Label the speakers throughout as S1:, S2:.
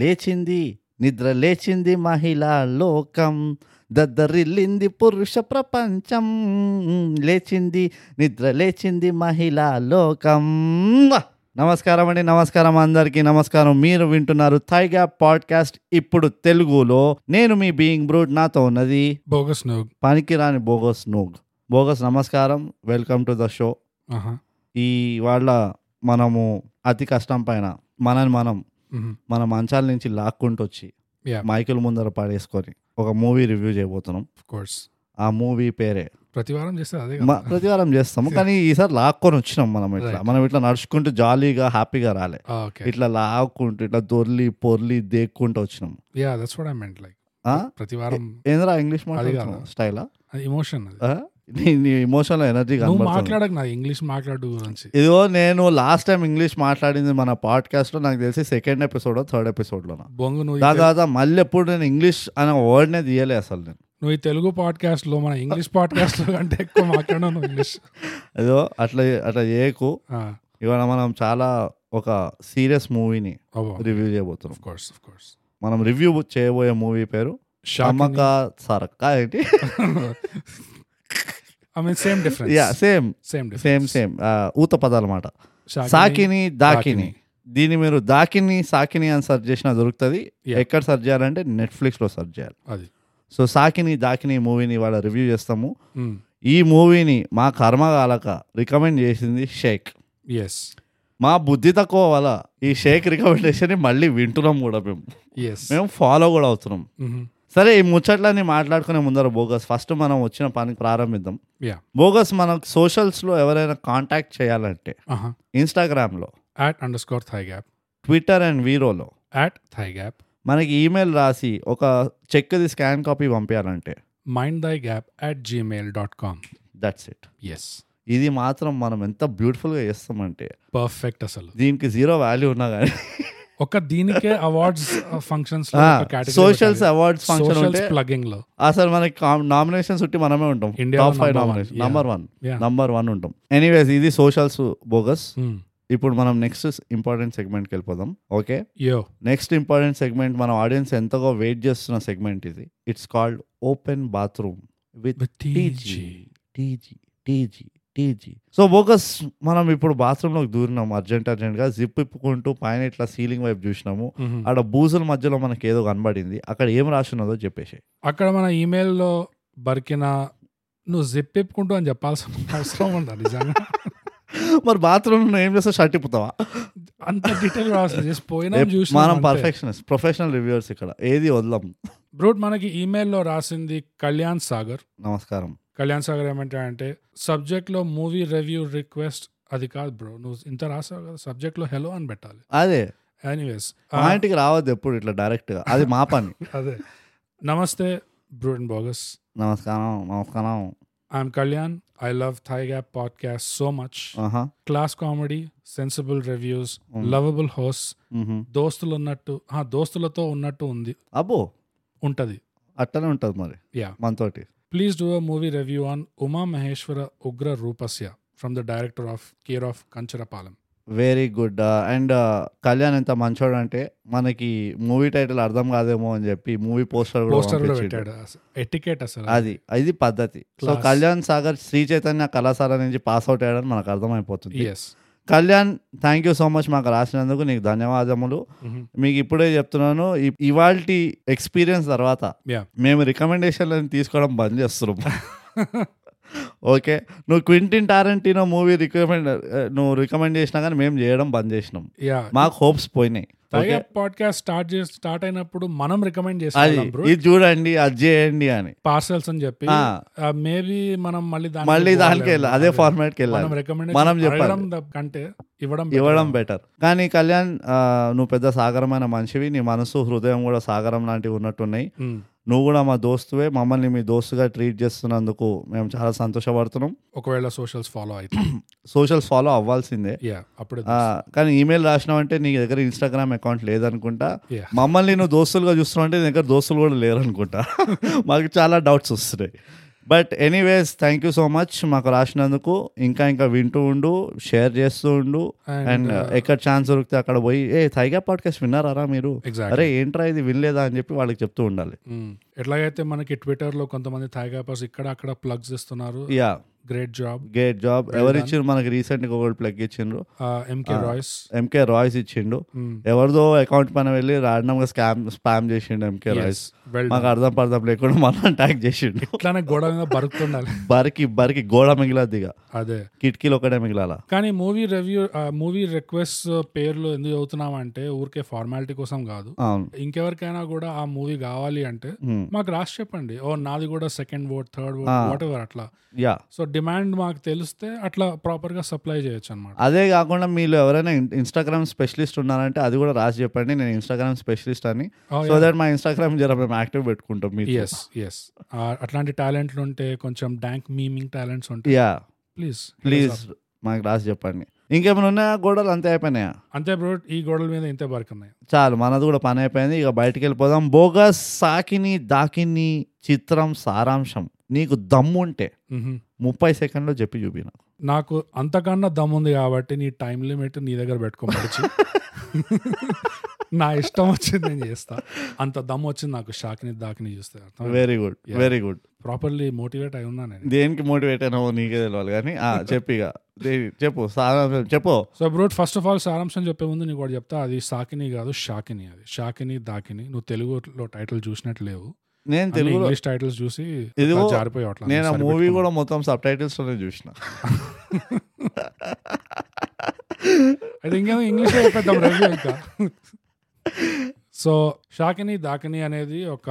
S1: లేచింది నిద్ర లేచింది మహిళా లోకం దద్దరిల్లింది పురుష ప్రపంచం లేచింది నిద్ర లేచింది మహిళా లోకం నమస్కారం అండి నమస్కారం అందరికీ నమస్కారం మీరు వింటున్నారు థైగా పాడ్కాస్ట్ ఇప్పుడు తెలుగులో నేను మీ బీయింగ్ బ్రూడ్ నాతో ఉన్నది
S2: బోగస్ నోగ్
S1: పనికిరాని బోగస్ నూగ్ బోగస్ నమస్కారం వెల్కమ్ టు ద షో
S2: ఆహా
S1: ఈ వాళ్ళ మనము అతి కష్టం పైన మనని మనం
S2: మ్మ్.
S1: మన మంచాల నుంచి లాక్కుంటూ వచ్చి
S2: Yeah.
S1: మైకిల్ ముందర పాడేసుకొని ఒక మూవీ రివ్యూ చేయబోతున్నాం
S2: ఆఫ్ కోర్స్
S1: ఆ మూవీ పేరే
S2: ప్రతి వారం చేస్తే అదే
S1: మ-
S2: కదా
S1: ప్రతివారం చేస్తాము కానీ ఈసారి లాక్కొని వచ్చినాం మనం ఇట్లా
S2: Right.
S1: మనం ఇట్లా నడుచుకుంటూ జాలీగా హ్యాపీగా రాలే
S2: ఆ, ఓకే
S1: ఇట్లా లాక్కుంటూ ఇట్లా దొర్లి పొర్లి దేక్కుంటూ వచ్చినాం
S2: yeah that's what I meant like
S1: ఆ?
S2: ప్రతి వారం
S1: ఏంద్రా ఇంగ్లీష్
S2: కాదు.
S1: మాట్లాడుతున్నావు స్టైలా
S2: అది ఎమోషన్ అది
S1: నీ నీ ఎమోషనల్ ఎనర్జీ
S2: నువ్వు
S1: కనబడుతుంది
S2: మాట్లాడక నా ఇంగ్లీష్ మాట్లాడు గురించి
S1: ఇదిగో నేను లాస్ట్ టైం ఇంగ్లీష్ మాట్లాడింది మన పాడ్కాస్ట్ లో నాకు తెలిసి సెకండ్ ఎపిసోడ్ థర్డ్ ఎపిసోడ్ లో
S2: బొంగు నువ్వు ఈ
S1: దాని
S2: తెలు-
S1: తర్వాత మళ్ళీ ఎప్పుడు నేను ఇంగ్లీష్ అనే వర్డ్నే తీయలే అసలు నేను
S2: నువ్వు ఈ తెలుగు పాడ్కాస్ట్ లో మన ఇంగ్లీష్ పాడ్కాస్ట్ లో కంటే ఎక్కువ మాట్లాడను నువ్వు ఇంగ్లీష్
S1: అదో అట్లా అట్లా చేయకు ఇవాళ మనం చాలా ఒక సీరియస్ మూవీని రివ్యూ చేయబోతున్నాం
S2: ఆఫ్ కోర్స్ ఆఫ్ కోర్స్
S1: మనం రివ్యూ చేయబోయే మూవీ పేరు
S2: షాక్
S1: షమక సరక్క ఏంటి
S2: I mean same
S1: yeah
S2: difference
S1: same
S2: same
S1: same
S2: difference
S1: same ఊత పదాలు మాట సాకిని దాకిని దీన్ని మీరు దాకిని సాకిని అని సర్చ్ చేసినా దొరుకుతుంది
S2: Yeah.
S1: ఎక్కడ సర్చ్ చేయాలంటే నెట్ఫ్లిక్స్ లో సర్చ్ చేయాలి
S2: అది
S1: సో సాకిని దాకిని మూవీని ఇవాళ రివ్యూ చేస్తాము
S2: మ్మ్.
S1: ఈ మూవీని మా కర్మ కాలక రికమెండ్ చేసింది షేక్
S2: yes
S1: మా బుద్ధి తక్కువ వల్ల ఈ షేక్ రికమెండేషన్ మళ్ళీ వింటున్నాం కూడా మేము
S2: yes Mm-hmm.
S1: మేము ఫాలో కూడా అవుతున్నాం
S2: మ్మ్.
S1: సరే ఈ ముచ్చట్లన్నీ మాట్లాడుకునే ముందర బోగస్ ఫస్ట్ మనం వచ్చిన పనికి ప్రారంభిద్దాం
S2: yeah
S1: బోగస్ మనకు సోషల్స్లో ఎవరైనా కాంటాక్ట్ చేయాలంటే
S2: ఆహా
S1: ఇన్స్టాగ్రామ్లో
S2: Uh-huh. at underscore thigh gap
S1: Twitter and వీరోలో
S2: at thigh gap
S1: మనకి ఈమెయిల్ రాసి ఒక చెక్ది స్కాన్ కాపీ పంపించాలంటే
S2: mind thy gap at gmail.com
S1: that's it
S2: yes
S1: ఇది మాత్రం మనం ఎంత బ్యూటిఫుల్గా చేస్తామంటే
S2: పర్ఫెక్ట్ అసలు
S1: దీనికి జీరో వాల్యూ ఉన్నా కానీ
S2: ఒక దీనికే uh, awards functions
S1: socials awards function ఉంటే
S2: ప్లగింగ్ లో
S1: అసలు మనకి నామినేషన్స్ ఉంటే మనమే ఉంటాం
S2: India
S1: టాప్
S2: లో
S1: five
S2: number one.
S1: Nomination
S2: Yeah.
S1: Number one
S2: Yeah. Hmm.
S1: Number one ఉంటాం ఎనీవేస్ ఇది సోషల్స్ బోగస్ ఇప్పుడు మనం నెక్స్ట్ ఇంపార్టెంట్ సెగ్మెంట్కి వెళ్ళిపోదాం okay
S2: yo
S1: next important segment మన ఆడియన్స్ ఎంతగా వెయిట్ చేస్తున్న సెగ్మెంట్ ఇది it's called open bathroom with TG TG TG TG so bogus మనం ఇప్పుడు బాత్రూంలోకి దూరినాం అర్జెంట్ అర్జెంట్గా జిప్ ఇప్పుకుంటూ పైన ఇట్లా సీలింగ్ వైపు చూసినాము
S2: Hmm.
S1: ఆడ బూజుల మధ్యలో మనకి ఏదో కనబడింది అక్కడ ఏం రాసున్నదో చెప్పేసి
S2: అక్కడ మన email లో బరికిన నువ్వు జిప్ ఇప్పుకుంటూ అని చెప్పాల్సిన అవసరం ఉందా నిజంగా
S1: మరి బాత్రూమ్ ఏం చేస్తావు షర్ట్ ఇప్పుతావా
S2: అంత డీటెయిల్ రావాలి జస్ట్ పోయినా
S1: ఏ-
S2: చూసి
S1: మనం పర్ఫెక్షనిస్ట్ ప్రొఫెషనల్ రివ్యూవర్స్ ఇక్కడ ఏది వదలం
S2: బ్రూట్ మనకి email లో రాసింది కళ్యాణ్ సాగర్
S1: నమస్కారం
S2: కళ్యాణ్ సాగర్ ఏమంటాడంటే సబ్జెక్ట్ లో మూవీ రివ్యూ రిక్వెస్ట్ అది కాదు బ్రో నువ్వు ఇంత రాసావు కదా సబ్జెక్ట్ లో హలో అని పెట్టాలి
S1: అదే
S2: ఎనీవేస్
S1: పాయింట్కి రావద్దు ఎప్పుడు ఇట్లా డైరెక్ట్ గా అది మా పని
S2: అదే నమస్తే బ్రూట్ అండ్ బోగస్
S1: నమస్కారం నమస్కారం
S2: I'm Kalyan I love thigh gap podcast so much
S1: ఆహా
S2: class comedy sensible reviews
S1: Mm.
S2: Lovable host
S1: మ్హూ.
S2: దోస్తులు ఉన్నట్టు ఆ, దోస్తులతో ఉన్నట్టు ఉంది
S1: అబ్బో
S2: ఉంటది
S1: అట్టనే ఉంటుంది మరి
S2: యా
S1: మనతోటి
S2: please do a movie review on Uma Maheswara Ugra Roopasya from the director of care of Kancharapalem
S1: very good and Uh, Kalyan ఎంత మంచోడు అంటే మనకి మూవీ టైటిల్ అర్థం కాదేమో అని చెప్పి మూవీ పోస్టర్ కూడా
S2: పోస్టర్ కూడా
S1: పంపించిండు.
S2: పెట్టాడు ఎటికెట్ అసలు
S1: అది ఇది పద్ధతి సో
S2: Class.
S1: కళ్యాణ్ సాగర్ శ్రీ చైతన్య కళాశాల నుంచి పాస్ అవుట్ అయ్యాడని మనకు అర్థమైపోతుంది
S2: yes
S1: Kalyan thank you so much మాకు రాసినందుకు నీకు ధన్యవాదములు మీకు ఇప్పుడే చెప్తున్నాను ఇవాళ ఎక్స్పీరియన్స్ తర్వాత
S2: Yeah.
S1: మేము రికమెండేషన్లను తీసుకోవడం బంద్ చేస్తున్నాం ఓకే నువ్వు Quentin Tarantino movie recommend eh, నువ్వు రికమెండ్ చేసినా కానీ మేము చేయడం బంద్ చేసినాం
S2: యా
S1: మాకు హోప్స్ పోయినాయి ఓకే
S2: టైగర్ పాడ్కాస్ట్ స్టార్ట్ చేసి స్టార్ట్ అయినప్పుడు మనం రికమెండ్
S1: అది
S2: చేస్తాం
S1: ఇది చూడండి అది చేయండి అని
S2: పార్సల్స్ అని చెప్పి
S1: ఆ.
S2: మేబీ మనం మళ్ళీ దానికి
S1: మళ్ళీ దానికి
S2: పోలేము.
S1: వెళ్ళాలి అదే
S2: అదే.
S1: ఫార్మాట్కి వెళ్ళాలి
S2: మనం recommendation
S1: మనం చెప్పాలి.
S2: అడగడం ద- కంటే ఇవ్వడం
S1: ఇవ్వడం
S2: better. Hmm.
S1: బెటర్ కానీ కళ్యాణ్ ఆ, నువ్వు పెద్ద సాగరమైన మనిషివి నీ మనసు హృదయం కూడా సాగరం లాంటివి ఉన్నట్టున్నాయి
S2: ఉమ్.
S1: నువ్వు కూడా మా దోస్తువే మమ్మల్ని మీ దోస్తుగా ట్రీట్ చేస్తున్నందుకు మేము చాలా సంతోషపడుతున్నాం
S2: ఒకవేళ సోషల్స్ ఫాలో అయితే
S1: సోషల్స్ ఫాలో అవ్వాల్సిందే
S2: యా అప్పుడు
S1: ఆ, కానీ ఈమెయిల్ రాసినావంటే నీ దగ్గర ఇన్స్టాగ్రామ్ అకౌంట్ లేదనుకుంటా
S2: Yeah.
S1: మమ్మల్ని నువ్వు దోస్తులుగా చూస్తున్నావు అంటే నీ దగ్గర దోస్తులు కూడా లేరు అనుకుంటా మాకు చాలా డౌట్స్ వస్తున్నాయి but anyways thank you so much మాకు రాసినందుకు ఇంకా ఇంకా వింటూ ఉండు షేర్ చేస్తూ ఉండు అండ్
S2: uh,
S1: ఎక్కడ ఛాన్స్ దొరికితే అక్కడ పోయి ఏ థైగా పాడ్కాస్ట్ విన్నారా మీరు అరే
S2: ఎగ్జాక్ట్
S1: ఏంట్రా ఇది వినలేదా అని చెప్పి వాళ్ళకి చెప్తూ ఉండాలి
S2: hmm. ఎట్లాగైతే మనకి ట్విట్టర్ లో కొంతమంది థాయిగాపర్స్ ఇక్కడ అక్కడ ప్లగ్స్ ఇస్తున్నారు
S1: yeah
S2: great job
S1: gate job ఎవరు ఇచ్చిండ్రు మనకి రీసెంట్ గా ఒకటి ప్లగ్ ఇచ్చిండ్రు
S2: ఎంకే రాయ్స్
S1: ఎంకే రాయ్స్ ఇచ్చిండు ఎవరిదో అకౌంట్ పైన వెళ్ళి రాండమ్ గా స్కామ్ స్పామ్ చేసిండు ఎంకే రాయ్స్
S2: వెల్
S1: మాకు అర్థం పర్థం లేకుండా మనం అటాక్ చేసిండు
S2: ఇట్లానే గోడ మీద బరుకుతుండాలి
S1: బరికి బరికి గోడ మిగిలద్ది ఇక
S2: అదే
S1: కిటికీలు ఒకటే మిగిలాల
S2: కానీ మూవీ రివ్యూ మూవీ రిక్వెస్ట్ పేర్లు ఎందుకు చదువుతున్నామంటే ఊరికే ఫార్మాలిటీ కోసం కాదు
S1: అవును
S2: ఇంకెవరికైనా కూడా ఆ మూవీ కావాలి అంటే
S1: Hmm.
S2: మాకు రాసి చెప్పండి ఓ నాది కూడా second vote third vote
S1: Ah.
S2: Whatever అట్లా
S1: యా
S2: సో డిమాండ్ మాకు తెలిస్తే అట్లా ప్రాపర్ గా సప్లై చేయొచ్చు అనమాట
S1: అదే కాకుండా మీలో ఎవరైనా ఇన్స్టాగ్రామ్ స్పెషలిస్ట్ ఉన్నారంటే అది కూడా రాసి చెప్పండి నేను ఇన్స్టాగ్రామ్ స్పెషలిస్ట్ అని
S2: Oh,
S1: సో దట్ మా ఇన్స్టాగ్రామ్ జర మేము యాక్టివ్ పెట్టుకుంటాం మీరు
S2: ఎస్ ఎస్ అట్లాంటి టాలెంట్లు ఉంటే కొంచెం డాంక్ మీమింగ్ టాలెంట్స్ ఉంటాయి
S1: యా
S2: ప్లీజ్
S1: ప్లీజ్ మాకు రాసి చెప్పండి ఇంకేమైనా ఉన్నాయా గోడలు అంతే అయిపోయినాయా
S2: అంతే బ్రో ఈ గోడల మీద ఇంతే బరుకున్నాయి
S1: చాలు మనది కూడా పని అయిపోయింది ఇక బయటికి వెళ్ళిపోదాం బోగస్ సాకిని దాకిని చిత్రం సారాంశం నీకు దమ్ము ఉంటే
S2: మ్హూ.
S1: ముప్పై సెకండ్లో చెప్పి చూపిన
S2: నాకు అంతకన్నా దమ్ ఉంది కాబట్టి నీ టైం లిమిట్ నీ దగ్గర పెట్టుకోమచ్చు నా ఇష్టం వచ్చింది నేను చేస్తా అంత దమ్ వచ్చింది నాకు షాక్ని దాకిని చూస్తే అర్థం
S1: very good
S2: Yeah.
S1: Very good
S2: properly motivate అయి ఉన్నా నేను
S1: దేనికి మోటివేట్ అయినావో నీకే తెలియాలి కానీ ఆ, చెప్పు ఇక దేని- చెప్పు సారాంశం చెప్పు
S2: so brute first of all సారాంశం చెప్పే ముందు నీకు ఒకటి చెప్తా అది సాకిని కాదు షాకిని అది షాకిని దాకిని నువ్వు తెలుగులో టైటిల్ చూసినట్టు లేవు
S1: నేను తెలుగులో
S2: ఇంగ్లీష్ టైటిల్స్ చూసి
S1: ఇదిగో
S2: జారిపోయి
S1: నేను ఆ మూవీ కూడా మొత్తం సబ్ టైటిల్స్ లోనే చూసిన
S2: అది ఇంకేమో ఇంగ్లీష్ లో చెప్పేద్దాం review ఇంకా సో షాకిని దాకిని అనేది ఒక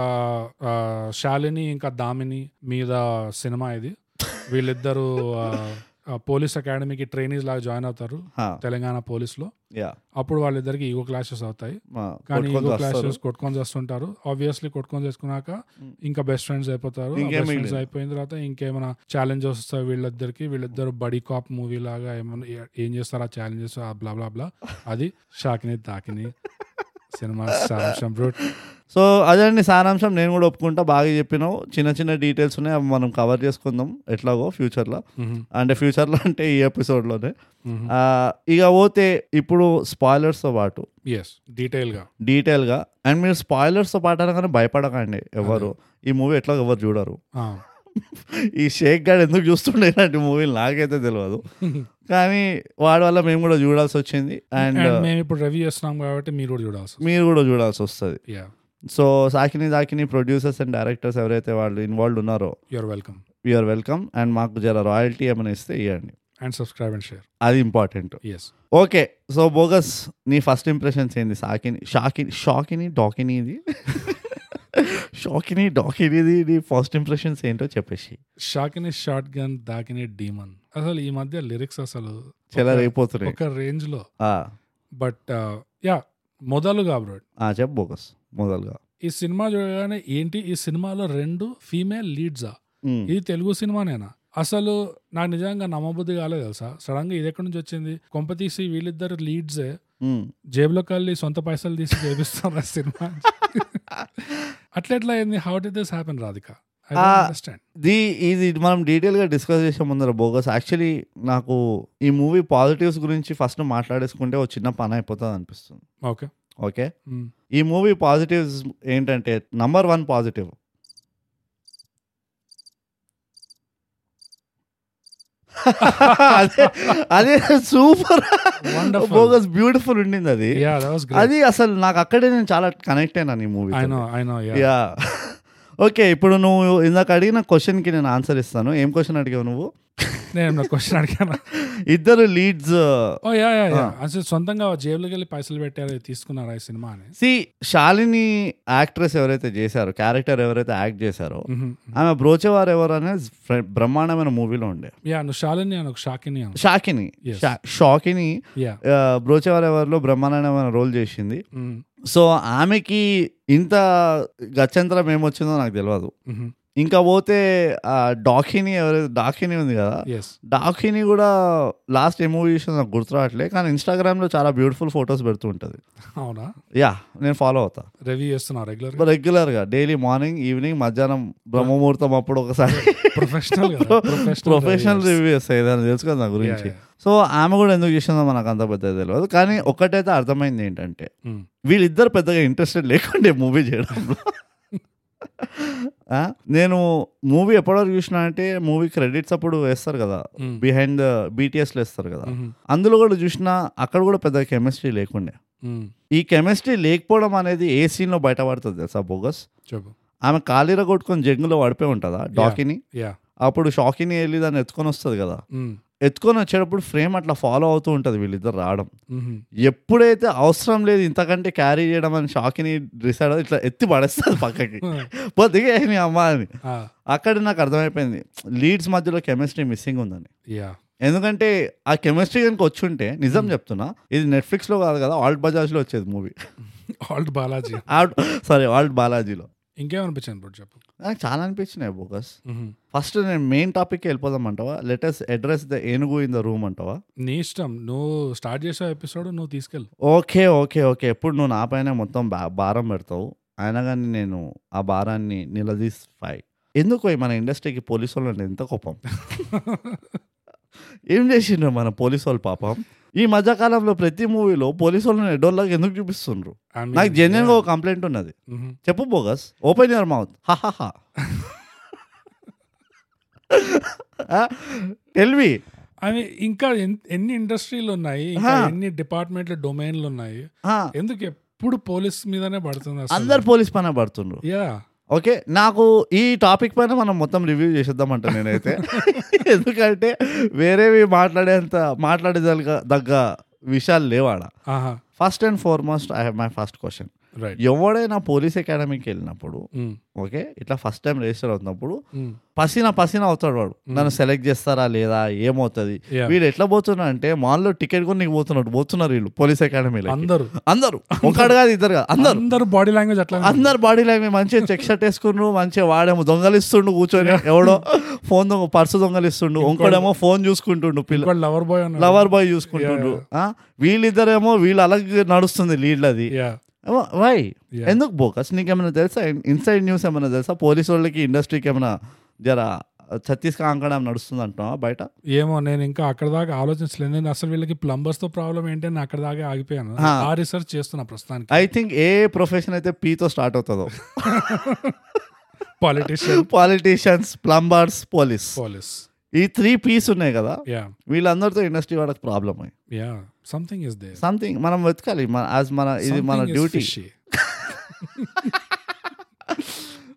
S2: ఆ, శాలిని ఇంకా దామిని మీద సినిమా ఇది వీళ్ళిద్దరూ ఆ, ఆ, పోలీస్ అకాడమీకి ట్రైనీస్ లాగా జాయిన్ అవుతారు
S1: హా,
S2: తెలంగాణ పోలీస్ లో
S1: యా
S2: అప్పుడు వాళ్ళిద్దరికి ఈగో క్లాషెస్ అవుతాయి
S1: మా
S2: కానీ
S1: కొట్టుకొని
S2: ఈగో
S1: వస్తారు.
S2: క్లాషెస్ కొట్టుకొని చేస్తుంటారు ఆబ్వియస్లీ కొట్టుకొని చేసుకున్నాక ఇంకా బెస్ట్ ఫ్రెండ్స్ అయిపోతారు
S1: ఇంకేం
S2: బెస్ట్ ఫ్రెండ్స్
S1: మిగిలింది?
S2: అయిపోయిన తర్వాత ఇంకేమైనా ఛాలెంజెస్ వస్తాయి వీళ్ళిద్దరికి వీళ్ళిద్దరు బడీ కాప్ మూవీ లాగా ఏమైనా ఏ- ఏం చేస్తారు ఆ ఛాలెంజెస్ బ్లా బ్లా బ్లా అది షాకిని తాకిని సినిమా సారాంశం బ్రూట్
S1: సో అదే అండి సారాంశం నేను కూడా ఒప్పుకుంటా బాగా చెప్పినావు చిన్న చిన్న డీటెయిల్స్ ఉన్నాయి అవి మనం కవర్ చేసుకుందాం ఎట్లాగో ఫ్యూచర్లో అంటే ఫ్యూచర్లో అంటే ఈ ఎపిసోడ్లోనే ఆ, ఇక పోతే ఇప్పుడు స్పాయిలర్స్తో పాటు
S2: ఎస్ డీటెయిల్ గా
S1: డీటెయిల్గా అండ్ మీరు స్పాయిలర్స్తో పాటు అనగానే భయపడకండి ఎవరు ఈ మూవీ ఎట్లా ఎవరు చూడరు
S2: ఆ.
S1: ఈ షేక్ గాడు ఎందుకు చూస్తుండే ఇలాంటి మూవీలు నాకైతే తెలియదు కానీ వాడి వల్ల మేము కూడా చూడాల్సి వచ్చింది అండ్
S2: And మేము ఇప్పుడు రివ్యూ చేస్తున్నాం కాబట్టి మీరు కూడా చూడాల్సి
S1: మీరు కూడా చూడాల్సి వస్తుంది
S2: yeah
S1: so Saakini Daakini producers and directors ఎవరైతే వాళ్ళు ఇన్వాల్వ్ ఉన్నారో
S2: your welcome
S1: you're welcome and మాకు జర రాయల్టీ ఏమైనా ఇస్తే ఇవ్వండి
S2: అండ్ సబ్స్క్రైబ్ అండ్ షేర్
S1: అది important
S2: yes
S1: okay so bogus నీ ఫస్ట్ ఇంప్రెషన్స్ ఏంది సాకిని షాకిని షాకిని డాకిని ఇది షాకిని డాకిని ఇది నీ ఫస్ట్ ఇంప్రెషన్స్ ఏంటో చెప్పేసి
S2: Shakini short gun Daakini demon అసలు ఈ మధ్య లిరిక్స్ అసలు
S1: చాలా
S2: ఒక-
S1: రేపోతున్నాయి
S2: ఒక రేంజ్ లో
S1: ఆ,
S2: బట్ యా మొదలుగా బ్రో
S1: ఆ, చెప్పు బోగస్ మొదలుగా
S2: ఈ సినిమా చూడగానే ఏంటి ఈ సినిమాలో రెండు ఫీమేల్ లీడ్సా
S1: ఉమ్,
S2: ఇది తెలుగు సినిమానేనా అసలు నాకు నిజంగా నమ్మబుద్ధి కాలేదు తెలుసా సడన్ గా ఇది ఎక్కడి నుంచి వచ్చింది కొంపతీసి వీళ్ళిద్దరు లీడ్సే
S1: ఉమ్.
S2: జేబులో కళ్ళి సొంత పైసలు తీసి చేపిస్తున్నారు ఆ సినిమా అట్లా ఎట్లా అయింది how did this happen Radhika I
S1: Ah.
S2: Understand
S1: the ఇది మనం డీటెయిల్గా డిస్కస్ చేసే ముందర బోగస్ యాక్చువల్లీ నాకు ఈ మూవీ పాజిటివ్స్ గురించి ఫస్ట్ మాట్లాడేసుకుంటే ఒక చిన్న పని అయిపోతుంది అనిపిస్తుంది
S2: ఓకే
S1: ఓకే ఈ మూవీ పాజిటివ్స్ ఏంటంటే నంబర్ వన్ పాజిటివ్ అదే అదే సూపర్
S2: వండర్ఫుల్
S1: బోగస్ బ్యూటిఫుల్ ఉండింది అది
S2: యా దట్ వాస్ గ్రేట్
S1: అది అసలు నాకు అక్కడే నేను చాలా కనెక్ట్ అయినాను ఈ movie
S2: I know I know yeah
S1: yeah okay ఇప్పుడు నువ్వు ఇందాక అడిగిన క్వశ్చన్కి నేను ఆన్సర్ ఇస్తాను ఏం క్వశ్చన్ అడిగావు నువ్వు
S2: నేను క్వశ్చన్ అడిగాను
S1: ఇద్దరు లీడ్స్
S2: ఓ యా యా యా
S1: Ah.
S2: అసలు సొంతంగా జేబులోకి వెళ్ళి పైసలు పెట్టారు తీసుకున్నారా ఈ సినిమా అని
S1: సి శాలిని యాక్ట్రెస్ ఎవరైతే చేశారో క్యారెక్టర్ ఎవరైతే యాక్ట్ చేశారో
S2: Mhm.
S1: Hmm. ఆమె బ్రోచేవారు ఎవరు అనేది ఫ్ర- బ్రహ్మాండమైన మూవీలో ఉండే
S2: యా నువ్వు షాలిని అను షాకిని అను
S1: షాకిని
S2: Yes.
S1: షా- షాకిని
S2: యా
S1: ఆ, బ్రోచేవారు ఎవరిలో బ్రహ్మాండమైన రోల్ చేసింది
S2: మ్మ్.
S1: సో ఆమెకి ఇంత గత్యంతరం ఏమొచ్చిందో నాకు తెలియదు
S2: మ్మ్.
S1: ఇంకా పోతే ఆ డాకిని ఎవరైతే డాకిని ఉంది కదా
S2: ఎస్
S1: డాకిని కూడా లాస్ట్ ఏ మూవీ చూసిన నాకు గుర్తు రావట్లే కానీ ఇన్స్టాగ్రామ్లో చాలా బ్యూటిఫుల్ ఫొటోస్ పెడుతూ ఉంటుంది
S2: అవునా
S1: యా నేను ఫాలో అవుతా
S2: రివ్యూ చేస్తున్నావు రెగ్యులర్
S1: రెగ్యులర్గా డైలీ మార్నింగ్ ఈవినింగ్ మధ్యాహ్నం బ్రహ్మముహూర్తం అప్పుడు ఒకసారి
S2: ప్రొఫెషనల్
S1: ప్రొఫెషనల్ రివ్యూ చేస్తాయి ఏదైనా తెలుసు కదా నా గురించి సో ఆమె కూడా ఎందుకు చేసిందో మనకు అంత పెద్ద తెలియదు కానీ ఒక్కటైతే అర్థమైంది ఏంటంటే వీళ్ళిద్దరు పెద్దగా ఇంట్రెస్టెడ్ లేకుండే మూవీ చేయడంలో ఆ, నేను మూవీ ఎప్పటివరకు చూసినా అంటే మూవీ క్రెడిట్స్ అప్పుడు వేస్తారు కదా బిహైండ్ ద బీటీఎస్లో వేస్తారు
S2: Hmm.
S1: కదా అందులో కూడా చూసినా అక్కడ కూడా పెద్ద కెమిస్ట్రీ లేకుండే ఈ కెమిస్ట్రీ లేకపోవడం అనేది ఏ సీన్లో బయటపడుతుంది తెలుసా బోగస్
S2: చెప్పు
S1: ఆమె కాలిర కొట్టుకొని జంగులో పడిపోయి ఉంటుందా డాకిని
S2: యా
S1: అప్పుడు షాకిని వెళ్ళి దాన్ని ఎత్తుకొని వస్తుంది కదా ఎత్తుకొని వచ్చేటప్పుడు ఫ్రేమ్ అట్లా ఫాలో అవుతూ ఉంటుంది వీళ్ళిద్దరు రావడం ఎప్పుడైతే అవసరం లేదు ఇంతకంటే క్యారీ చేయడం అని షాకిని డిసైడ్ అవ్వదు, ఇట్లా ఎత్తి పడేస్తుంది పక్కకి పో దిగే నీ అమ్మ అని అక్కడ నాకు అర్థమైపోయింది లీడ్స్ మధ్యలో కెమిస్ట్రీ మిస్సింగ్ ఉందని
S2: యా
S1: ఎందుకంటే ఆ కెమిస్ట్రీ కనుక వచ్చి ఉంటే నిజం చెప్తున్నా ఇది నెట్ఫ్లిక్స్లో కాదు కదా ఆల్ట్ బజాజ్లో వచ్చేది movie
S2: alt Balaji
S1: sorry alt బాలాజీలో
S2: ఇంకేమనిపించింది ఇప్పుడు చెప్పు
S1: నాకు చాలా అనిపించినాయి బోకస్
S2: Mhm.
S1: ఫస్ట్ నేను మెయిన్ టాపిక్కి వెళ్ళిపోదాం అంటావా లెటెస్ట్ అడ్రస్ ద ఏనుగు ఇన్ ద రూమ్ అంటావా
S2: నీ ఇష్టం నువ్వు స్టార్ట్ చేసావు ఎపిసోడ్ నువ్వు తీసుకెళ్ళు
S1: ఓకే ఓకే ఓకే ఎప్పుడు నువ్వు నా పైన మొత్తం బా- భారం పెడతావు అయినా కానీ నేను ఆ భారాన్ని నిలదీస్తాయి ఎందుకు ఈ మన ఇండస్ట్రీకి పోలీసు వాళ్ళు అంటే ఎంత కోపం ఏం చేసిండ్రు మన పోలీసు వాళ్ళు పాపం ఈ మధ్యకాలంలో ప్రతి మూవీలో పోలీసు వాళ్ళని ఎడోళ్ళకి ఎందుకు చూపిస్తుండ్రు
S2: I mean,
S1: నాకు జెన్యున్ గా
S2: yeah.
S1: ఒక కంప్లైంట్ ఉన్నది
S2: Mhm.
S1: చెప్పు బోగస్ ఓపెన్ యువర్ మౌత్ హాహా ఎల్వి
S2: అవి ఇంకా ఎన్- ఎన్ని ఇండస్ట్రీలు ఉన్నాయి ఇంకా
S1: Huh.
S2: ఎన్ని డిపార్ట్మెంట్ల డొమైన్లు ఉన్నాయి ఎందుకు ఎప్పుడు పోలీస్ మీదనే పడుతుంది
S1: అందరు పోలీస్ పైన పడుతుండ్రు
S2: యా
S1: ఓకే నాకు ఈ టాపిక్ పైన మనం మొత్తం రివ్యూ చేసేద్దామంట నేనైతే ఎందుకంటే వేరేవి మాట్లాడేంత మాట్లాడేదగ్గ దగ్గ విషయాలు లేవాడ
S2: ఆహా
S1: first and foremost I have my first question
S2: right
S1: ఎవడైనా పోలీస్ అకాడమీకి వెళ్ళినప్పుడు
S2: Mm.
S1: ఓకే ఇట్లా ఫస్ట్ టైం రిజిస్టర్ అవుతున్నప్పుడు పసిన పసిన అవుతాడు వాడు నన్ను సెలెక్ట్ చేస్తారా లేదా ఏమవుతుంది
S2: Yeah.
S1: వీడు ఎట్లా పోతున్నా అంటే మాల్లో టికెట్ కొని నీకు పోతున్నాడు పోతున్నారు వీళ్ళు పోలీస్ అకాడమీలో
S2: అందరూ
S1: అందరూ ఒకడు కాదు ఇద్దరు కాదు అందరు
S2: అందరూ బాడీ లాంగ్వేజ్ అట్లా
S1: అందరు బాడీ లాంగ్వేజ్ మంచిగా చెక్ షర్ట్ వేసుకుండ్రు మంచిగా వాడేమో దొంగలిస్తుండు కూర్చొని ఎవడో ఫోన్ దొంగ పర్సు దొంగలిస్తుండు ఇంకోడేమో ఫోన్ చూసుకుంటుండు పిల్ల
S2: లవర్ బాయ్
S1: లవర్ బాయ్ చూసుకుంటుండు ఆ? వీళ్ళిద్దరేమో వీళ్ళు అలాగే నడుస్తుంది లీళ్ళది
S2: యా
S1: ఏమో, వై
S2: Yeah.
S1: ఎందుకు బోకస్ నీకేమైనా తెలుసా ఇన్సైడ్ న్యూస్ ఏమైనా తెలుసా పోలీసు వాళ్ళకి ఇండస్ట్రీకి ఏమైనా జర ఛత్తీస్గా అంకడం నడుస్తుంది అంటున్నావా బయట
S2: ఏమో నేను ఇంకా అక్కడ దాకా ఆలోచించలేదు నేను అసలు వీళ్ళకి ప్లంబర్స్ తో ప్రాబ్లం ఏంటి అని అక్కడ దాకా ఆగిపోయాను
S1: Huh.
S2: ఆ రీసెర్చ్ చేస్తున్నా ప్రస్తుతానికి
S1: ఐ థింక్ ఏ ప్రొఫెషన్ అయితే పీతో స్టార్ట్ అవుతుందో
S2: politician
S1: politicians plumbers police
S2: police
S1: ఈ త్రీ పీస్ ఉన్నాయి కదా
S2: యా
S1: వీళ్ళందరితో ఇండస్ట్రీ వాళ్ళకి ప్రాబ్లం అయ్యి
S2: yeah something is there
S1: something మనం వెతకాలి మన యాజ్ మన ఇది మన డ్యూటీ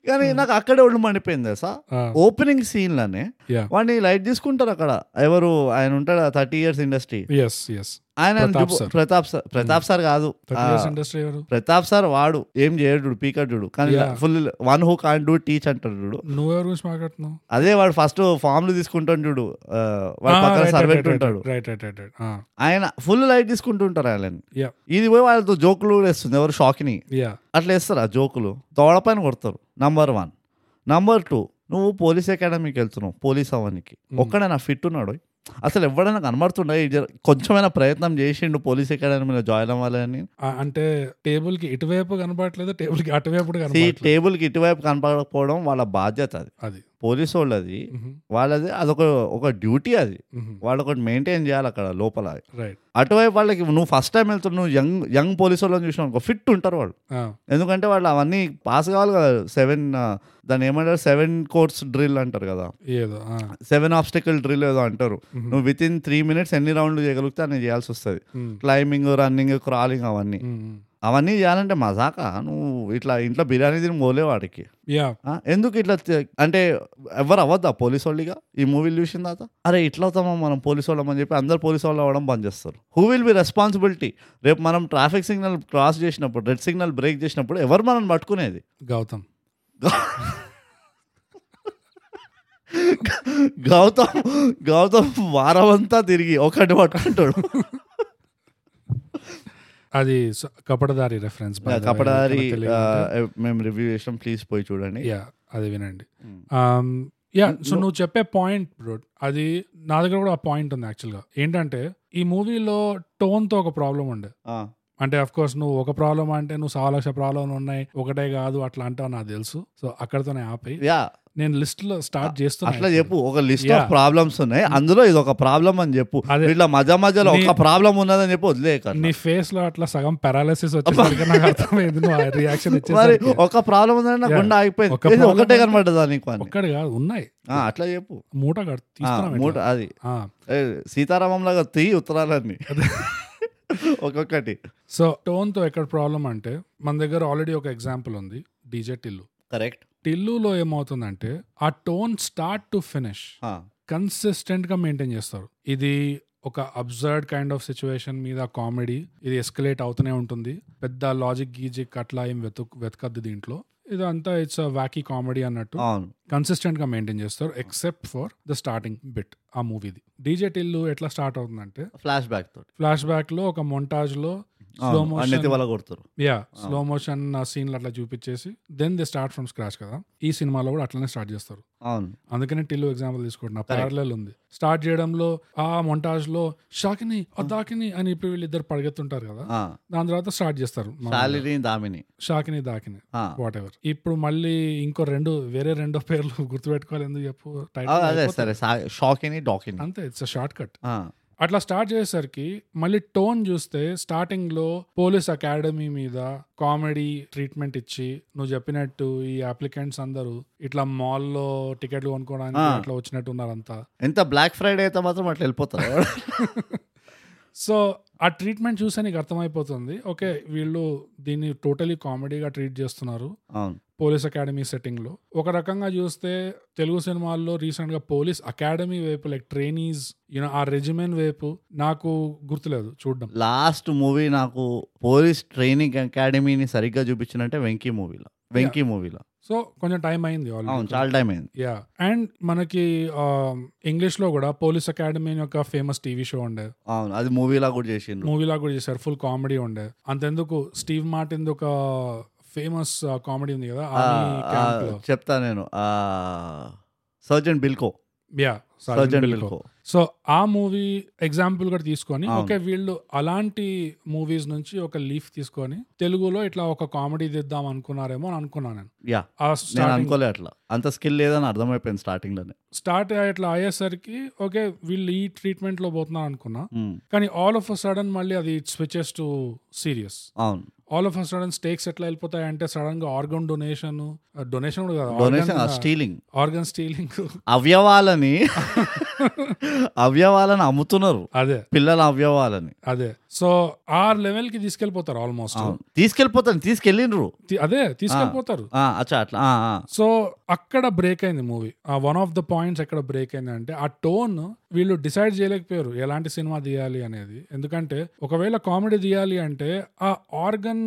S1: కానీ
S2: Hmm.
S1: నాకు అక్కడే ఒళ్ళు మండిపోయింది సార్
S2: Ah,
S1: ఓపెనింగ్ సీన్లోనే
S2: యా
S1: వాడిని లైట్ తీసుకుంటారు అక్కడ ఎవరు ఆయన ఉంటాడు thirty years industry
S2: yes yes
S1: ఆయన
S2: Pratap sir. Hmm.
S1: Pratap sir Pratap sir కాదు
S2: థర్టీ
S1: ఆ,
S2: ఇయర్స్ ఇండస్ట్రీ ఎవరు
S1: ప్రతాప్ సార్ వాడు ఏం చేయడు పీకర్ చూడు కానీ
S2: Yeah.
S1: Full one who can't do teach అంటాడు చూడు
S2: నువ్వెవరి గురించి మాట్లాడుతున్నావు
S1: అదే వాడు ఫస్ట్ ఫామ్లు తీసుకుంటాడు చూడు ఆ,
S2: Ah,
S1: వాడి పక్కన సర్వెంట్ ఉంటాడు
S2: రైట్ రైట్ రైట్ రైట్
S1: ఆయన ఫుల్ లైట్ తీసుకుంటుంటారు ఆయన
S2: యా
S1: ఇది పోయి వాళ్ళతో జోకులు కూడా వేస్తుంది ఎవరు షాకిని
S2: యా
S1: అట్లా వేస్తారు ఆ జోకులు దోడపైన కొడతారు నంబర్ వన్ నంబర్ టూ నువ్వు పోలీస్ అకాడమీకి వెళ్తున్నావు పోలీస్ అవనికి ఒక్కడైనా ఫిట్ ఉన్నాడు అసలు ఎవడైనా కనబడుతుండే కొంచెమైనా ప్రయత్నం చేసిండు పోలీస్ అకాడమీలో జాయిన్ అవ్వాలని
S2: Ah, అంటే టేబుల్ కి ఇటువైపు కనబడట్లేదు టేబుల్ కి అటువైపు కూడా
S1: ఈ
S2: కనబడట్లేదు
S1: టేబుల్కి ఇటువైపు కనపడకపోవడం వాళ్ళ బాధ్యత అది
S2: అది Mm-hmm.
S1: పోలీసు వాళ్ళది
S2: మ్మ్.
S1: వాళ్ళది అదొక ఒక డ్యూటీ అది
S2: మ్మ్.
S1: వాళ్ళు ఒకటి మెయింటైన్ చేయాలి అక్కడ లోపల
S2: రైట్
S1: అటువైపు వాళ్ళకి నువ్వు ఫస్ట్ టైం వెళ్తున్నావు నువ్వు యంగ్ యంగ్ పోలీసు వాళ్ళని చూసినావు ఫిట్ ఉంటారు వాళ్ళు
S2: ఆ,
S1: ఎందుకంటే వాళ్ళు అవన్నీ పాస్ కావాలి కదా సెవెన్ దాన్ని ఏమంటారు సెవెన్ కోర్స్ డ్రిల్ అంటారు కదా
S2: ఏదో ఆ,
S1: సెవెన్ ఆబ్స్టికల్ డ్రిల్ ఏదో అంటారు
S2: Mhm.
S1: నువ్వు విత్ ఇన్ త్రీ మినిట్స్ ఎన్ని రౌండ్లు చేయగలిగితే అన్ని చేయాల్సి వస్తుంది
S2: మ్మ్.
S1: క్లైంబింగ్ రన్నింగ్ క్రాలింగ్ అవన్నీ
S2: మ్మ్.
S1: అవన్నీ చేయాలంటే మజాక నువ్వు ఇట్లా ఇంట్లో బిర్యానీ తిని పోలే వాడికి
S2: యా
S1: ఆ, ఎందుకు ఇట్లా తి- అంటే ఎవరు అవ్వద్దా పోలీస్ వాళ్ళుగా ఈ మూవీలు చూసిన తర్వాత అరే ఇట్లా అవుతామా మనం పోలీస్ వాళ్ళం అని చెప్పి అందరు పోలీస్ వాళ్ళు అవ్వడం బంద్ చేస్తారు హూ విల్ బి రెస్పాన్సిబిలిటీ రేపు మనం ట్రాఫిక్ సిగ్నల్ క్రాస్ చేసినప్పుడు రెడ్ సిగ్నల్ బ్రేక్ చేసినప్పుడు ఎవరు మనం పట్టుకునేది
S2: గౌతమ్
S1: గౌతమ్ గౌతమ్ వారం అంతా తిరిగి ఒకటి పట్టుకుంటాడు
S2: అది స- కపటదారి రెఫరెన్స్
S1: uh, కపడారి మేము రివ్యూ చేసాం ప్లీజ్ పోయి చూడండి
S2: యా అది వినండి
S1: Mm.
S2: యా సో నువ్వు చెప్పే పాయింట్ బ్రో అది నా దగ్గర కూడా ఆ పాయింట్ ఉంది యాక్చువల్గా ఏంటంటే ఈ మూవీలో టోన్తో ఒక ప్రాబ్లం ఉండే
S1: ఆ,
S2: అంటే అఫ్ కోర్స్ నువ్వు ఒక ప్రాబ్లం అంటే నువ్వు సవా లక్ష ప్రాబ్లం ఉన్నాయి ఒకటే కాదు అట్లా అంటావు నాకు తెలుసు సో అక్కడతోనే ఆపై
S1: యా
S2: నేను లిస్ట్ లో స్టార్ట్ చేస్తున్నా
S1: అట్లా చెప్పు ఒక list
S2: Yeah. Mm.
S1: Of problems ఉన్నాయి అందులో ఇది ఒక ప్రాబ్లం అని చెప్పు
S2: అదే.
S1: వీళ్ళ మధ్య మధ్యలో ఒక
S2: నీ-
S1: ప్రాబ్లం ఉన్నదని చెప్పి వదిలేయక
S2: నీ ఫేస్ లో అట్లా సగం పారాలసిస్ వచ్చేసరికి నాకు అర్థమైంది నువ్వు రియాక్షన్
S1: మరి
S2: వచ్చేసరికి
S1: ఒక ప్రాబ్లం ఉందని నా
S2: Yeah.
S1: గుండె ఆగిపోయింది
S2: ఒక
S1: ఏది
S2: problem
S1: ఒకటే
S2: అంటే-
S1: కనబడ్డదా నీకు అని
S2: ఒక్కడు కాదు ఉన్నాయి
S1: ఆ, అట్లా చెప్పు
S2: మూట కడు
S1: ఆ, మూట
S2: తీసుకున్నాం
S1: అది ఏ, సీతారామం లాగా తీ ఉత్తరాలన్నీ ఒక్కొక్కటి
S2: సో టోన్ తో ఎక్కడ ప్రాబ్లం అంటే మన దగ్గర ఆల్రెడీ ఒక ఎగ్జాంపుల్ ఉంది డీజే టిల్లు
S1: కరెక్ట్
S2: టిల్లులో ఏమవుతుందంటే ఆ tone start to finish consistent గా మెయింటైన్ చేస్తారు ఇది ఒక అబ్జర్డ్ కైండ్ ఆఫ్ సిచ్యువేషన్ మీద కామెడీ ఇది ఎస్కలేట్ అవుతూనే ఉంటుంది పెద్ద లాజిక్ గీజిక్ అట్లా ఏం వెతుక్ వెతకద్దు దీంట్లో ఇదంతా ఇట్స్ వాకీ కామెడీ అన్నట్టు
S1: అవును
S2: కన్సిస్టెంట్ గా మెయింటైన్ చేస్తారు except for the starting bit ఆ మూవీది డీజే టిల్లు ఎట్లా స్టార్ట్ అవుతుందంటే
S1: ఫ్లాష్ బ్యాక్ తోటి
S2: ఫ్లాష్ బ్యాక్ లో ఒక మొంటాజ్ లో స్లో
S1: అవును,
S2: మోషన్
S1: అన్నిటి వల్ల కొడుతురు
S2: యా స్లో మోషన్ సీన్లు అట్లా చూపించేసి then they start from scratch కదా ఈ సినిమాలో కూడా అట్లనే స్టార్ట్ చేస్తారు
S1: అవును
S2: అందుకనే టిల్లు ఎగ్జాంపుల్ తీసుకుంటున్నా ప్యారలల్ ఉంది స్టార్ట్ చేయడంలో ఆ మొంటాజ్ లో షాకిని దాకిని అని ఇప్పుడు వీళ్ళిద్దరు పరిగెత్తుంటారు కదా
S1: ఆ,
S2: దాని తర్వాత స్టార్ట్ చేస్తారు
S1: శాలిని దామిని
S2: షాకిని దాకిని
S1: ఆ,
S2: వాట్ ఎవర్ ఇప్పుడు మళ్ళీ ఇంకో రెండు వేరే రెండో పేర్లు గుర్తుపెట్టుకోవాలి ఎందుకు చెప్పు
S1: ఆ,
S2: Title
S1: అదే
S2: అయిపోతుంది.
S1: సరే షా- షాకిని డాకిని
S2: అంతే ఇట్స్ షార్ట్ కట్
S1: ఆ,
S2: అట్లా స్టార్ట్ చేసేసరికి మళ్ళీ టోన్ చూస్తే స్టార్టింగ్ లో పోలీస్ అకాడమీ మీద కామెడీ ట్రీట్మెంట్ ఇచ్చి నువ్వు చెప్పినట్టు ఈ అప్లికెంట్స్ అందరూ ఇట్లా మాల్లో టికెట్లు కొనుక్కోవడానికి
S1: ఆ.
S2: అట్లా వచ్చినట్టు ఉన్నారంతా
S1: ఎంత బ్లాక్ ఫ్రైడే అయితే మాత్రం అట్లా వెళ్ళిపోతారు
S2: సో ఆ ట్రీట్మెంట్ చూస్తే నీకు అర్థమైపోతుంది ఓకే వీళ్ళు దీన్ని టోటలీ కామెడీగా ట్రీట్ చేస్తున్నారు
S1: అవును
S2: పోలీస్ అకాడమీ సెట్టింగ్ లో ఒక రకంగా చూస్తే తెలుగు సినిమాల్లో రీసెంట్ గా పోలీస్ అకాడమీ వైపు లైక్ ట్రైనీస్ యూనో ఆ రెజిమెంట్ వైపు నాకు గుర్తులేదు చూడడం
S1: లాస్ట్ మూవీ నాకు పోలీస్ ట్రైనింగ్ అకాడమీని సరిగ్గా చూపించినంటే వెంకీ మూవీలో వెంకీ మూవీలో
S2: సో కొంచెం టైం అయింది
S1: అవును
S2: ఆల్రెడీ
S1: చాలా టైం అయింది
S2: యా అండ్ మనకి ఇంగ్లీష్ లో కూడా పోలీస్ అకాడమీ అని ఒక ఫేమస్ టీవీ షో ఉండే
S1: అవును అది మూవీలా కూడా చేసిండ్రు
S2: మూవీలా కూడా చేశారు ఫుల్ కామెడీ ఉండే అంతెందుకు స్టీవ్ మార్టిన్ ఒక ఫేమస్ కామెడీ ఉంది కదా
S1: ఆ,
S2: ఆర్మీ
S1: ఆ,
S2: క్యాంప్ లో
S1: చెప్తా నేను ఆ, సర్జన్ బిల్కో
S2: యా
S1: సర్జన్ బిల్కో
S2: సో ఆ మూవీ ఎగ్జాంపుల్ గా తీసుకొని
S1: అవును.
S2: ఓకే వీళ్ళు అలాంటి మూవీస్ నుంచి ఒక లీఫ్ తీసుకొని తెలుగులో ఇట్లా ఒక కామెడీ దిద్దాం అనుకున్నారేమో అని అనుకున్నాను నేను
S1: యా
S2: ఆ
S1: నేను
S2: starting-
S1: అనుకోలే అట్లా అంత స్కిల్ లేదని అర్థమైపోయింది స్టార్టింగ్ లోనే
S2: స్టార్ట్ ఇట్లా అయ్యేసరికి ఓకే వీళ్ళు ఈ ట్రీట్మెంట్ లో పోతున్నారు అనుకున్నా
S1: ఉమ్,
S2: కానీ ఆల్ ఆఫ్ అ సడన్ మళ్ళీ అది స్విచెస్ టు సీరియస్
S1: అవును
S2: all of a sudden stakes ఎట్లా వెళ్ళిపోతాయి అంటే సడన్ గా ఆర్గన్ డొనేషన్ డొనేషన్ కూడా
S1: డొనేషన్
S2: కాదు
S1: స్టీలింగ్
S2: ఆర్గన్ స్టీలింగ్
S1: అవయవాలని అవయవాలని అమ్ముతున్నారు
S2: అదే
S1: పిల్లల అవయవాలని
S2: అదే సో ఆ లెవెల్ కి తీసుకెళ్లిపోతారు ఆల్మోస్ట్
S1: అవును తీసుకెళ్ళిపోతాను తీసుకెళ్ళిండ్రు
S2: అదే తీసుకెళ్లిపోతారు
S1: ఆ, అచ్చా అట్లా ఆ, ఆ.
S2: సో అక్కడ బ్రేక్ అయింది మూవీ ఆ వన్ ఆఫ్ ద పాయింట్స్ ఎక్కడ బ్రేక్ అయింది అంటే ఆ టోన్ వీళ్ళు డిసైడ్ చేయలేకపోయారు ఎలాంటి సినిమా తీయాలి అనేది ఎందుకంటే ఒకవేళ కామెడీ తీయాలి అంటే ఆ ఆర్గన్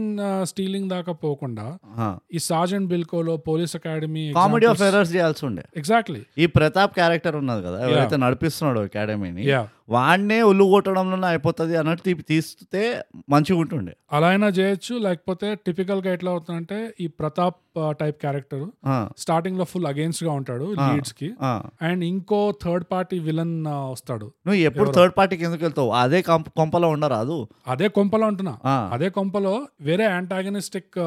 S2: స్టీలింగ్ దాకా పోకుండా
S1: ఆ.
S2: ఈ సార్జెంట్ బిల్కోలో police academy
S1: comedy of errors చేయాల్సి ఉండే
S2: ఎగ్జాక్ట్లీ
S1: ఈ ప్రతాప్ క్యారెక్టర్ ఉన్నది కదా ఎవరైతే నడిపిస్తున్నాడో అకాడమీని
S2: యా
S1: వాడినే ఉల్లు కొట్టడంలోనే అయిపోతుంది అన్నట్టు తీపి తీస్తే మంచిగా ఉంటుండే
S2: అలా అయినా చేయొచ్చు లేకపోతే టిపికల్ గా ఎట్లా అవుతుందంటే ఈ uh, ప్రతాప్ టైప్ క్యారెక్టర్
S1: ఆ,
S2: స్టార్టింగ్ లో ఫుల్ అగేన్స్ట్ గా ఉంటాడు లీడ్స్ కి
S1: ఆ.
S2: అండ్ ఇంకో థర్డ్ పార్టీ విలన్ uh, వస్తాడు
S1: నువ్వు ఎప్పుడు థర్డ్ పార్టీకి ఎందుకు వెళ్తావు అదే కంప- కొంపలో ఉండరాదు
S2: అదే కొంపలో అంటున్నా
S1: ఆ.
S2: అదే కొంపలో వేరే uh, యాంటాగనిస్టిక్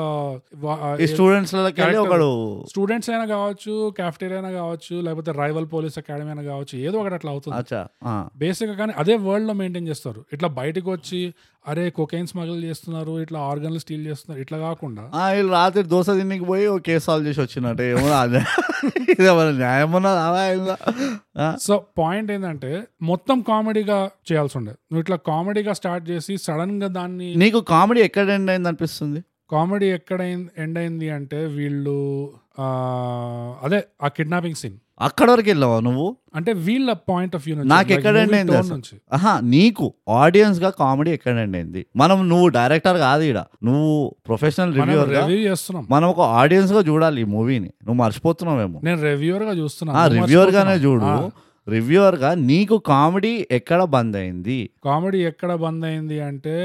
S1: ఈ స్టూడెంట్స్ వెళ్ళి ఒకడు
S2: స్టూడెంట్స్ అయినా కావచ్చు క్యాఫ్టేరియా అయినా కావచ్చు లేకపోతే రైవల్ పోలీస్ అకాడమీ అయినా కావచ్చు ఏదో ఒకటి అట్లా అవుతుంది
S1: అచ్చా ఆ,
S2: బేసిక్ కానీ అదే వరల్డ్ లో మెయింటైన్ చేస్తారు ఇట్లా బయటకు వచ్చి అరే కొకైన్ స్మగల్ చేస్తున్నారు ఇట్లా ఆర్గన్లు స్టీల్ చేస్తున్నారు ఇట్లా కాకుండా
S1: ఆ, వీళ్ళు రాత్రి దోశ తిన్నికి పోయి ఓ కేసు సాల్వ్ చేసి వచ్చినట్టు ఏమో అదే ఇదేమన్నా న్యాయమన్నా రావా ఇలా? ఆ,
S2: సో పాయింట్ ఏంటంటే మొత్తం కామెడీగా చేయాల్సి ఉండే నువ్వు ఇట్లా కామెడీగా స్టార్ట్ చేసి సడన్ గా దాన్ని
S1: నీకు కామెడీ ఎక్కడ ఎండ్ అయింది అనిపిస్తుంది
S2: కామెడీ ఎక్కడ ఎండ్ అయింది అంటే వీళ్ళు ఆ, అదే ఆ కిడ్నాపింగ్ సీన్
S1: అక్కడ వరకు వెళ్ళావా నువ్వు
S2: అంటే వీళ్ళ పాయింట్ ఆఫ్ వ్యూ
S1: నాకు ఎక్కడ ఎండ్ అయింది అసలు?
S2: నుంచి
S1: ఆహా నీకు ఆడియన్స్ గా కామెడీ ఎక్కడ ఎండ్ అయింది మనం నువ్వు డైరెక్టర్ కాదు ఇడ నువ్వు ప్రొఫెషనల్
S2: మనం
S1: రివ్యూవర్
S2: రివ్యూ చేస్తున్నాం
S1: మనం ఒక ఆడియన్స్ గా చూడాలి ఈ మూవీని నువ్వు మర్చిపోతున్నావేమో
S2: నేను రివ్యూవర్ గా చూస్తున్నా
S1: ఆ
S2: నువ్వు
S1: రివ్యూవర్ గానే
S2: మర్చిపోతున్నావు.
S1: చూడు
S2: ఆ,
S1: రివ్యూవర్ గా నీకు కామెడీ ఎక్కడ బంద్ అయింది
S2: కామెడీ ఎక్కడ బంద్ అయింది అంటే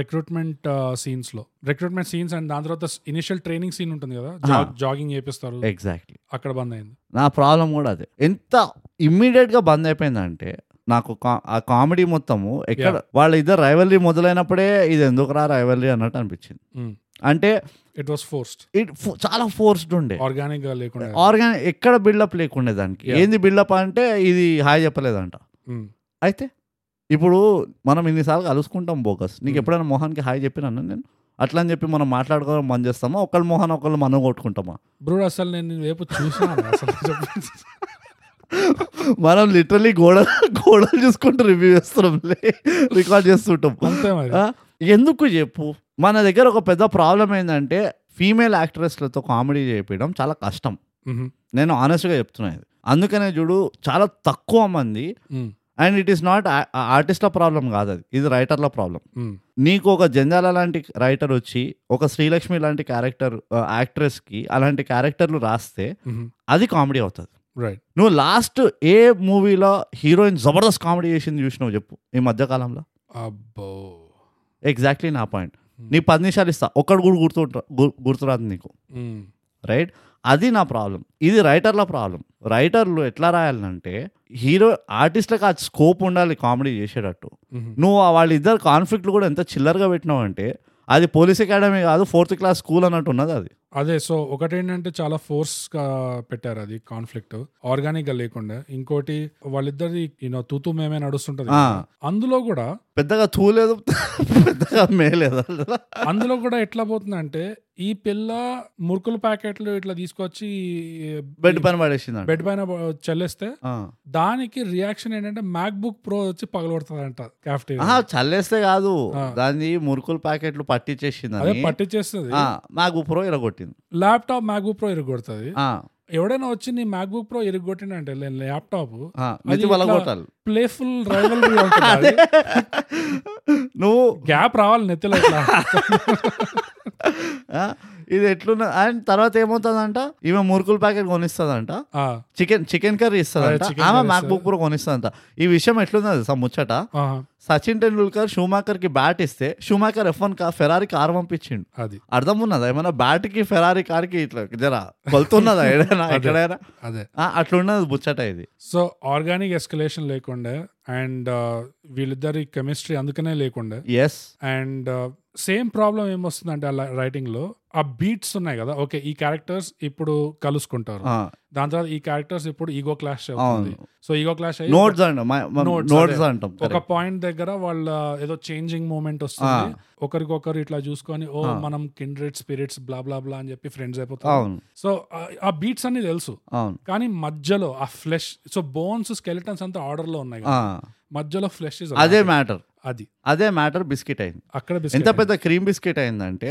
S2: రిక్రూట్మెంట్ సీన్స్ లో రిక్రూట్మెంట్ సీన్స్ అండ్ దాని తర్వాత ఇనిషియల్ ట్రైనింగ్ సీన్ ఉంటుంది కదా
S1: ఆ.
S2: జాగింగ్ చేపిస్తారు
S1: ఎగ్జాక్ట్లీ
S2: అక్కడ బంద్ అయింది
S1: నా ప్రాబ్లం కూడా అదే ఎంత ఇమ్మీడియట్ గా బంద్ అయిపోయిందంటే నాకు కా- ఆ కామెడీ మొత్తము ఎక్కడ వాళ్ళ ఇద్దరు రైవల్రీ మొదలైనప్పుడే ఇది ఎందుకురా రైవల్రీ అన్నట్టు అనిపించింది
S2: Hmm.
S1: అంటే
S2: ఇట్ వాస్ ఫోర్స్డ్
S1: ఇట్ ఫో- చాలా ఫోర్స్డ్ ఉండే
S2: ఆర్గానిక్ గా లేకుండా
S1: ఆర్గాన్ ఎక్కడ బిల్డప్ లేకుండే దానికి
S2: Yeah.
S1: ఏంది బిల్డప్ అంటే ఇది హాయ్ చెప్పలేదంట
S2: ఉమ్.
S1: అయితే ఇప్పుడు మనం ఇన్నిసార్లు కలుసుకుంటాం బోకస్ నీకు
S2: Hmm.
S1: ఎప్పుడైనా మోహన్కి హాయ్ చెప్పినాను నేను అట్లా అని చెప్పి మనం మాట్లాడుకోవడం బంద్ చేస్తామా ఒకళ్ళు మోహన్ ఒకళ్ళు మనం కొట్టుకుంటామా
S2: బ్రూడ్ అసలు నేను నీ వైపు చూసాను అసలు చెప్పు.
S1: మనం లిటరలీ గోడ గోడలు చూసుకుంటూ రివ్యూ చేస్తున్నాంలే రికార్డ్ చేస్తుంటాం
S2: అంతే మరి
S1: ఆ, ఎందుకు చెప్పు మన దగ్గర ఒక పెద్ద ప్రాబ్లం ఏంటంటే ఫీమేల్ యాక్ట్రెస్లతో కామెడీ చేయించడం చాలా కష్టం
S2: ఉహు.
S1: నేను ఆనెస్ట్గా చెప్తున్నా ఇది అందుకనే చూడు చాలా తక్కువ మంది
S2: um.
S1: And it is not ఆర్టిస్ట్ల ప్రాబ్లం కాదు అది ఇది రైటర్ల ప్రాబ్లం
S2: ఉమ్.
S1: నీకు ఒక జంజాల లాంటి రైటర్ వచ్చి ఒక శ్రీలక్ష్మి లాంటి క్యారెక్టర్ యాక్ట్రెస్కి అలాంటి క్యారెక్టర్లు రాస్తే
S2: ఉహు.
S1: అది కామెడీ అవుతుంది
S2: రైట్
S1: నువ్వు లాస్ట్ ఏ మూవీలో హీరోయిన్ జబర్దస్త్ కామెడీ చేసింది చూసినావు చెప్పు ఈ మధ్యకాలంలో
S2: అబ్బో
S1: ఎగ్జాక్ట్లీ నా పాయింట్ నీ పది నిమిషాలు ఇస్తా ఒక్కడు కూడా గుర్తు గుర్తురాదు నీకు
S2: ఉమ్.
S1: రైట్ అది నా ప్రాబ్లం ఇది రైటర్ల ప్రాబ్లం రైటర్లు ఎట్లా రాయాలంటే హీరో ఆర్టిస్ట్లకు ఆ స్కోప్ ఉండాలి కామెడీ చేసేటట్టు
S2: ఉహు.
S1: నువ్వు ఆ వాళ్ళిద్దరు కాన్ఫ్లిక్ట్లు కూడా ఎంత చిల్లరగా పెట్టినావు అంటే అది పోలీస్ అకాడమీ కాదు ఫోర్త్ క్లాస్ స్కూల్ అన్నట్టు ఉన్నది అది
S2: అదే సో ఒకటి ఏంటంటే చాలా ఫోర్స్ గా పెట్టారు అది కాన్ఫ్లిక్ట్ ఆర్గానిక్ గా లేకుండా ఇంకోటి వాళ్ళిద్దరి యూనో తూతూ మేమే నడుస్తుంటది
S1: ఆ.
S2: కదా. అందులో కూడా
S1: పెద్దగా తూలేదు పెద్దగా మేలేదు
S2: అందులో కూడా ఎట్లా పోతుందంటే ఈ పిల్ల మురుకుల ప్యాకెట్లు ఇట్లా తీసుకొచ్చి
S1: బెడ్ పైన పడేసింది అంట.
S2: బెడ్ పైన చెల్లేస్తే
S1: ఆ.
S2: దానికి రియాక్షన్ ఏంటంటే మ్యాక్ బుక్ ప్రో వచ్చి పగలబడుతుందంట
S1: ఆహా,
S2: క్యాఫ్టీరియా
S1: చల్లేస్తే కాదు
S2: ఆ.
S1: దాన్ని మురుకుల ప్యాకెట్లు పట్టించేసింది
S2: అదే పట్టించేస్తుంది
S1: నాకు ఉప్పురో ఇరగొట్టింది
S2: ల్యాప్టాప్ మ్యాక్బుక్ ప్రో ఇరగొడుతుంది
S1: ఆ,
S2: ఎవడైనా వచ్చి నీ మ్యాక్బుక్ ప్రో ఇరగొట్టిండంటే లే- ల్యాప్టాప్
S1: ఆ, మితి
S2: ఇట్లా-
S1: వలగొట్టాలి
S2: ప్లేఫుల్ రైవల్రీ ఉంటుంది
S1: నువ్వు
S2: గ్యాప్ రావాలి నెత్తిలో ఇట్లా
S1: ఆ, ఇది ఎట్లున్న అండ్ తర్వాత ఏమవుతుందంట ఈమె మురుకుల ప్యాకెట్ కొనిస్తుందంట
S2: ఆ,
S1: చికెన్ చికెన్ కర్రీ ఇస్తుందంట
S2: అదే, chicken
S1: ఆమె
S2: curry
S1: మ్యాక్ బుక్ ప్రో కొనిస్తుందంట ఈ విషయం ఎట్లున్నది తెలుసా ముచ్చట
S2: ఆహా,
S1: సచిన్ టెండూల్కర్ షూమాకర్ కి బ్యాట్ ఇస్తే Schumacher F one car Ferrari car పంపించిండు
S2: అది
S1: అర్థం ఉన్నదా ఏమైనా బ్యాట్ కి ఫెరారీ కార్ కి ఇట్లా జరా కొలుతున్నదా ఎడైనా
S2: అదే.
S1: ఎక్కడైనా
S2: అదే
S1: ఆ, అట్లున్నది ముచ్చట ఇది
S2: సో ఆర్గానిక్ ఎస్కలేషన్ లేకుండే అండ్ వీళ్ళిద్దరి కెమిస్ట్రీ అందుకనే లేకుండే
S1: yes
S2: and uh, same problem ఏమొస్తుందంటే అలా రైటింగ్ లో ఆ బీట్స్ ఉన్నాయి కదా ఓకే ఈ క్యారెక్టర్స్ ఇప్పుడు కలుసుకుంటారు దాని తర్వాత ఈ క్యారెక్టర్స్ ఇప్పుడు ఈగో క్లాష్ అవుతుంది
S1: అవును.
S2: సో ఈగో క్లాష్ అయ్యి
S1: నోట్స్ అంట
S2: Notes,
S1: నోట్స్ అంటాం
S2: ఒక పాయింట్ దగ్గర వాళ్ళ ఏదో చేంజింగ్ మూమెంట్ వస్తుంది ఒకరికొకరు ఇట్లా చూసుకొని ఓ
S1: ఆ.
S2: మనం kindred spirits blah blah blah అని చెప్పి ఫ్రెండ్స్ అయిపోతారు
S1: అవును
S2: సో ఆ- ఆ బీట్స్ అన్ని తెలుసు
S1: అవును
S2: కానీ మధ్యలో ఆ ఫ్లెష్ సో బోన్స్ స్కెలిటన్స్ అంతా ఆర్డర్ లో ఉన్నాయి
S1: ఆ,
S2: కదా. మధ్యలో ఫ్లెష్
S1: అదే మ్యాటర్
S2: అది
S1: అదే మ్యాటర్ బిస్కెట్ అయింది
S2: అక్కడ
S1: ఎంత
S2: biscuit.
S1: పెద్ద క్రీమ్ బిస్కెట్ అయిందంటే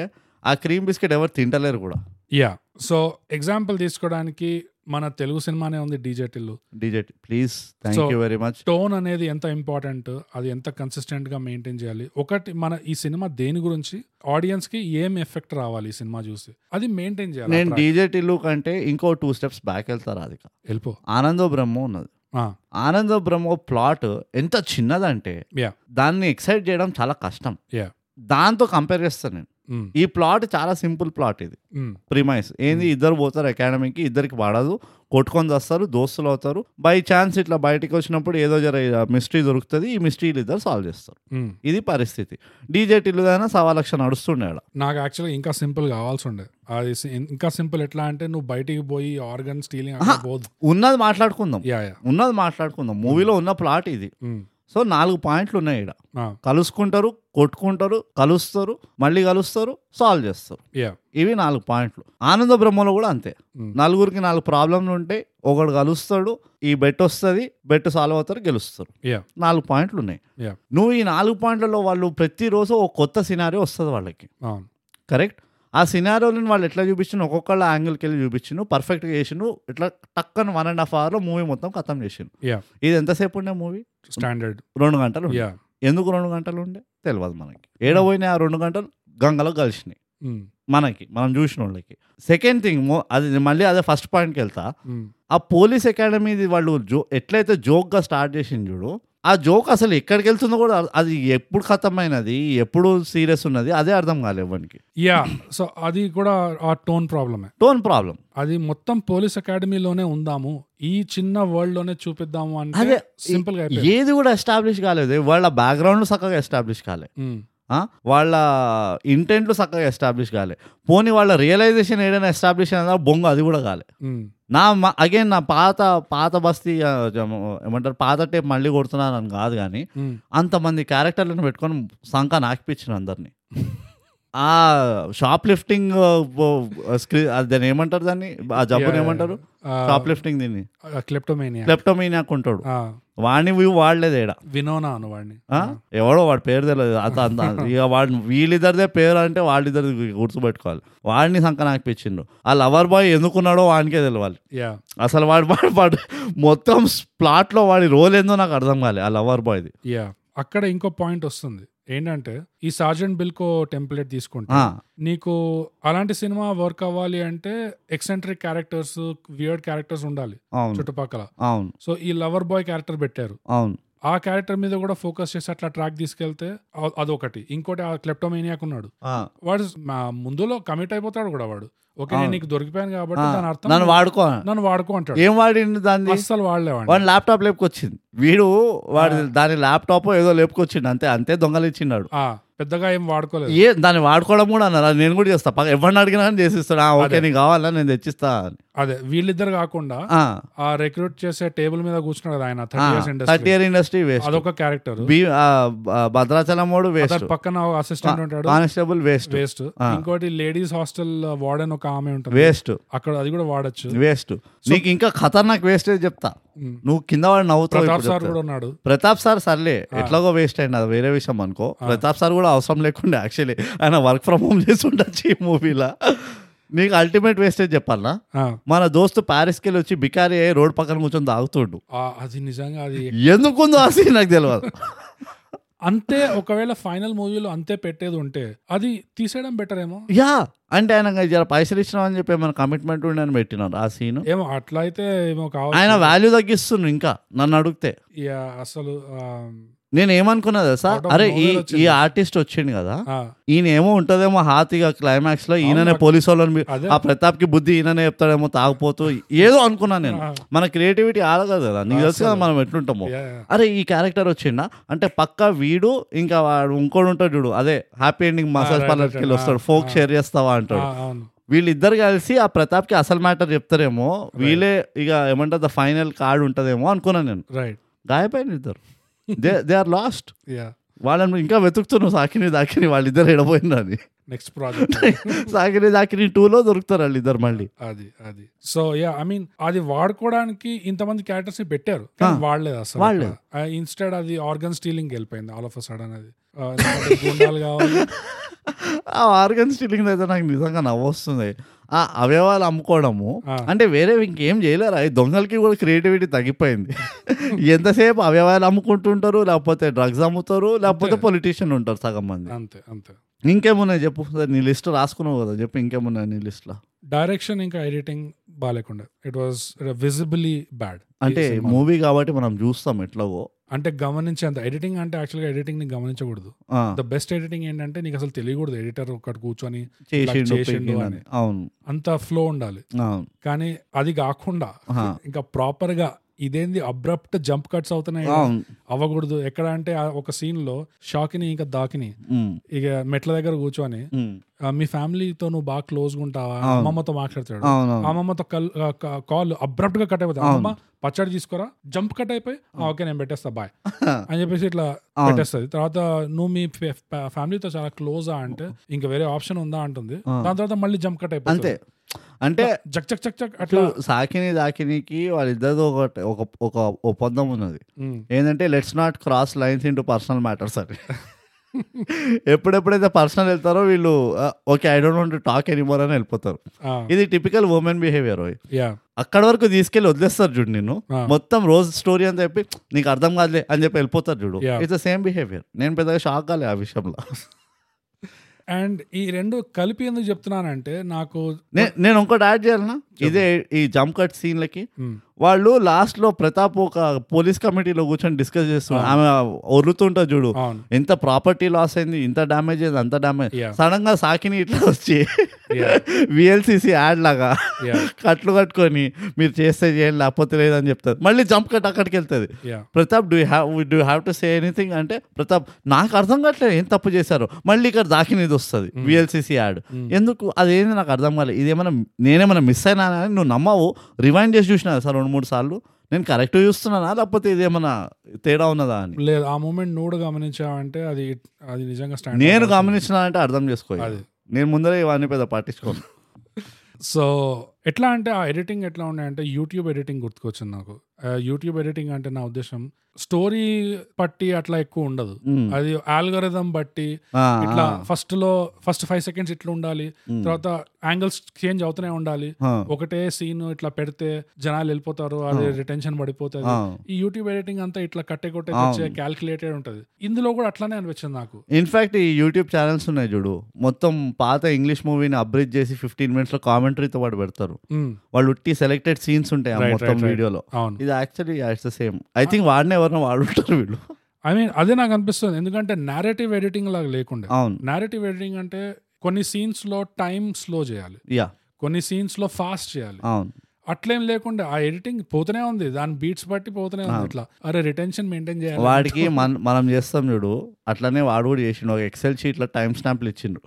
S1: ఆ క్రీమ్ బిస్కెట్ ఎవరు తింటలేరు కూడా
S2: యా సో ఎగ్జాంపుల్ తీసుకోవడానికి మన తెలుగు సినిమానే ఉంది డీజే టిల్లు
S1: డిజెట్ please thank
S2: So-
S1: you very much
S2: tone అనేది ఎంత ఇంపార్టెంట్ అది ఎంత కన్సిస్టెంట్ గా మెయింటైన్ చేయాలి ఒకటి మన ఈ సినిమా దేని గురించి ఆడియన్స్ కి ఏం ఎఫెక్ట్ రావాలి ఈ సినిమా చూసి అది మెయింటైన్ చేయాలి
S1: నేను
S2: ఆ track.
S1: డిజెట్ ఇల్లు కంటే ఇంకో టూ స్టెప్స్ బ్యాక్ వెళ్తారు అది
S2: వెళ్ళిపో
S1: ఆనందో బ్రహ్మ ఉన్నది ఆనందో బ్రహ్మ ప్లాట్ ఎంత చిన్నదంటే
S2: Yeah.
S1: దాన్ని ఎక్సైట్ చేయడం చాలా కష్టం
S2: Yeah.
S1: దాంతో కంపేర్ చేస్తాను నేను ఈ ప్లాట్ చాలా సింపుల్ ప్లాట్ ఇది ప్రిమైస్ ఏంది ఇద్దరు పోతారు అకాడమీకి ఇద్దరికి పడదు కొట్టుకొని వస్తారు దోస్తులు అవుతారు బై ఛాన్స్ ఇట్లా బయటికి వచ్చినప్పుడు ఏదో జర మిస్టరీ దొరుకుతుంది ఈ మిస్టరీలు ఇద్దరు సాల్వ్ చేస్తారు ఇది పరిస్థితి డీజే టిల్లుదైనా సవా లక్ష నడుస్తుండే ఆడ.
S2: నాకు యాక్చువల్గా ఇంకా సింపుల్ కావాల్సి ఉండే అది సి- ఇంకా సింపుల్ ఎట్లా అంటే నువ్వు బయటికి పోయి ఆర్గన్ స్టీలింగ్ అక్కడ పోదు
S1: ఉన్నది మాట్లాడుకుందాం
S2: యా యా
S1: ఉన్నది మాట్లాడుకుందాం మూవీలో ఉన్న ప్లాట్ ఇది
S2: ఉమ్.
S1: సో నాలుగు పాయింట్లు ఉన్నాయి ఇక్కడ
S2: ఆ,
S1: కలుసుకుంటారు కొట్టుకుంటారు కలుస్తారు మళ్ళీ కలుస్తారు సాల్వ్ చేస్తారు
S2: యా
S1: ఇవి నాలుగు పాయింట్లు ఆనంద బ్రహ్మలో కూడా అంతే
S2: ఉమ్.
S1: నలుగురికి నాలుగు ప్రాబ్లంలు ఉంటాయి ఒకడు కలుస్తాడు ఈ బెట్ వస్తుంది బెట్ సాల్వ్ అవుతారు గెలుస్తారు
S2: యా
S1: నాలుగు పాయింట్లు ఉన్నాయి
S2: Yeah.
S1: నువ్వు ఈ నాలుగు పాయింట్లలో వాళ్ళు ప్రతిరోజు ఒక కొత్త సినారీ వస్తుంది వాళ్ళకి
S2: అవును
S1: కరెక్ట్ ఆ సినారియోని వాళ్ళు ఎట్లా చూపించిన ఒక్కొక్కళ్ళ యాంగిల్కి వెళ్ళి చూపించిన పర్ఫెక్ట్గా చేసిండు ఇట్లా టక్కన వన్ అండ్ హాఫ్ అవర్లో మూవీ మొత్తం ఖతం చేసిండు
S2: యా
S1: ఇది ఎంతసేపు ఉండే మూవీ
S2: స్టాండర్డ్
S1: రెండు గంటలు ఉండే.
S2: యా
S1: ఎందుకు రెండు గంటలు ఉండే తెలియదు మనకి ఏడబోయినాయి ఆ రెండు గంటలు గంగలో కలిసినాయి మనకి మనం చూసిన వాళ్ళకి సెకండ్ థింగ్ అది నేను మళ్ళీ అదే ఫస్ట్ పాయింట్కి వెళ్తా
S2: మ్మ్.
S1: ఆ పోలీస్ అకాడమీది వాళ్ళు జో ఎట్లయితే జోక్గా స్టార్ట్ చేసింది చూడు ఆ జోక్ అసలు ఎక్కడికి వెళ్తుందో కూడా అ- అది ఎప్పుడు ఖతమైనది ఎప్పుడు సీరియస్ ఉన్నది అదే అర్థం కాలేదు వానికి
S2: యా సో అది కూడా ఆ టోన్ ప్రాబ్లమే
S1: టోన్ ప్రాబ్లం
S2: అది మొత్తం పోలీస్ అకాడమీలోనే ఉందాము ఈ చిన్న వరల్డ్ లోనే చూపిద్దాము
S1: అదే
S2: అంటే సింపుల్ గా అయిపోయింది
S1: ఏది కూడా ఎస్టాబ్లిష్ కాలేదు వాళ్ళ బ్యాక్గ్రౌండ్ చక్కగా ఎస్టాబ్లిష్ కాలే
S2: మ్మ్.
S1: ఆ? వాళ్ళ ఇంటెంట్లు చక్కగా ఎస్టాబ్లిష్ కాలే పోనీ వాళ్ళ రియలైజేషన్ ఏదైనా ఎస్టాబ్లిష్ అయినా బొంగు అది కూడా కాలే
S2: మ్మ్.
S1: నా అగైన్ నా పాత పాత బస్తీ ఆ, జమ- ఏమంటారు పాత టేప్ మళ్ళీ కొడుతున్నాను అని కాదు కానీ
S2: మ్మ్.
S1: అంతమంది క్యారెక్టర్లను పెట్టుకొని సంఖ నాకిపించిన అందరినీ ఆ షాప్ లిఫ్టింగ్ స్క్రీ దాన్ని ఏమంటారు దాన్ని ఆ జబ్బుని
S2: Yeah.
S1: ఏమంటారు
S2: ఆ,
S1: షాప్ లిఫ్టింగ్ దీన్ని
S2: ఆ, క్లెప్టోమేనియా
S1: క్లెప్టోమీనియాకు ఉంటాడు
S2: ఆ,
S1: వాడిని వ్యూ వాడలేదు ఈడ
S2: వినోనా అను వాడిని
S1: ఆ? ఎవడో వాడి పేరు తెలియదు అంత అంత ఇక వాడిని వీళ్ళిద్దరిదే పేరు అంటే వాళ్ళిద్దరిది గుర్తుపెట్టుకోవాలి వాడిని సంఖ నాకు పిచ్చిండు ఆ లవర్ బాయ్ ఎందుకున్నాడో వానికే తెలియాలి
S2: యా
S1: అసలు వాడు వాడు వాడు మొత్తం ప్లాట్లో వాడి రోల్ ఏందో నాకు అర్థం కాలే ఆ లవర్ బాయ్ది
S2: యా అక్కడ ఇంకో పాయింట్ వస్తుంది ఏంటంటే ఈ సార్జెంట్ బిల్కో టెంప్లెట్ తీసుకుంటే
S1: ఆ,
S2: నీకు అలాంటి సినిమా వర్క్ అవ్వాలి అంటే ఎక్సెంట్రిక్ క్యారెక్టర్స్ వియర్డ్ క్యారెక్టర్స్ ఉండాలి
S1: అవును
S2: చుట్టుపక్కల
S1: అవును
S2: సో ఈ లవర్ బాయ్ క్యారెక్టర్ పెట్టారు
S1: అవును
S2: ఆ క్యారెక్టర్ మీద కూడా ఫోకస్ చేసి అట్లా ట్రాక్ తీసుకెళ్తే అ- అదొకటి ఇంకోటి ఆ క్లెప్టోమేనియాకు ఉన్నాడు
S1: ఆ,
S2: వాడు మా ముందులో కమిట్ అయిపోతాడు కూడా వాడు ఓకే నేను
S1: అవును.
S2: నీకు దొరికిపోయాను కాబట్టి
S1: ఆ,
S2: దాని అర్థం
S1: నన్ను వాడుకో
S2: నన్ను వాడుకో అంటాడు
S1: ఏం వాడిండు దాన్ని
S2: అస్సలు వాడలేవాడు
S1: వాడి ల్యాప్టాప్ లేపుకొచ్చింది వీడు వాడి దాని ల్యాప్టాప్ ఏదో లేపుకొచ్చిండు అంతే అంతే దొంగలిచ్చినాడు
S2: ఆ, పెద్దగా ఏం వాడుకోలేదు
S1: ఏ దాన్ని వాడుకోవడం కూడా అన్నారు అది నేను కూడా చేస్తా పక్క ఎవరిని అడిగినా కానీ చేసిస్తాడు ఆ, ఓకే
S2: అదే.
S1: నీకు కావాలా నేను తెచ్చిస్తా అని
S2: అదే వీళ్ళిద్దరు కాకుండా ఆ రిక్రూట్ చేసే టేబుల్ మీద కూర్చున్నాడు కదా ఆయన thirty years
S1: thirty
S2: industry
S1: year industry waste
S2: అదొక క్యారెక్టర్
S1: భద్రాచలం వాడు వేస్ట్
S2: అతని పక్కన అసిస్టెంట్ ఉంటాడు
S1: కానిస్టేబుల్ వేస్ట్
S2: వేస్ట్
S1: ఆ.
S2: ఇంకోటి లేడీస్ హాస్టల్ వార్డెన్ ఒక ఆమె ఉంటుంది
S1: వేస్ట్
S2: అక్కడ అది కూడా వాడచ్చు
S1: వేస్ట్ నీకు ఇంకా ఖతర్నాక్ వేస్టేజ్ చెప్తా
S2: ఉమ్.
S1: నువ్వు కింద వాడు నవ్వుతావు
S2: ప్రతాప్
S1: ఇప్పుడు
S2: సార్
S1: చెప్తా.
S2: కూడా ఉన్నాడు
S1: ప్రతాప్ సార్ సర్లే ఎట్లాగో వేస్ట్ అయింది అది వేరే విషయం అనుకో ప్రతాప్ సార్ కూడా అవసరం లేకుండా యాక్చువల్లీ ఆయన వర్క్ ఫ్రమ్ హోమ్ చేస్తుండొచ్చు ఈ మూవీలో నీకు అల్టిమేట్ వేస్టేజ్ చెప్పాలా
S2: ఆ,
S1: మన దోస్తు ప్యారిస్కి వెళ్ళి వచ్చి బికారి అయ్యి రోడ్ పక్కన కూర్చొని తాగుతుండు
S2: ఆ, అది నిజంగా అది
S1: ఎందుకుందో ఆ సీన్ నాకు తెలియదు
S2: అంతే ఒకవేళ ఫైనల్ మూవీలో అంతే పెట్టేది ఉంటే అది తీసేయడం బెటర్ ఏమో
S1: యా అంటే ఆయన జర పైసలు ఇచ్చినాం అని చెప్పి మన కమిట్మెంట్ ఉండి అని పెట్టినారు ఆ సీన్
S2: ఏమో అట్లా అయితే ఏమో
S1: ఆయన
S2: కావాలి
S1: వాల్యూ తగ్గిస్తుండ్రు ఇంకా నన్ను అడిగితే
S2: అసలు ఆ,
S1: నేను ఏమనుకున్నా తెలుసా
S2: Out of
S1: అరే ఈ
S2: nowhere
S1: ఈ
S2: వచ్చింది.
S1: ఆర్టిస్ట్ వచ్చిండు కదా
S2: ఆ,
S1: ఈయన ఏమో ఉంటదేమో హాతిగా క్లైమాక్స్ లో ఈయననే
S2: నాకు-
S1: పోలీసు వాళ్ళని బి-
S2: అదే.
S1: ఆ ప్రతాప్ కి బుద్ధి ఈయననే చెప్తాడేమో తాగిపోతూ ఏదో అనుకున్నాను నేను
S2: ఆ.
S1: మన క్రియేటివిటీ ఆడగదు కదా నీకు తెలుసు కదా
S2: అసలు.
S1: మనం ఎట్లుంటామో
S2: యా, యా.
S1: అరే ఈ క్యారెక్టర్ వచ్చిండా అంటే పక్క వీడు ఇంకా వాడు ఇంకోడు ఉంటాడు చూడు అదే హ్యాపీ ఎండింగ్ మసాజ్
S2: right,
S1: పార్లర్కి
S2: right,
S1: వెళ్ళి
S2: right.
S1: వస్తాడు ఫోక్ షేర్ చేస్తావా
S2: ఆ,
S1: అంటాడు
S2: అవును
S1: వీళ్ళిద్దరు కలిసి ఆ ప్రతాప్కి అసలు మ్యాటర్ చెప్తారేమో వీళ్ళే ఇక ఏమంటారు ద ఫైనల్ కార్డ్ ఉంటుందేమో అనుకున్నాను నేను
S2: రైట్
S1: గాయపోయింది ఇద్దరు they they are lost
S2: yeah
S1: వాళ్ళని ఇంకా వెతుకుతున్నావు సాకిని దాకిని వాళ్ళిద్దరు ఎడబోయిందని
S2: నెక్స్ట్ ప్రాజెక్ట్
S1: సాకిని దాకిని టూలో దొరుకుతారు వాళ్ళిద్దరు మళ్ళీ
S2: అది అది సో యా ఐ మీన్ అది వాడుకోవడానికి ఇంతమంది క్యారెక్టర్స్ ని పెట్టారు కానీ వాడలేదు అసలు
S1: వాడలేదు.
S2: ఇన్స్టెడ్ అది ఆర్గన్ స్టీలింగ్ వెళ్ళిపోయింది ఆల్ ఆఫ్ సడన్ అది ఆ, ఎందుకంటే గుండాలు కావాలి
S1: ఆ ఆర్గన్ స్టీలింగ్ అయితే నాకు నిజంగా నవ్వు వస్తుంది ఆ అవయవాలు అమ్ముకోవడము
S2: ఆ.
S1: అంటే వేరే ఇంకేం చేయలేరు ఈ దొంగలకి కూడా క్రియేటివిటీ తగ్గిపోయింది ఎంతసేపు అవయవాలు అమ్ముకుంటుంటారు లేకపోతే డ్రగ్స్ అమ్ముతారు లేకపోతే పొలిటీషియన్ ఉంటారు సగం మంది
S2: అంతే అంతే
S1: ఇంకేమున్నాయి చెప్పు నీ లిస్ట్ రాసుకున్నావు కదా చెప్పు ఇంకేమున్నాయి నీ లిస్ట్లో
S2: డైరెక్షన్ ఇంకా ఎడిటింగ్ బాగాలేకుండా ఇట్ వాజ్ విజిబిలీ బ్యాడ్
S1: అంటే మూవీ కాబట్టి మనం చూస్తాం ఎట్లాగో
S2: అంటే గమనించేంత ఎడిటింగ్ అంటే యాక్చువల్గా ఎడిటింగ్ ని గమనించకూడదు
S1: ఆ,
S2: ద బెస్ట్ ఎడిటింగ్ ఏంటంటే నీకు అసలు తెలియకూడదు ఎడిటర్ ఒకటి కూర్చొని
S1: చేసిండు
S2: చేసిండు
S1: పెంకిండు అని.
S2: అని.
S1: అవును
S2: అంత ఫ్లో ఉండాలి
S1: అవును
S2: కానీ అది కాకుండా
S1: ఆహా.
S2: ఇంకా ప్రాపర్ గా ఇదేంది అబ్రప్ట్ జంప్ కట్స్ అవుతున్నాయి
S1: అవును
S2: అవ్వకూడదు ఎక్కడ అంటే ఆ ఒక సీన్ లో షాకిని ఇంకా దాకిని
S1: ఉమ్,
S2: ఇక మెట్ల దగ్గర కూర్చొని
S1: ఉమ్,
S2: "ఆ, మీ ఫ్యామిలీతో నువ్వు బాగా క్లోజ్ గా ఉంటావా
S1: అవును.
S2: అమ్మమ్మతో మాట్లాడతాడు
S1: అవును అవును.
S2: అమ్మమ్మతో కల్ కాల్ అబ్రప్ట్ గా కట్ అయిపోతుంది అమ్మమ్మ పచ్చడి తీసుకోరా జంప్ కట్ అయిపోయి "ఆ, ఓకే నేను పెట్టేస్తా బాయ్ అని చెప్పేసి ఇట్లా
S1: అవును.
S2: పెట్టేస్తుంది తర్వాత నువ్వు మీ ఫ్యామిలీతో చాలా క్లోజా అంటే ఇంకా వేరే ఆప్షన్ ఉందా అంటుంది దాని తర్వాత మళ్ళీ జంప్ కట్
S1: అంతే
S2: అయిపోతుంది
S1: అంటే
S2: జక్ జక్ జక్ జక్ అట్లా
S1: సాకిని దాకినికి వాళ్ళిద్దరితో ఒకటి ఒక ఒక ఒప్పందం ఉన్నది
S2: ఉమ్,
S1: ఏంటంటే let's not cross lines into personal matters అని ఎప్పుడెప్పుడైతే పర్సనల్ వెళ్తారో వీళ్ళు okay I don't want talk anymore అని వెళ్ళిపోతారు
S2: ఆ,
S1: ఇది టిపికల్ ఉమెన్ బిహేవియర్
S2: యా
S1: అక్కడ వరకు తీసుకెళ్ళి వదిలేస్తారు చూడు నిన్ను
S2: ఆ.
S1: మొత్తం రోజు స్టోరీ అని చెప్పి నీకు అర్థం కాదులే అని చెప్పి వెళ్ళిపోతారు చూడు
S2: Yeah.
S1: It's the same behaviour నేను పెద్దగా షాక్ కాలే ఆ విషయంలో
S2: అండ్ ఈ రెండు కలిపి ఎందుకు చెప్తున్నానంటే నాకు
S1: నే- నేను ఇంకోటి యాడ్ చేయాలనా ఇదే ఈ జంప్ కట్ సీన్లకి
S2: మ్,
S1: వాళ్ళు లాస్ట్ లో ప్రతాప్ ఒక పోలీస్ కమిటీలో కూర్చొని డిస్కస్ చేస్తున్నారు ఆమె ఒర్రుతుంటా చూడు
S2: అవును
S1: ఎంత ప్రాపర్టీ లాస్ అయింది ఇంత డ్యామేజ్ అయింది అంత డ్యామేజ్
S2: Yeah.
S1: సడన్ గా సాకిని ఇట్లా వచ్చి
S2: Yeah.
S1: విఎల్సిసి యాడ్ లాగా
S2: Yeah.
S1: కట్లు కట్టుకొని మీరు చేస్తే చేయండి లేకపోతే లేదని చెప్తారు మళ్ళీ జంప్ కట్ అక్కడికి వెళ్తుంది
S2: yeah
S1: Pratap do have do have to say anything అంటే ప్రతాప్ నాకు అర్థం కావట్లేదు ఏం తప్పు చేశారు మళ్ళీ ఇక్కడ దాకినది వస్తుంది విఎల్సిసి యాడ్ ఎందుకు అదేంది నాకు అర్థం కాలేదు ఇదేమైనా నేనేమైనా మిస్ అయినా అని నువ్వు నమ్మవు రివైండ్ చేసి చూసినా సార్ రెండు మూడు సార్లు నేను కరెక్ట్ చూస్తున్నానా లేకపోతే ఇదేమైనా తేడా ఉన్నదా అని
S2: లేదు ఆ మూమెంట్ నువ్వు గమనించావంటే అది అది నిజంగా స్టాండ్
S1: నేను గమనించిన అంటే అర్థం చేసుకో ఇక.
S2: అది.
S1: నేను ముందరే ఇవన్నీ పెద్ద పట్టించుకోను
S2: సో ఎట్లా అంటే ఆ ఎడిటింగ్ ఎట్లా ఉన్నాయంటే యూట్యూబ్ ఎడిటింగ్ గుర్తుకొచ్చింది నాకు యూట్యూబ్ ఎడిటింగ్ అంటే నా ఉద్దేశం స్టోరీ పట్టి అట్లా ఎక్కువ ఉండదు
S1: Mm.
S2: అది ఆల్గరిథం బట్టి
S1: ఆ,
S2: ఇట్లా ఫస్ట్ లో ఫస్ట్ ఫైవ్ సెకండ్స్ ఇట్లా ఉండాలి
S1: Hmm.
S2: తర్వాత యాంగిల్స్ చేంజ్ అవుతూనే ఉండాలి
S1: ఆ.
S2: ఒకటే సీన్ ఇట్లా పెడితే జనాలు వెళ్ళిపోతారు అది రిటెన్షన్ పడిపోతుంది
S1: ఆ.
S2: ఈ యూట్యూబ్ ఎడిటింగ్ అంతా ఇట్లా కట్టే కొట్టే తెచ్చే క్యాల్కులేటెడ్ ఉంటది ఇందులో కూడా అట్లానే అనిపించింది నాకు
S1: ఇన్ఫాక్ట్ ఈ యూట్యూబ్ ఛానల్స్ ఉన్నాయి చూడు మొత్తం పాత ఇంగ్లీష్ మూవీని అబ్రిజ్ చేసి ఫిఫ్టీన్ మినిట్స్ లో కామెంటరీతో పాటు పెడతారు
S2: Mm.
S1: వాళ్ళు ఉట్టి సెలెక్టెడ్ సీన్స్ ఉంటాయి ఆ
S2: Right,
S1: మొత్తం
S2: right, right.
S1: వీడియోలో
S2: అవును
S1: ఇది actually acts the same I think వాడిని ఎవరినో వాడుంటారు వీళ్ళు
S2: ఐ మీన్ అదే నాకు అనిపిస్తుంది ఎందుకంటే నేరేటివ్ ఎడిటింగ్ లాగా లేకుండా
S1: అవును
S2: నేరేటివ్ ఎడిటింగ్ అంటే కొన్ని సీన్స్ లో టైం స్లో చేయాలి
S1: యా
S2: కొన్ని సీన్స్ లో ఫాస్ట్ చేయాలి
S1: అవును
S2: అట్లేం లేకుండా ఆ ఎడిటింగ్ పోతూనే ఉంది దాని బీట్స్ బట్టి పోతూనే ఉంది ఇట్లా అరే రిటెన్షన్ మెయింటైన్ చేయాలి
S1: వాడికి మన మనం చేస్తాం చూడు అట్లనే వాడు కూడా చేసిండు ఒక ఎక్సెల్ షీట్లో టైం స్టాంపులు ఇచ్చిండు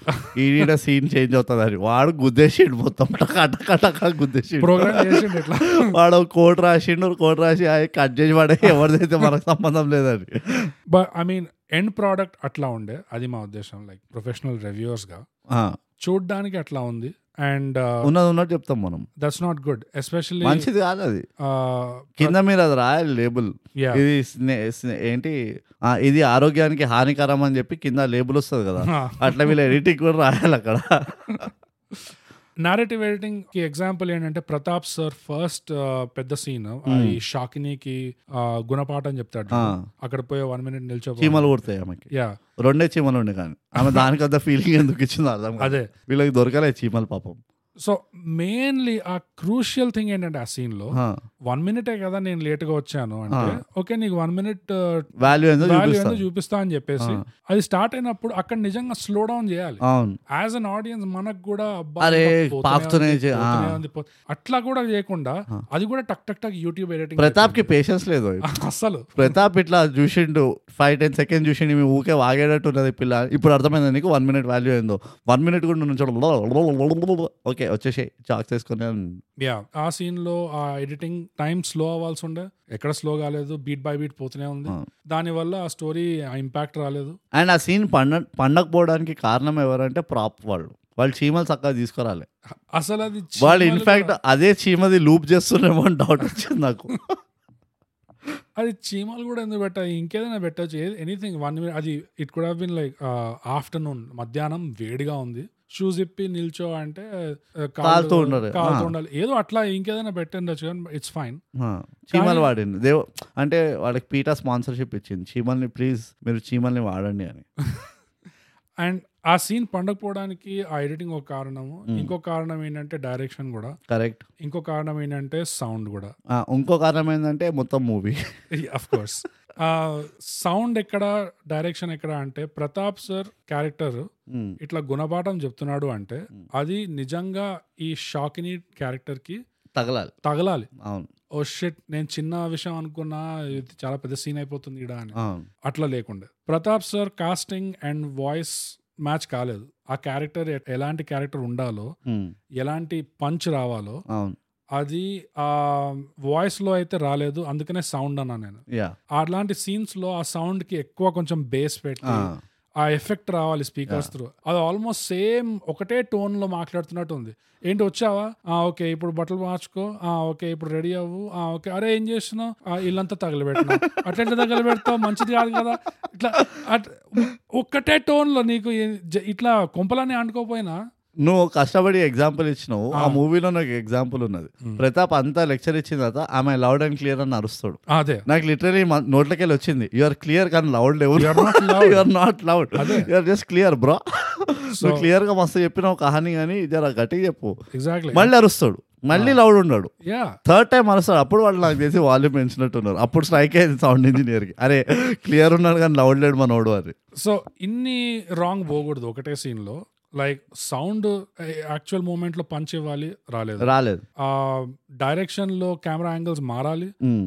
S1: ఈడ సీన్ చేంజ్ అవుతుంది అని వాడు గుద్దేసిండు మొత్తం టకా టకా టకా గుద్దేసిండు
S2: ప్రోగ్రామ్ చేసిండు ఇట్లా
S1: వాడు ఒక కోడ్ రాసిండు ఒక కోడ్ రాసి కట్ చేసి వాడే ఎవరిదైతే మనకు సంబంధం లేదని
S2: but I mean end product అట్లా ఉండే అది మా ఉద్దేశం లైక్ ప్రొఫెషనల్ రివ్యూవర్స్ గా
S1: ఆ,
S2: చూడ్డానికి అట్లా ఉంది uh, అండ్
S1: ఉన్నది ఉన్నట్టు చెప్తాం మనం
S2: దట్స్ నాట్ గుడ్ ఎస్పెషల్లీ
S1: మంచిది కాదు అది
S2: uh,
S1: కింద మీరు అది రాయాలి లేబుల్
S2: యా
S1: ఇది స్నే- స్నే- ఏంటి ఆ, ఇది ఆరోగ్యానికి హానికరం అని చెప్పి కింద లేబుల్ వస్తుంది కదా
S2: Ah,
S1: అట్లా వీళ్ళు ఎడిటింగ్ కూడా రాయాలి అక్కడ
S2: నారేటివ్ ఎడిటింగ్ కి ఎగ్జాంపుల్ ఏంటంటే ప్రతాప్ సార్ ఫస్ట్ uh, పెద్ద సీన్ ఈ షాకినీకి ఆ, uh, గుణపాఠం చెప్తాడు
S1: Hmm. ఆ.
S2: అక్కడ పోయి వన్ మినిట్ నిల్చో
S1: చీమలు కొడతాయి ఆమెకి
S2: యా
S1: రెండే చీమలు ఉండే కానీ ఆమె దానికంత ఫీలింగ్ ఎందుకు ఇచ్చిందో అర్థం కాదు
S2: అదే
S1: వీళ్ళకి దొరకలే చీమలు పాపం
S2: సో మెయిన్లీ ఆ క్రూషియల్ థింగ్ ఏంటంటే ఆ సీన్ లో
S1: ఆ,
S2: వన్ మినిటే కదా నేను లేట్ గా వచ్చాను అంటే ఓకే నీకు వన్ మినిట్
S1: వాల్యూ ఏందో
S2: వాల్యూ
S1: చూపిస్తాను
S2: ఏందో చూపిస్తా అని చెప్పేసి అది స్టార్ట్ అయినప్పుడు అక్కడ నిజంగా స్లో డౌన్ చేయాలి
S1: అవును
S2: యాజ్ అన్ ఆడియన్స్ మనకు కూడా అబ్బా,
S1: అరే,
S2: ఇంకా పోతూనే
S1: పాకుతూనే
S2: ఉంది,
S1: చే- ఆ.
S2: పోతూనే ఉంది, పో- అట్లా కూడా చేయకుండా అది కూడా టక్ టక్ టక్ యూట్యూబ్ ఎడిటింగ్
S1: ప్రతాప్ కి పేషెన్స్ లేదు
S2: అసలు
S1: ప్రతాప్ ఇట్లా చూసిండు ఫైవ్ టెన్ సెకండ్ చూసిండు మీ ఊకే వాగేటట్టు ఉన్నది ఈ పిల్ల ఇప్పుడు అర్థమైంది నీకు వన్ మినిట్ వాల్యూ ఏందో వన్ మినిట్ కూడా నుంచి ఓకే వచ్చేసి చాక్ చేసుకుని
S2: యా ఆ సీన్ లో ఆ ఎడిటింగ్ టైం స్లో అవ్వాల్సి ఉండే ఎక్కడ స్లో కాలేదు బీట్ బై బీట్ పోతూనే ఉంది
S1: ఆ.
S2: దాని వల్ల ఆ స్టోరీ ఇంపాక్ట్ రాలేదు
S1: అండ్ ఆ సీన్ పండ పండకపోవడానికి కారణం ఎవరంటే ప్రాప్ వాళ్ళు వాళ్ళు చీమలు చక్కగా తీసుకురాలి
S2: అసలు అది
S1: వాళ్ళు
S2: చీమలు
S1: ఇన్ఫాక్ట్
S2: కూడా-
S1: అదే చీమది లూప్ చేస్తున్నామో అని డౌట్ వచ్చింది నాకు
S2: అది చీమలు కూడా ఎందుకు పెట్టాలి ఇంకేదైనా పెట్టచ్చు ఎనీథింగ్ వన్ మినిట్ అది it could have been like afternoon uh, మధ్యాహ్నం వేడిగా ఉంది షూస్ ఇప్పి నిల్చో అంటే ఆ, కాళ్ళు-
S1: కాలుతూ ఉండాలి.
S2: కాలుతూ
S1: ఆ.
S2: ఉండాలి ఏదో అట్లా ఇంకేదైనా పెట్టండొచ్చు కానీ ఇట్స్ ఫైన్
S1: ఆ, చీమలు వాడింది దేవ్ అంటే వాళ్ళకి పీటా స్పాన్సర్షిప్ ఇచ్చింది చీమల్ని ప్లీజ్ మీరు చీమల్ని వాడండి అని
S2: అండ్ ఆ సీన్ పండకపోవడానికి ఆ ఎడిటింగ్ ఒక కారణము
S1: Hmm.
S2: ఇంకో కారణం ఏంటంటే డైరెక్షన్ కూడా
S1: కరెక్ట్
S2: ఇంకో కారణం ఏంటంటే సౌండ్ కూడా
S1: ఇంకో కారణం ఏంటంటే మొత్తం movie
S2: of course sound Uh, ఎక్కడ డైరెక్షన్ ఎక్కడ అంటే ప్రతాప్ సార్ క్యారెక్టర్ ఇట్లా గుణపాఠం చెప్తున్నాడు అంటే అది నిజంగా ఈ షాకిని క్యారెక్టర్ కి
S1: తగలాలి
S2: తగలాలి
S1: అవును
S2: ఓ షిట్ నేను చిన్న విషయం అనుకున్నా ఇది చాలా పెద్ద సీన్ అయిపోతుంది ఇడా అని
S1: అవును
S2: అట్లా లేకుండా Pratap sir casting and voice match కాలేదు ఆ క్యారెక్టర్ ఎలాంటి క్యారెక్టర్ ఉండాలో
S1: ఉమ్,
S2: ఎలాంటి పంచ్ రావాలో
S1: Hmm. అవును
S2: అది ఆ వాయిస్ లో అయితే రాలేదు అందుకనే సౌండ్ అన్నా నేను
S1: యా
S2: అట్లాంటి సీన్స్ లో ఆ సౌండ్ కి ఎక్కువ కొంచెం బేస్ పెట్టి ఆ ఎఫెక్ట్ రావాలి స్పీకర్స్ త్రూ అది ఆల్మోస్ట్ సేమ్ ఒకటే టోన్ లో మాట్లాడుతున్నట్టు ఉంది ఏంటి వచ్చావా ఆ ఓకే ఇప్పుడు బట్టలు మార్చుకో ఆ ఓకే ఇప్పుడు రెడీ అవ్వు ఆ ఓకే అరే ఏం చేస్తున్నావు ఆ, ఇల్లంతా తగలబెట్టినా అట్లా తగలబెడతావు మంచిది కాదు కదా ఇట్లా అట్- ఒక్కటే టోన్ లో నీకు ఏ- జ- ఇట్లా కొంపలనే అంటుకోపోయినా
S1: నువ్వు కష్టపడి ఎగ్జాంపుల్ ఇచ్చినావు ఆ
S2: ఆ.
S1: మూవీలో నాకు ఎగ్జాంపుల్ ఉన్నది
S2: Hmm.
S1: ప్రతాప్ అంతా లెక్చర్ ఇచ్చిన తర్వాత ఆమె లౌడ్ అండ్ క్లియర్ అని అరుస్తాడు
S2: అదే
S1: నాకు లిటరలీ నోట్లకెళ్ళి వచ్చింది యూఆర్ క్లియర్ కానీ లౌడ్ లేవు
S2: You are not loud.
S1: You are not loud you are just clear bro నువ్వు క్లియర్ గా మస్తు చెప్పినావు కహాని కానీ జర గట్టిగా చెప్పు
S2: ఎగ్జాక్ట్లీ
S1: మళ్ళీ అరుస్తాడు మళ్ళీ లౌడ్ ఉన్నాడు
S2: యా
S1: థర్డ్ టైం అరుస్తాడు అప్పుడు వాళ్ళు నాకు తెలిసి వాల్యూమ్ పెంచినట్టున్నారు అప్పుడు స్ట్రైక్ అయింది సౌండ్ ఇంజనీర్ కి అరే క్లియర్ ఉన్నాడు కానీ లౌడ్ లేడు మనోడు అని
S2: సో ఇన్ని రాంగ్ పోకూడదు ఒకటే సీన్ లో లైక్ సౌండ్ యాక్చువల్ మూమెంట్ లో పంచ్ ఇవ్వాలి రాలేదు
S1: రాలేదు
S2: ఆ డైరెక్షన్ లో కెమెరా యాంగిల్స్ మారాలి
S1: మ్మ్.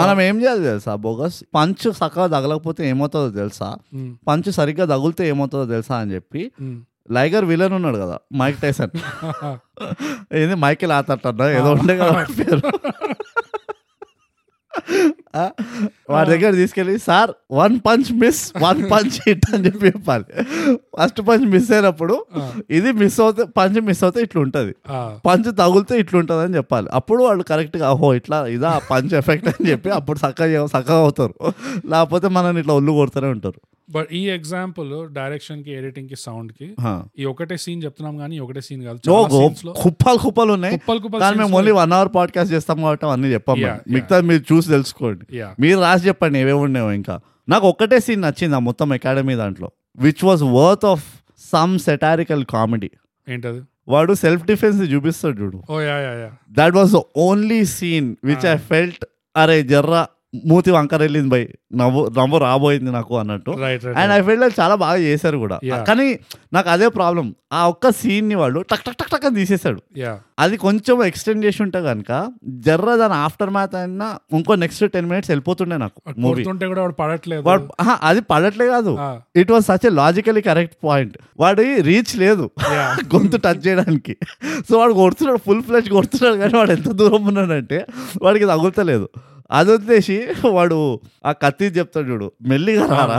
S1: మనం ఏం చేయాలి తెలుసా బోగస్ పంచ్ చక్కగా తగలకపోతే ఏమవుతుందో తెలుసా
S2: మ్మ్.
S1: పంచ్ సరిగ్గా తగులితే ఏమవుతుందో తెలుసా అని చెప్పి
S2: మ్మ్.
S1: లైగర్ విలన్ ఉన్నాడు కదా మైక్ టైసన్ ఏంది మైకిల్ ఆతట్టన్నా ఏదో ఉండే కదా వాడి పేరు ఆ, వాడి దగ్గర తీసుకెళ్ళి sir one punch miss one punch hit అని చెప్పి చెప్పాలి ఫస్ట్ పంచ్ మిస్ అయినప్పుడు ఇది మిస్ అవుతే పంచ్ మిస్ అవుతే ఇట్లా ఉంటుంది
S2: ఆ,
S1: పంచ్ తగులితే ఇట్లుంటుంది అని చెప్పాలి అప్పుడు వాళ్ళు కరెక్ట్గా ఓహో ఇట్లా ఇదా పంచ్ ఎఫెక్ట్ అని చెప్పి అప్పుడు చక్కగా చక్కగా అవుతారు లేకపోతే మనల్ని ఇట్లా ఒళ్ళు కొడుతూనే ఉంటారు
S2: బట్ ఈ ఎగ్జాంపుల్ డైరెక్షన్ కి ఎడిటింగ్ కి సౌండ్ కి
S1: హా.
S2: ఈ ఒకటే సీన్ చెప్తున్నాం కానీ ఈ ఒకటే సీన్ కాదు
S1: ఓ
S2: చాలా
S1: గో-
S2: scenes లో
S1: కుప్పాలు కుప్పాలు ఉన్నాయి
S2: కుప్పలు కుప్పలు
S1: కానీ
S2: scenes
S1: మేము
S2: లో-
S1: ఓన్లీ వన్ అవర్ పాడ్కాస్ట్ చేస్తాం కాబట్టి అన్నీ చెప్పాం
S2: Yeah, yeah.
S1: మిగతా మీరు చూసి తెలుసుకోండి
S2: Yeah.
S1: మీరు రాసి చెప్పండి ఏవేవి ఉన్నాయో ఇంకా నాకు ఒక్కటే సీన్ నచ్చింది ఆ మొత్తం అకాడమీ దాంట్లో which was worth of some satirical comedy
S2: ఏంటది
S1: వాడు సెల్ఫ్ డిఫెన్స్ చూపిస్తాడు చూడు
S2: ఓ yeah yeah yeah
S1: that was the only scene which
S2: Ah.
S1: I felt అరే జర్రా మూతి వంకర వెళ్ళింది బై నవ్వు నవ్వు రాబోయింది నాకు అన్నట్టు
S2: right
S1: and
S2: right
S1: I felt చాలా బాగా చేశారు కూడా
S2: Yeah.
S1: కానీ నాకు అదే ప్రాబ్లం ఆ ఒక్క scene ని వాళ్ళు టక్ టక్ టక్ టక్ అని తీసేశాడు
S2: యా
S1: అది కొంచెం ఎక్స్టెండ్ చేసి ఉంటే కనుక జర్ర దాని ఆఫ్టర్ మ్యాథ్ అయినా ఇంకో నెక్స్ట్ టెన్ మినిట్స్ వెళ్ళిపోతుండే నాకు మూవీ
S2: కొడుతుంటే కూడా వాడు పడట్లేదు
S1: వాడు ఆహా, అది పడట్లే కాదు
S2: ఆ.
S1: It was such logically correct point వాడి రీచ్ లేదు
S2: Yeah.
S1: గొంతు టచ్ చేయడానికి సో వాడు కొడుతున్నాడు ఫుల్ ఫ్లెష్ కొడుతున్నాడు కానీ వాడు ఎంత దూరం ఉన్నాడంటే వాడికి తగులుతలేదు అది వదిలేసి వాడు ఆ కత్తి చెప్తాడు చూడు మెల్లిగా రారా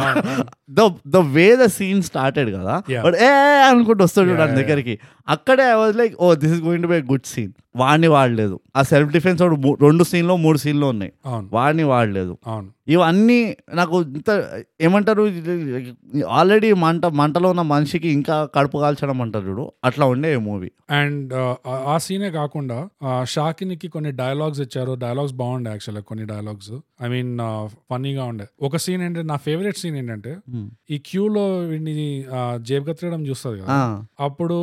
S1: the the way the scene started కదా
S2: Yeah.
S1: వాడు ఏ అనుకుంటూ వస్తాడు చూడు
S2: Yeah,
S1: వాడి
S2: yeah,
S1: దగ్గరికి అక్కడే I was like oh this is going to be good scene వాడిని వాడలేదు ఆ సెల్ఫ్ డిఫెన్స్ వాడు మూ- రెండు సీన్లో మూడు సీన్లో ఉన్నాయి
S2: అవును
S1: వాడిని వాడలేదు
S2: అవును
S1: ఇవన్నీ నాకు ఇంత ఏమంటారు ఆల్రెడీ మంట మంటలో ఉన్న మనిషికి ఇంకా కడుపు కాల్చడం అంటారు చూడు అట్లా ఉండే ఈ మూవీ
S2: అండ్ ఆ సీనే కాకుండా ఆ, షాకినికి కొన్ని డైలాగ్స్ ఇచ్చారు డైలాగ్స్ బాగుండే యాక్చువల్గా కొన్ని డైలాగ్స్ ఐ మీన్ ఫన్నీగా ఉండే ఒక సీన్ ఏంటంటే నా ఫేవరెట్ సీన్ ఏంటంటే ఈ క్యూలో వీడిని ఆ, జేబు కత్తిరడం చూస్తుంది కదా అప్పుడు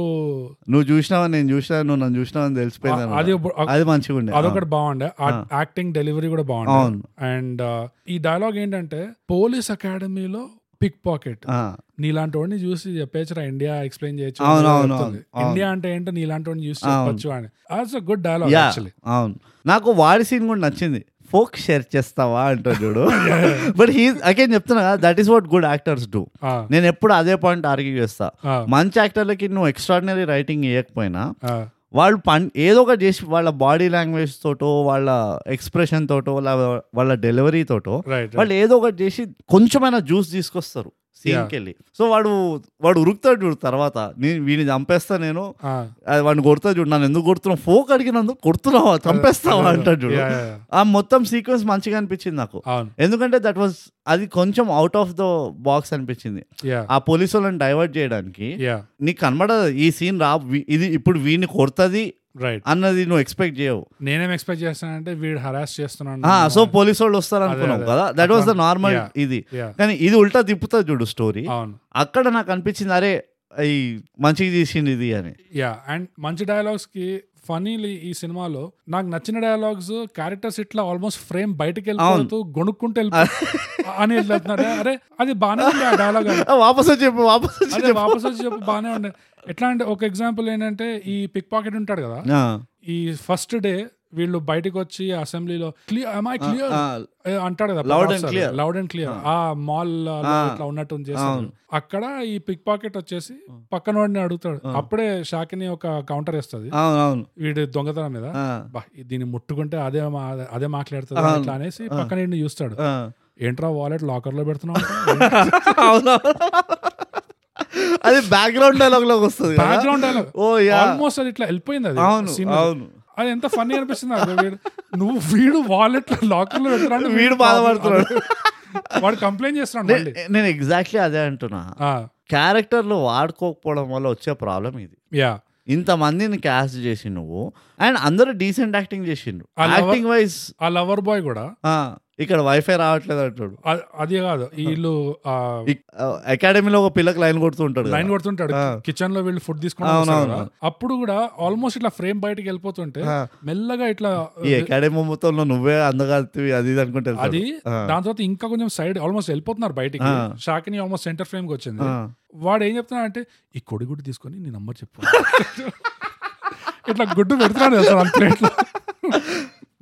S1: నువ్వు చూసినావా నేను చూసినా నువ్వు నన్ను చూసినావని తెలిసిపోయింది
S2: అది
S1: అన్నమాట.
S2: ఒక-
S1: అది మంచిగా ఉండే
S2: అదొకటి బాగుండే యాక్టింగ్ డెలివరీ కూడా
S1: అవును.
S2: బాగుండే అండ్ ఈ డైలాగ్ ఏంటంటే పోలీస్ అకాడమీలో పిక్ పాకెట్
S1: ఆ,
S2: నీలాంటి వాడిని చూసి చెప్పేచ్చు ఇండియా ఎక్స్ప్లెయిన్ చేయొచ్చు
S1: అవును, అవును,
S2: చెప్తుంది.
S1: అవును.
S2: ఇండియా అంటే ఏంటో నీలాంటి వాడిని చూసి
S1: అవును.
S2: చెప్పొచ్చు అని it's a good dialogue
S1: yeah,
S2: actually
S1: అవును నాకు వాడి సీన్ కూడా నచ్చింది ఫోక్ షేర్ చేస్తావా అంటాడు చూడు బట్ హీ అగైన్ చెప్తున్నా that is what good actors do
S2: ఆ,
S1: నేను ఎప్పుడు అదే పాయింట్ ఆర్గ్యూ చేస్తా
S2: ఆ,
S1: మంచి యాక్టర్లకి నువ్వు ఎక్స్ట్రాడినరీ రైటింగ్ ఇవ్వకపోయినా
S2: ఆ,
S1: వాళ్ళు పన్ ఏదో ఒకటి చేసి వాళ్ళ బాడీ లాంగ్వేజ్ తోటో వాళ్ళ ఎక్స్ప్రెషన్ తోటో లే- వాళ్ళ డెలివరీ తోటో
S2: రైట్ రైట్
S1: వాళ్ళు ఏదో ఒకటి చేసి కొంచెమైనా జ్యూస్ తీసుకొస్తారు
S2: Yeah.
S1: సీన్కి వెళ్ళి సో వాడు వాడు ఉరుకుతాడు చూడు తర్వాత నేను వీని చంపేస్తా నేను
S2: ఆ,
S1: అది వాడిని కొడతా చూడు నన్ను ఎందుకు కొడుతున్నావు ఫోక్ అడిగినందుకు కొడుతున్నావా చంపేస్తావా అంటాడు చూడు
S2: Yeah, yeah, yeah.
S1: ఆ మొత్తం సీక్వెన్స్ మంచిగా అనిపించింది నాకు
S2: అవును
S1: ఎందుకంటే దట్ వాజ్ అది కొంచెం అవుట్ ఆఫ్ ద బాక్స్ అనిపించింది
S2: యా
S1: ఆ పోలీసు వాళ్ళని డైవర్ట్ చేయడానికి
S2: యా
S1: నీకు కనబడదు ఈ సీన్ రా వీ- ఇది ఇప్పుడు వీడిని కొడుతుంది
S2: రైట్
S1: అన్నది నువ్వు ఎక్స్పెక్ట్ చేయవు
S2: నేనేం ఎక్స్పెక్ట్ చేస్తానంటే వీడు హరాస్ చేస్తున్నాను
S1: ఆ, సో పోలీస్ వాళ్ళు వస్తారు అనుకున్నావు
S2: అదే.
S1: కదా దట్ వాస్ ద
S2: అట్లా-
S1: నార్మల్
S2: Yeah.
S1: ఇది
S2: యా
S1: కానీ ఇది ఉల్టా తిప్పుతుంది చూడు స్టోరీ
S2: అవును
S1: అక్కడ నాకు అనిపించింది అరే ఈ మంచిగా తీసింది ఇది అని
S2: యా అండ్ మంచి డైలాగ్స్ కి ఫనీలీ ఈ సినిమాలో నాకు నచ్చిన డైలాగ్స్ క్యారెక్టర్స్ ఇట్లా ఆల్మోస్ట్ ఫ్రేమ్ బయటకు వెళ్ళిపోతూ గొణుక్కుంటూ వెళ్ళిపో అని వెళ్తున్నారు అరే అది బాగానే ఉంది ఆ డైలాగ్
S1: ఆ, వాపస్ వచ్చి చెప్పు వాపస్ వచ్చి
S2: అదే
S1: చెప్పు.
S2: వాపస్ వచ్చి చెప్పు బాగానే ఉండే ఎట్లా అంటే ఒక ఎగ్జాంపుల్ ఏంటంటే ఈ పిక్ పాకెట్ ఉంటాడు కదా
S1: ఆ,
S2: ఈ ఫస్ట్ డే వీళ్ళు బయటకు వచ్చి అసెంబ్లీలో క్లియర్ ఐ క్లియర్
S1: ఆ,
S2: ఏ, అంటాడు కదా
S1: Loud
S2: Pratap
S1: and
S2: sir.
S1: clear.
S2: Loud and clear. ఆ మాల్ లో
S1: ఆ.
S2: ఇట్లా ఉన్నట్టు చేస్తాడు అక్కడ ఈ పిక్ పాకెట్ వచ్చేసి పక్కన వాడిని అడుగుతాడు అప్పుడే షాకిని ఒక కౌంటర్ వేస్తుంది
S1: అవును అవును
S2: వీడి దొంగతనం మీద
S1: ఆ,
S2: బా, ఇది దీన్ని ముట్టుకుంటే అదే మా- అదే మాట్లాడుతుంది
S1: అవును.
S2: ఇట్లా అనేసి పక్కన వీడిని చూస్తాడు
S1: ఆ.
S2: ఏంట్రా వాలెట్ లాకర్ లో పెడుతున్నావు
S1: అవును అది బ్యాక్గ్రౌండ్ డైలాగ్ లోకి వస్తుంది కదా.
S2: Background dialogue
S1: oh yeah
S2: almost అది ఇట్లా వెళ్ళిపోయింది అది
S1: అవును
S2: scene.
S1: అవును
S2: అది ఎంత ఫన్నీ అనిపిస్తుంది నాకు వీడు నువ్వు వీడు వాలెట్ లాకర్ లో పెడుతున్నాడు
S1: వీడు బాధపడుతున్నాడు.
S2: వాడు కంప్లైంట్ చేస్తున్నాడు మళ్ళీ
S1: నేను ఎగ్జాక్ట్లీ అదే అంటున్నా
S2: ఆ,
S1: క్యారెక్టర్లు వాడుకోకపోవడం వల్ల వచ్చే ప్రాబ్లం ఇది
S2: యా
S1: ఇంతమందిని క్యాస్ట్ చేసి నువ్వు అండ్ అందరూ డీసెంట్ యాక్టింగ్ చేసిండ్రు
S2: ఆ లవ-
S1: యాక్టింగ్ వైజ్
S2: ఆ లవర్ బాయ్ కూడా
S1: ఇక్కడ వైఫై రావట్లేదు అంటాడు
S2: అ- అది కాదు వీళ్ళు
S1: ఇక్- ఆ, అకాడమీలో ఒక పిల్లకి లైన్ కొడుతుంటాడు
S2: లైన్ కొడుతుంటాడు
S1: ఆ.
S2: కిచెన్ లో వీళ్ళు ఫుడ్
S1: అవునవును.
S2: తీసుకుని అప్పుడు కూడా ఆల్మోస్ట్ ఇట్లా ఫ్రేమ్ బయటకి వెళ్ళిపోతుంటే
S1: ఆ.
S2: మెల్లగా ఇట్లా
S1: ఈ అకాడమీ మొత్తంలో నువ్వే అందగలుగుతావి అది ఇది అనుకుంటే వెళ్తాడు.
S2: అది
S1: ఆ.
S2: దాని తర్వాత ఇంకా కొంచెం సైడ్ ఆల్మోస్ట్ వెళ్ళిపోతున్నారు బయటికి
S1: ఆ.
S2: షాకిని ఆల్మోస్ట్ సెంటర్ ఫ్రేమ్ కి వచ్చింది
S1: ఆ.
S2: వాడు ఏం చెప్తున్నా అంటే ఈ కొడి గుడ్డు తీసుకొని నీ నంబర్ చెప్పు ఇట్లా గుడ్డు పెడుతున్నాడు కదా సార్ ప్లేట్లో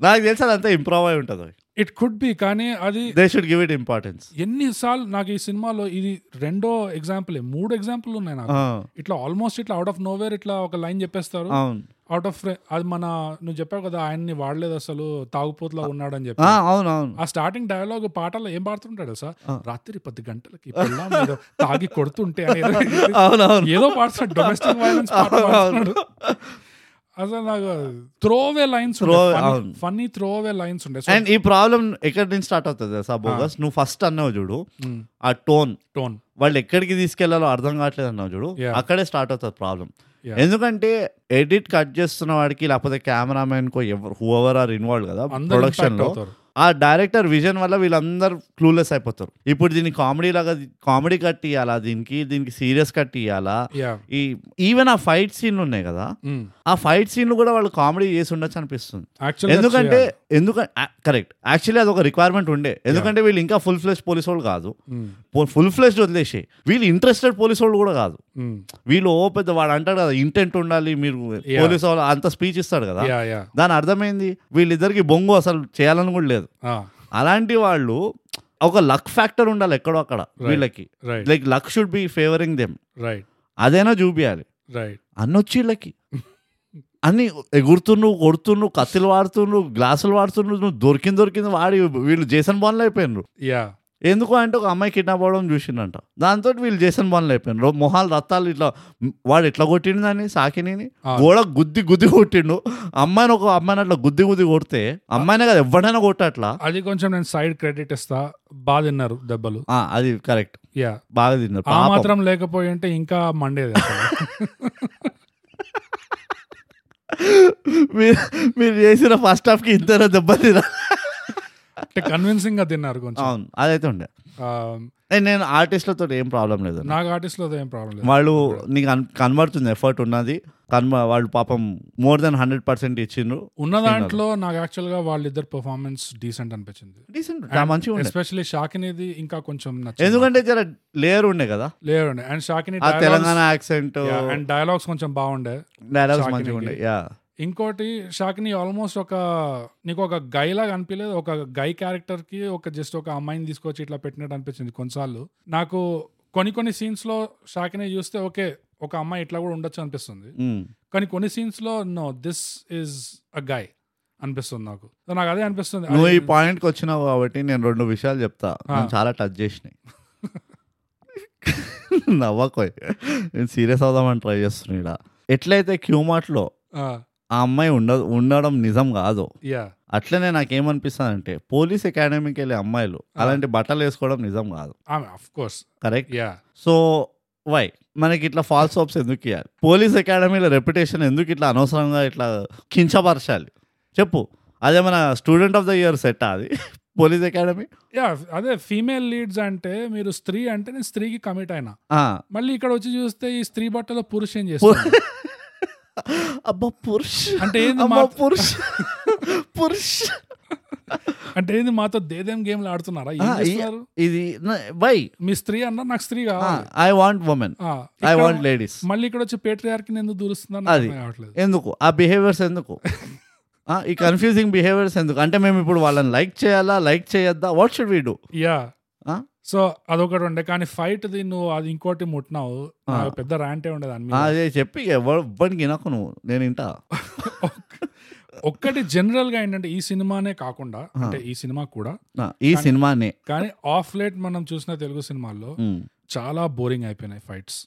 S1: నాకు తెలిసి అదంతా ఇంప్రూవ్ అయి ఉంటుంది
S2: ఇట్ కుడ్ బి కానీ అది
S1: they should give it importance
S2: ఎన్నిసార్లు నాకు ఈ సినిమాలో ఇది రెండో ఎగ్జాంపుల్ మూడు ఎగ్జాంపుల్ ఉన్నాయి నాకు ఇట్లా ఆల్మోస్ట్ ఇట్లా అవుట్ ఆఫ్ నోవేర్ ఇట్లా ఒక లైన్ చెప్పేస్తారు
S1: అవును
S2: అవుట్ ఆఫ్ అది మన నువ్వు చెప్పావు కదా ఆయన్ని వాడలేదు అసలు తాగుపోతులా ఉన్నాడు అని చెప్పి
S1: ఆ, అవును అవును
S2: ఆ స్టార్టింగ్ డైలాగ్ పాటల్లో ఏం పాడుతుంటాడు సార్
S1: ఆ.
S2: రాత్రి పది గంటలకి పిల్లం మీద తాగి కొడుతుంటే అనేది
S1: అవును అవును
S2: ఏదో పాడుతున్నాడు డొమెస్టిక్ వైలెన్స్ పాట
S1: అవును,
S2: పాడుతున్నాడు అసలు నాకు త్రో అవే లైన్స్
S1: Throwaway, అవును.
S2: ఫన్నీ త్రో అవే లైన్స్ ఉండే
S1: అండ్ ఈ ప్రాబ్లం ఎక్కడి నుంచి స్టార్ట్ అవుతుంది తెలుసా బోగస్ నువ్వు ఫస్ట్ అన్నావు చూడు
S2: mm,
S1: ఆ టోన్
S2: టోన్
S1: వాళ్ళు ఎక్కడికి తీసుకెళ్లాలో అర్థం కావట్లేదు అన్నావు చూడు
S2: Yeah.
S1: అక్కడే స్టార్ట్ అవుతుంది ప్రాబ్లం
S2: Yeah.
S1: ఎందుకంటే ఎడిట్ కట్ చేస్తున్న వాడికి లేకపోతే కెమెరామెన్ కో ఎవరు హూవర్ ఆర్ ఇన్వాల్వ్ కదా
S2: అందరూ
S1: ప్రొడక్షన్
S2: ఇన్ఫాక్ట్
S1: లో
S2: అవుతారు
S1: ఆ డైరెక్టర్ విజన్ వల్ల వీళ్ళందరూ క్లూలెస్ అయిపోతారు ఇప్పుడు దీన్ని కామెడీ లాగా కామెడీ కట్ ఇయ్యాలా దీనికి దీనికి సీరియస్ కట్ ఇయ్యాలా
S2: యా
S1: ఈ ఈవెన్ ఆ ఫైట్ సీన్లు ఉన్నాయి కదా
S2: mm.
S1: ఆ ఫైట్ సీన్లు కూడా వాళ్ళు కామెడీ చేసి ఉండొచ్చు అనిపిస్తుంది
S2: యాక్చువల్
S1: ఎందుకంటే ఎందుకంటే కరెక్ట్ యాక్చువల్లీ అది ఒక రిక్వైర్మెంట్ ఉండే ఎందుకంటే వీళ్ళు ఇంకా ఫుల్ ఫ్లెష్ పోలీస్ వాళ్ళు కాదు ఫుల్ ఫ్లెష్ వదిలేసి వీళ్ళు ఇంట్రెస్టెడ్ పోలీస్ వాళ్ళు కూడా కాదు
S2: mm.
S1: వీళ్ళు ఓ పెద్ద వాడు అంటాడు కదా ఇంటెంట్ ఉండాలి మీరు పోలీస్ వాళ్ళు అంత స్పీచ్ ఇస్తాడు కదా
S2: యా యా
S1: దాని అర్థమైంది వీళ్ళిద్దరికి బొంగు అసలు చేయాలని కూడా లేదు
S2: Ah,
S1: అలాంటి వాళ్ళు ఒక లక్ ఫ్యాక్టర్ ఉండాలి ఎక్కడో అక్కడ వీళ్ళకి
S2: right
S1: like luck should be favouring them
S2: right
S1: అదేనా చూపించాలి
S2: రైట్
S1: అన్నొచ్చి వీళ్ళకి అన్ని ఎగురుతుండు కొడుతుండు కత్తులు వాడుతుండు గ్లాసులు వాడుతుండు నువ్వు దొరికింది దొరికింది వాడి వీళ్ళు జేసన్ బాన్లు అయిపోయినారు
S2: యా
S1: ఎందుకు అంటే ఒక అమ్మాయి కిడ్నాప్ అవ్వడం చూసిండంట దాంతో వీళ్ళు జేసన్ బాన్లు అయిపోయినారు మొహాలు రత్తాలు ఇట్లా వాడు ఎట్లా కొట్టిండు దాన్ని సాకిని
S2: ఆ.
S1: గోడ గుద్ది గుద్ది కొట్టిండు అమ్మాయిని ఒక అమ్మాయిని అట్లా గుద్ది గుద్ది కొడితే అమ్మాయినే కదా ఎవడైనా కొట్టట్లా
S2: అది కొంచెం నేను సైడ్ క్రెడిట్ ఇస్తా బాగా తిన్నారు దెబ్బలు
S1: ఆ, అది కరెక్ట్
S2: యా
S1: బాగా తిన్నారు
S2: ఆ
S1: పాపం.
S2: మాత్రం లేకపోయి అంటే ఇంకా మండేది అసలు.
S1: మీరు మీరు చేసిన ఫస్ట్ హాఫ్ కి ఇద్దరు దెబ్బ తిన
S2: అంటే కన్విన్సింగ్ గా తిన్నారు కొంచెం
S1: అవును అదైతే ఉండే
S2: ఆ,
S1: ఏ, నేను ఆర్టిస్ట్లతో ఏం ప్రాబ్లం లేదు
S2: నాకు ఆర్టిస్ట్ లో ఏం ప్రాబ్లం లేదు
S1: వాళ్ళు నీకు అన్- కనబడుతుంది ఎఫర్ట్ ఉన్నది కన్మ వాళ్ళు పాపం మోర్ దెన్ హండ్రెడ్ పర్సెంట్ ఇచ్చిండ్రు
S2: ఉన్న దాంట్లో నాకు యాక్చువల్ గా వాళ్ళిద్దరు పెర్ఫార్మెన్స్ డీసెంట్ అనిపించింది
S1: డీసెంట్ మంచిగా ఉండే
S2: ఎస్పెషల్లీ షాకినిది ఇంకా కొంచెం నచ్చింది
S1: ఎందుకంటే జర లేయర్ ఉండే కదా
S2: లేదండి అండ్ షాకిని
S1: ఆ తెలంగాణ యాక్సెంట్
S2: అండ్ డైలాగ్స్ కొంచెం బాగుండే
S1: డైలాగ్స్
S2: Shakini
S1: మంచిగా ఉండే
S2: కి.
S1: యా
S2: ఇంకోటి షాకిని ఆల్మోస్ట్ ఒక నీకు ఒక గై లాగా అనిపించలేదు ఒక గై క్యారెక్టర్ కి ఒక జస్ట్ ఒక అమ్మాయిని తీసుకొచ్చి ఇట్లా పెట్టినట్టు అనిపించింది కొన్నిసార్లు నాకు కొన్ని కొన్ని సీన్స్ లో షాకిని చూస్తే ఓకే ఒక అమ్మాయి ఇట్లా కూడా ఉండొచ్చు అనిపిస్తుంది
S1: Hmm.
S2: కానీ కొన్ని సీన్స్ లో no this is a guy అనిపిస్తుంది నాకు So నాకు అదే అనిపిస్తుంది
S1: నువ్వు ఈ
S2: అది-
S1: పాయింట్ కి వచ్చినావు కాబట్టి నేను రెండు విషయాలు చెప్తా నేను చాలా టచ్ చేసినాయి నవ్వకోయ్ నేను సీరియస్ అవుదామని ట్రై చేస్తున్నా ఎట్లయితే క్యూమార్ట్లో
S2: ఆ,
S1: ఆ అమ్మాయి ఉండ ఉండడం నిజం కాదు
S2: yeah,
S1: అట్లనే నాకేమనిపిస్తుంది అంటే పోలీస్ అకాడమీకి వెళ్ళే అమ్మాయిలు అలాంటి బట్టలు వేసుకోవడం నిజం కాదు
S2: ఆమె of course,
S1: correct
S2: yeah,
S1: so why మనకి ఇట్లా ఫాల్స్ హోప్స్ ఎందుకు ఇవ్వాలి పోలీస్ అకాడమీలో రెప్యుటేషన్ ఎందుకు ఇట్లా అనవసరంగా ఇట్లా కించపరచాలి చెప్పు అదే మన student of the year set అది పోలీస్ అకాడమీ
S2: yeah, అదే ఫీమేల్ లీడ్స్ అంటే మీరు స్త్రీ అంటే నేను స్త్రీకి కమిట్ అయినా
S1: ఆ.
S2: మళ్ళీ ఇక్కడ వచ్చి చూస్తే ఈ స్త్రీ బట్టలో పురుష్ ఏం చేస్తాడు
S1: అబ్బా పురుష్
S2: అంటే ఏంది
S1: అమ్మా
S2: మా-
S1: పురుష్ పురుష్
S2: అంటే ఏంది మాతో దేదేం గేమ్లు ఆడుతున్నారా ఏం
S1: ఆ, ఈ-
S2: చేస్తున్నారు
S1: ఇది వై
S2: మీ స్త్రీ అన్నా నాకు స్త్రీ కావాలి
S1: ఐ వాంట్ ఉమెన్
S2: ఆ,
S1: ఐ
S2: ఇక్కడ
S1: వాంట్ లేడీస్
S2: మళ్ళీ ఇక్కడ వచ్చి పేట్రియార్కి ఎందుకు దూరుస్తున్నాను
S1: అది.
S2: కావట్లేదు
S1: ఎందుకు ఆ బిహేవియర్స్ ఎందుకు ఆ, ఈ కన్ఫ్యూజింగ్ బిహేవియర్స్ ఎందుకు అంటే మేము ఇప్పుడు వాళ్ళని లైక్ చేయాలా లైక్ చేయొద్దా what should we do
S2: yeah
S1: ఆ?
S2: సో అదొకటి ఉండే కానీ ఫైట్ ది నువ్వు అది ఇంకోటి ముట్టినావు నాకు పెద్ద ర్యాంటే ఉండదు దాని మీద
S1: అదే చెప్పి ఎవ్వడికి నాకు నువ్వు నేను ఇంటా
S2: ఒక్- ఒక్కటి జనరల్ గా ఏంటంటే ఈ సినిమానే కాకుండా అంటే ఈ సినిమా కూడా
S1: ఆ, ఈ సినిమానే
S2: కానీ ఆఫ్ లేట్ మనం చూసిన తెలుగు సినిమాల్లో
S1: ఉమ్,
S2: చాలా బోరింగ్ అయిపోయినాయి ఫైట్స్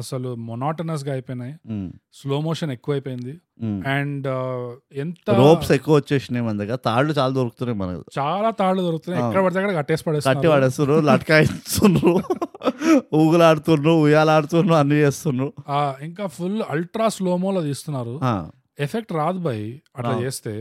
S2: అసలు మొనాటనస్ గా అయిపోయినాయి
S1: ఉమ్,
S2: స్లో మోషన్ ఎక్కువైపోయింది
S1: ఉమ్.
S2: అండ్ ఎంత
S1: రోప్స్ ఎక్కువ వచ్చేసినాయి మన దగ్గర తాళ్ళు చాలా దొరుకుతున్నాయి మనకు
S2: చాలా తాళ్ళు దొరుకుతున్నాయి ఎక్కడ పడితే అక్కడ కట్టేసి
S1: కట్టి
S2: పడేస్తున్నారు
S1: పడేస్తున్నారు లట్కాయిస్తున్నారు ఊగులాడుతున్నావు ఉయ్యాలాడుతున్నావు అన్ని చేస్తున్నావు
S2: ఆ, ఇంకా ఫుల్ అల్ట్రా స్లోమోలో తీస్తున్నారు
S1: ఆ,
S2: ఎఫెక్ట్ రాదు భయ్ అట్లా
S1: ఆ.
S2: చేస్తే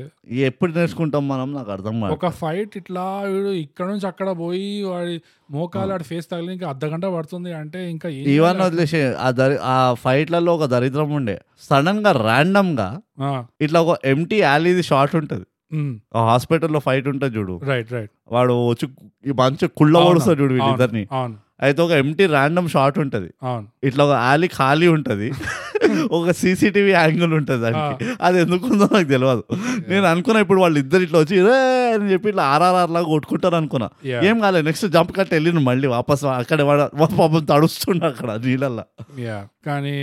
S1: ఎప్పుడు నేర్చుకుంటాం మనం నాకు అర్థం కాదు
S2: ఒక ఫైట్ ఇట్లా వీడు ఇక్కడ నుంచి అక్కడ పోయి వాడి మోకాలు ఆడి ఫేస్ తగిలి ఇంకా అర్ధ గంట పడుతుంది అంటే ఇంకా ఏం
S1: ఇవన్నీ
S2: చేయాలి?
S1: వదిలేసి ఆ దరి ఆ ఫైట్లలో ఒక దరిద్రం ఉండే సడన్ గా ర్యాండమ్ గా
S2: ఆ,
S1: ఇట్లా ఒక ఎంటీ యాలీది షార్ట్ ఉంటది
S2: ఉమ్,
S1: ఆ హాస్పిటల్లో ఫైట్ ఉంటుంది చూడు
S2: రైట్ రైట్
S1: వాడు వచ్చి ఈ మంచి కుళ్ళ
S2: అవును,
S1: ఓడుస్తాడు చూడు
S2: అవును,
S1: వీళ్ళిద్దరిని
S2: అవును
S1: అయితే ఒక ఎంటీ ర్యాండమ్ షాట్ ఉంటది
S2: అవును
S1: ఇట్లా ఒక యాలీ ఖాళీ ఉంటది ఒక సీసీటీవీ యాంగిల్ ఉంటది దానికి అది ఎందుకు ఉందో నాకు తెలియదు నేను అనుకున్నా ఇప్పుడు వాళ్ళు ఇద్దరు ఇట్లా వచ్చి రే అని చెప్పి ఇట్లా ఆర్ఆర్ఆర్ లాగా కొట్టుకుంటారు అనుకున్నా
S2: Yeah.
S1: ఏం కాలేదు నెక్స్ట్ జంప్ కట్ వెళ్ళిను మళ్ళీ వాపస్ అక్కడ వాడు- వాడు పాపం తడుస్తుండ అక్కడ నీళ్ళల్లో
S2: యా కానీ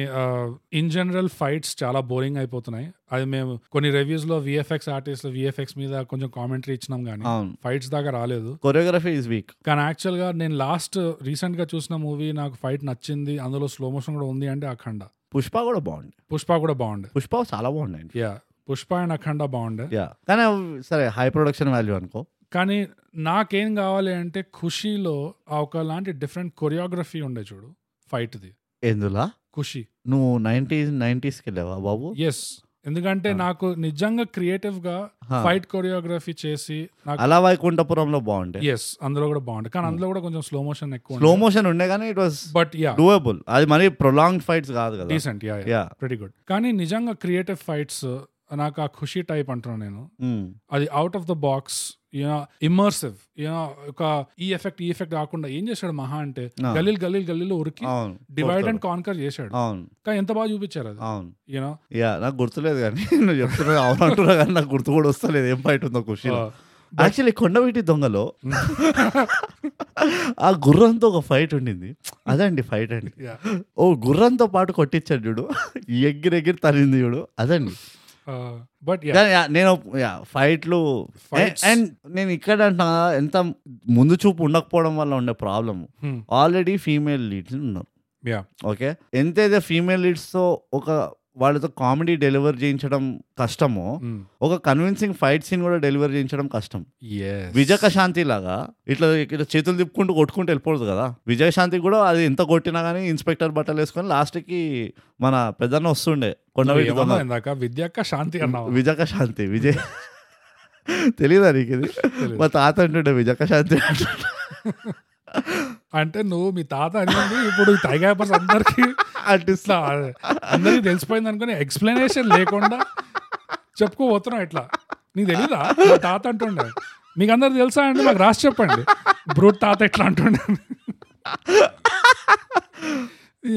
S2: ఇన్ జనరల్ ఫైట్స్ చాలా బోరింగ్ అయిపోతున్నాయి అది మేము కొన్ని రివ్యూస్ లో విఎఫ్ఎక్స్ ఆర్టిస్ట్ విఎఫ్ఎక్స్ మీద కొంచెం కామెంటరీ ఇచ్చినాం కానీ
S1: అవును
S2: ఫైట్స్ దాకా రాలేదు
S1: కొరియోగ్రఫీ ఈజ్ వీక్
S2: కానీ యాక్చువల్ గా నేను లాస్ట్ రీసెంట్ గా చూసిన మూవీ నాకు ఫైట్ నచ్చింది అందులో స్లో మోషన్ కూడా ఉంది అంటే అఖండ
S1: పుష్ప కూడా బాగుంది
S2: పుష్ప కూడా బాగుండే
S1: పుష్ప చాలా బాగుంది
S2: యా పుష్ప అండ్ అఖండ బాగుండే
S1: యా కానీ అవి సరే హై ప్రొడక్షన్ వాల్యూ అనుకో
S2: కానీ నాకేం కావాలి అంటే ఖుషీలో ఆ ఒకలాంటి డిఫరెంట్ కొరియోగ్రఫీ ఉండే చూడు ఫైట్ ది
S1: ఎందులా
S2: ఖుషి
S1: నువ్వు నైన్టీస్ నైన్టీస్కి వెళ్ళావా బాబు
S2: ఎస్ ఎందుకంటే
S1: Ah.
S2: నాకు నిజంగా క్రియేటివ్ గా
S1: హా.
S2: ఫైట్ కొరియోగ్రఫీ చేసి నాకు
S1: అలా వైకుంఠపురంలో బాగుండే
S2: ఎస్ అందులో కూడా బాగుంది కానీ అందులో కూడా కొంచెం స్లో మోషన్
S1: స్లో
S2: ఎక్కువ
S1: మోషన్ ఉండే కానీ it was
S2: but yeah
S1: doable అది మరి ప్రొలాంగ్ ఫైట్స్ కాదు కదా
S2: decent yeah
S1: yeah
S2: very good కానీ నిజంగా క్రియేటివ్ ఫైట్స్ నాకు ఆ ఖుషి టైప్ అంటున్నాను నేను
S1: మ్మ్.
S2: అది out of the box immersive ఒక E ఈ ఎఫెక్ట్ ఈ ఎఫెక్ట్ కాకుండా ఏం చేశాడు మహా అంటే
S1: ఆ.
S2: గలీల్ గలీల్ గలీలు ఉరికి
S1: అవును
S2: డివైడ్ అండ్
S1: కొడతాడు.
S2: కాన్కర్ చేశాడు
S1: అవును
S2: కానీ ఎంత బాగా చూపించారు అది
S1: అవును
S2: యూనో
S1: యా నాకు గుర్తులేదు కానీ నువ్వు చెప్తున్నా అవును అంటున్నా కానీ నాకు గుర్తు కూడా వస్తలేదు ఏం ఫైట్ ఉందో ఖుషిలో
S2: Uh,
S1: యాక్చువల్లీ కొండవీటి దొంగలో
S2: mm,
S1: ఆ గుర్రంతో ఒక ఫైట్ ఉండింది అదండి ఫైట్ అండి ఓ గుర్రంతో పాటు కొట్టించాడు చూడు ఎగిరెగిరి తరింది చూడు అదండి
S2: Uh, బట్
S1: కానీ యా, నేను యా, ఫైట్లు
S2: Fights.
S1: అండ్ నేను ఇక్కడ అంటున్నా ఎంత ముందు చూపు ఉండకపోవడం వల్ల ఉండే problem
S2: Hmm.
S1: Already female leads ఉన్నారు
S2: Yeah.
S1: ఓకే ఎంతైతే ఫీమేల్ లీడ్స్తో ఒక వాళ్ళతో కామెడీ డెలివర్ చేయించడం కష్టమో
S2: Hmm.
S1: ఒక కన్విన్సింగ్ ఫైట్ సీన్ కూడా డెలివర్ చేయించడం కష్టం విజయకాశాంతి లాగా ఇట్లా ఇట్లా చేతులు తిప్పుకుంటూ కొట్టుకుంటూ వెళ్ళిపోదు కదా విజయశాంతి కూడా అది ఎంత కొట్టినా కానీ ఇన్స్పెక్టర్ బట్టలు వేసుకొని లాస్ట్కి మన పెద్దన్న వస్తుండే కొండవీటి దొంగ.
S2: ఇందాక విద్యక్క శాంతి అన్నావు
S1: విజయకాశాంతి విజయ్ తెలియదా నీకు ఇది
S2: తెలీదు.
S1: మా తాత అంటుండే విజయకాశాంతి అంటుండే.
S2: అంటే నువ్వు మీ తాత అనేది ఇప్పుడు టైగర్స్ అందరికి
S1: అంటిస్తా
S2: ఇట్లా అందరికి తెలిసిపోయింది అనుకుని ఎక్స్ప్లెనేషన్ లేకుండా చెప్పుకోబోతున్నావు ఇట్లా నీకు తెలీదా మా తాత అంటుండే మీకు అందరు తెలుసా అండి మాకు రాసి చెప్పండి బ్రూట్ తాత ఎట్లా అంటుండే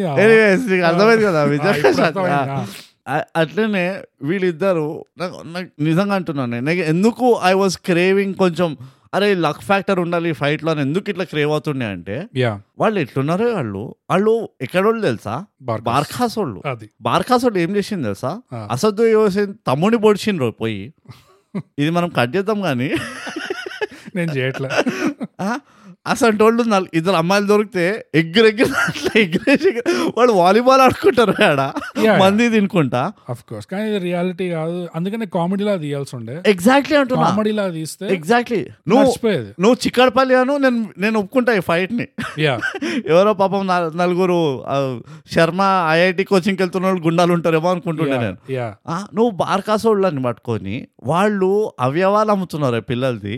S2: యా.
S1: Anyways, నీకు అర్థమైంది కదా విజయకాశాంతి
S2: అర్థమైంది, ఆ.
S1: ఆ- అట్లనే వీళ్ళిద్దరు నాకు నాకు నిజంగా అంటున్నాను నేను నాకు ఎందుకు ఐ వాజ్ క్రేవింగ్ కొంచెం అరే లక్ ఫ్యాక్టర్ ఉండాలి ఈ fight లో అని ఎందుకు ఇట్లా క్రేవ్ అవుతుండే అంటే
S2: యా
S1: వాళ్ళు ఎట్లున్నారో వాళ్ళు వాళ్ళు ఎక్కడోళ్ళు తెలుసా
S2: బార్కస్.
S1: బార్ఖాస్ వాళ్ళు
S2: అది
S1: బార్ఖాస్ వాళ్ళు ఏం చేసింది తెలుసా
S2: ఆ.
S1: అసద్దు యోసేన్ తమ్ముడిని పొడిచిండ్రు పోయి ఇది మనం కట్ చేద్దాం కానీ
S2: నేను చేయట్లే
S1: అసలు వాళ్ళు నల్- ఇద్దరు అమ్మాయిలు దొరికితే ఎగ్గురు ఎగ్గురు అట్లా ఎగ్గురేసి వాళ్ళు వాలీబాల్ ఆడుకుంటారు ఆడ
S2: Yeah.
S1: మంది తినుకుంటా
S2: అఫ్ కోర్స్ కానీ ఇది రియాలిటీ కాదు అందుకనే కామెడీలా తీయాల్సి ఉండే
S1: ఎగ్జాక్ట్లీ అంటున్నా
S2: కామెడీలా తీస్తే
S1: ఎగ్జాక్ట్లీ నువ్వు
S2: మర్చిపోయేది
S1: నువ్వు చిక్కడపల్లి అను నేను నేను ఒప్పుకుంటా ఈ ఫైట్ని
S2: యా
S1: ఎవరో పాపం నల్- నలుగురు ఆ, శర్మ ఐఐటి కోచింగ్కి వెళ్తున్న వాళ్ళు గుండాలు ఉంటారేమో అనుకుంటుండే నేను
S2: యా
S1: ఆ, నువ్వు బార్కాసోళ్ళని పట్టుకొని వాళ్ళు అవయవాలు అమ్ముతున్నారు ఆ పిల్లలది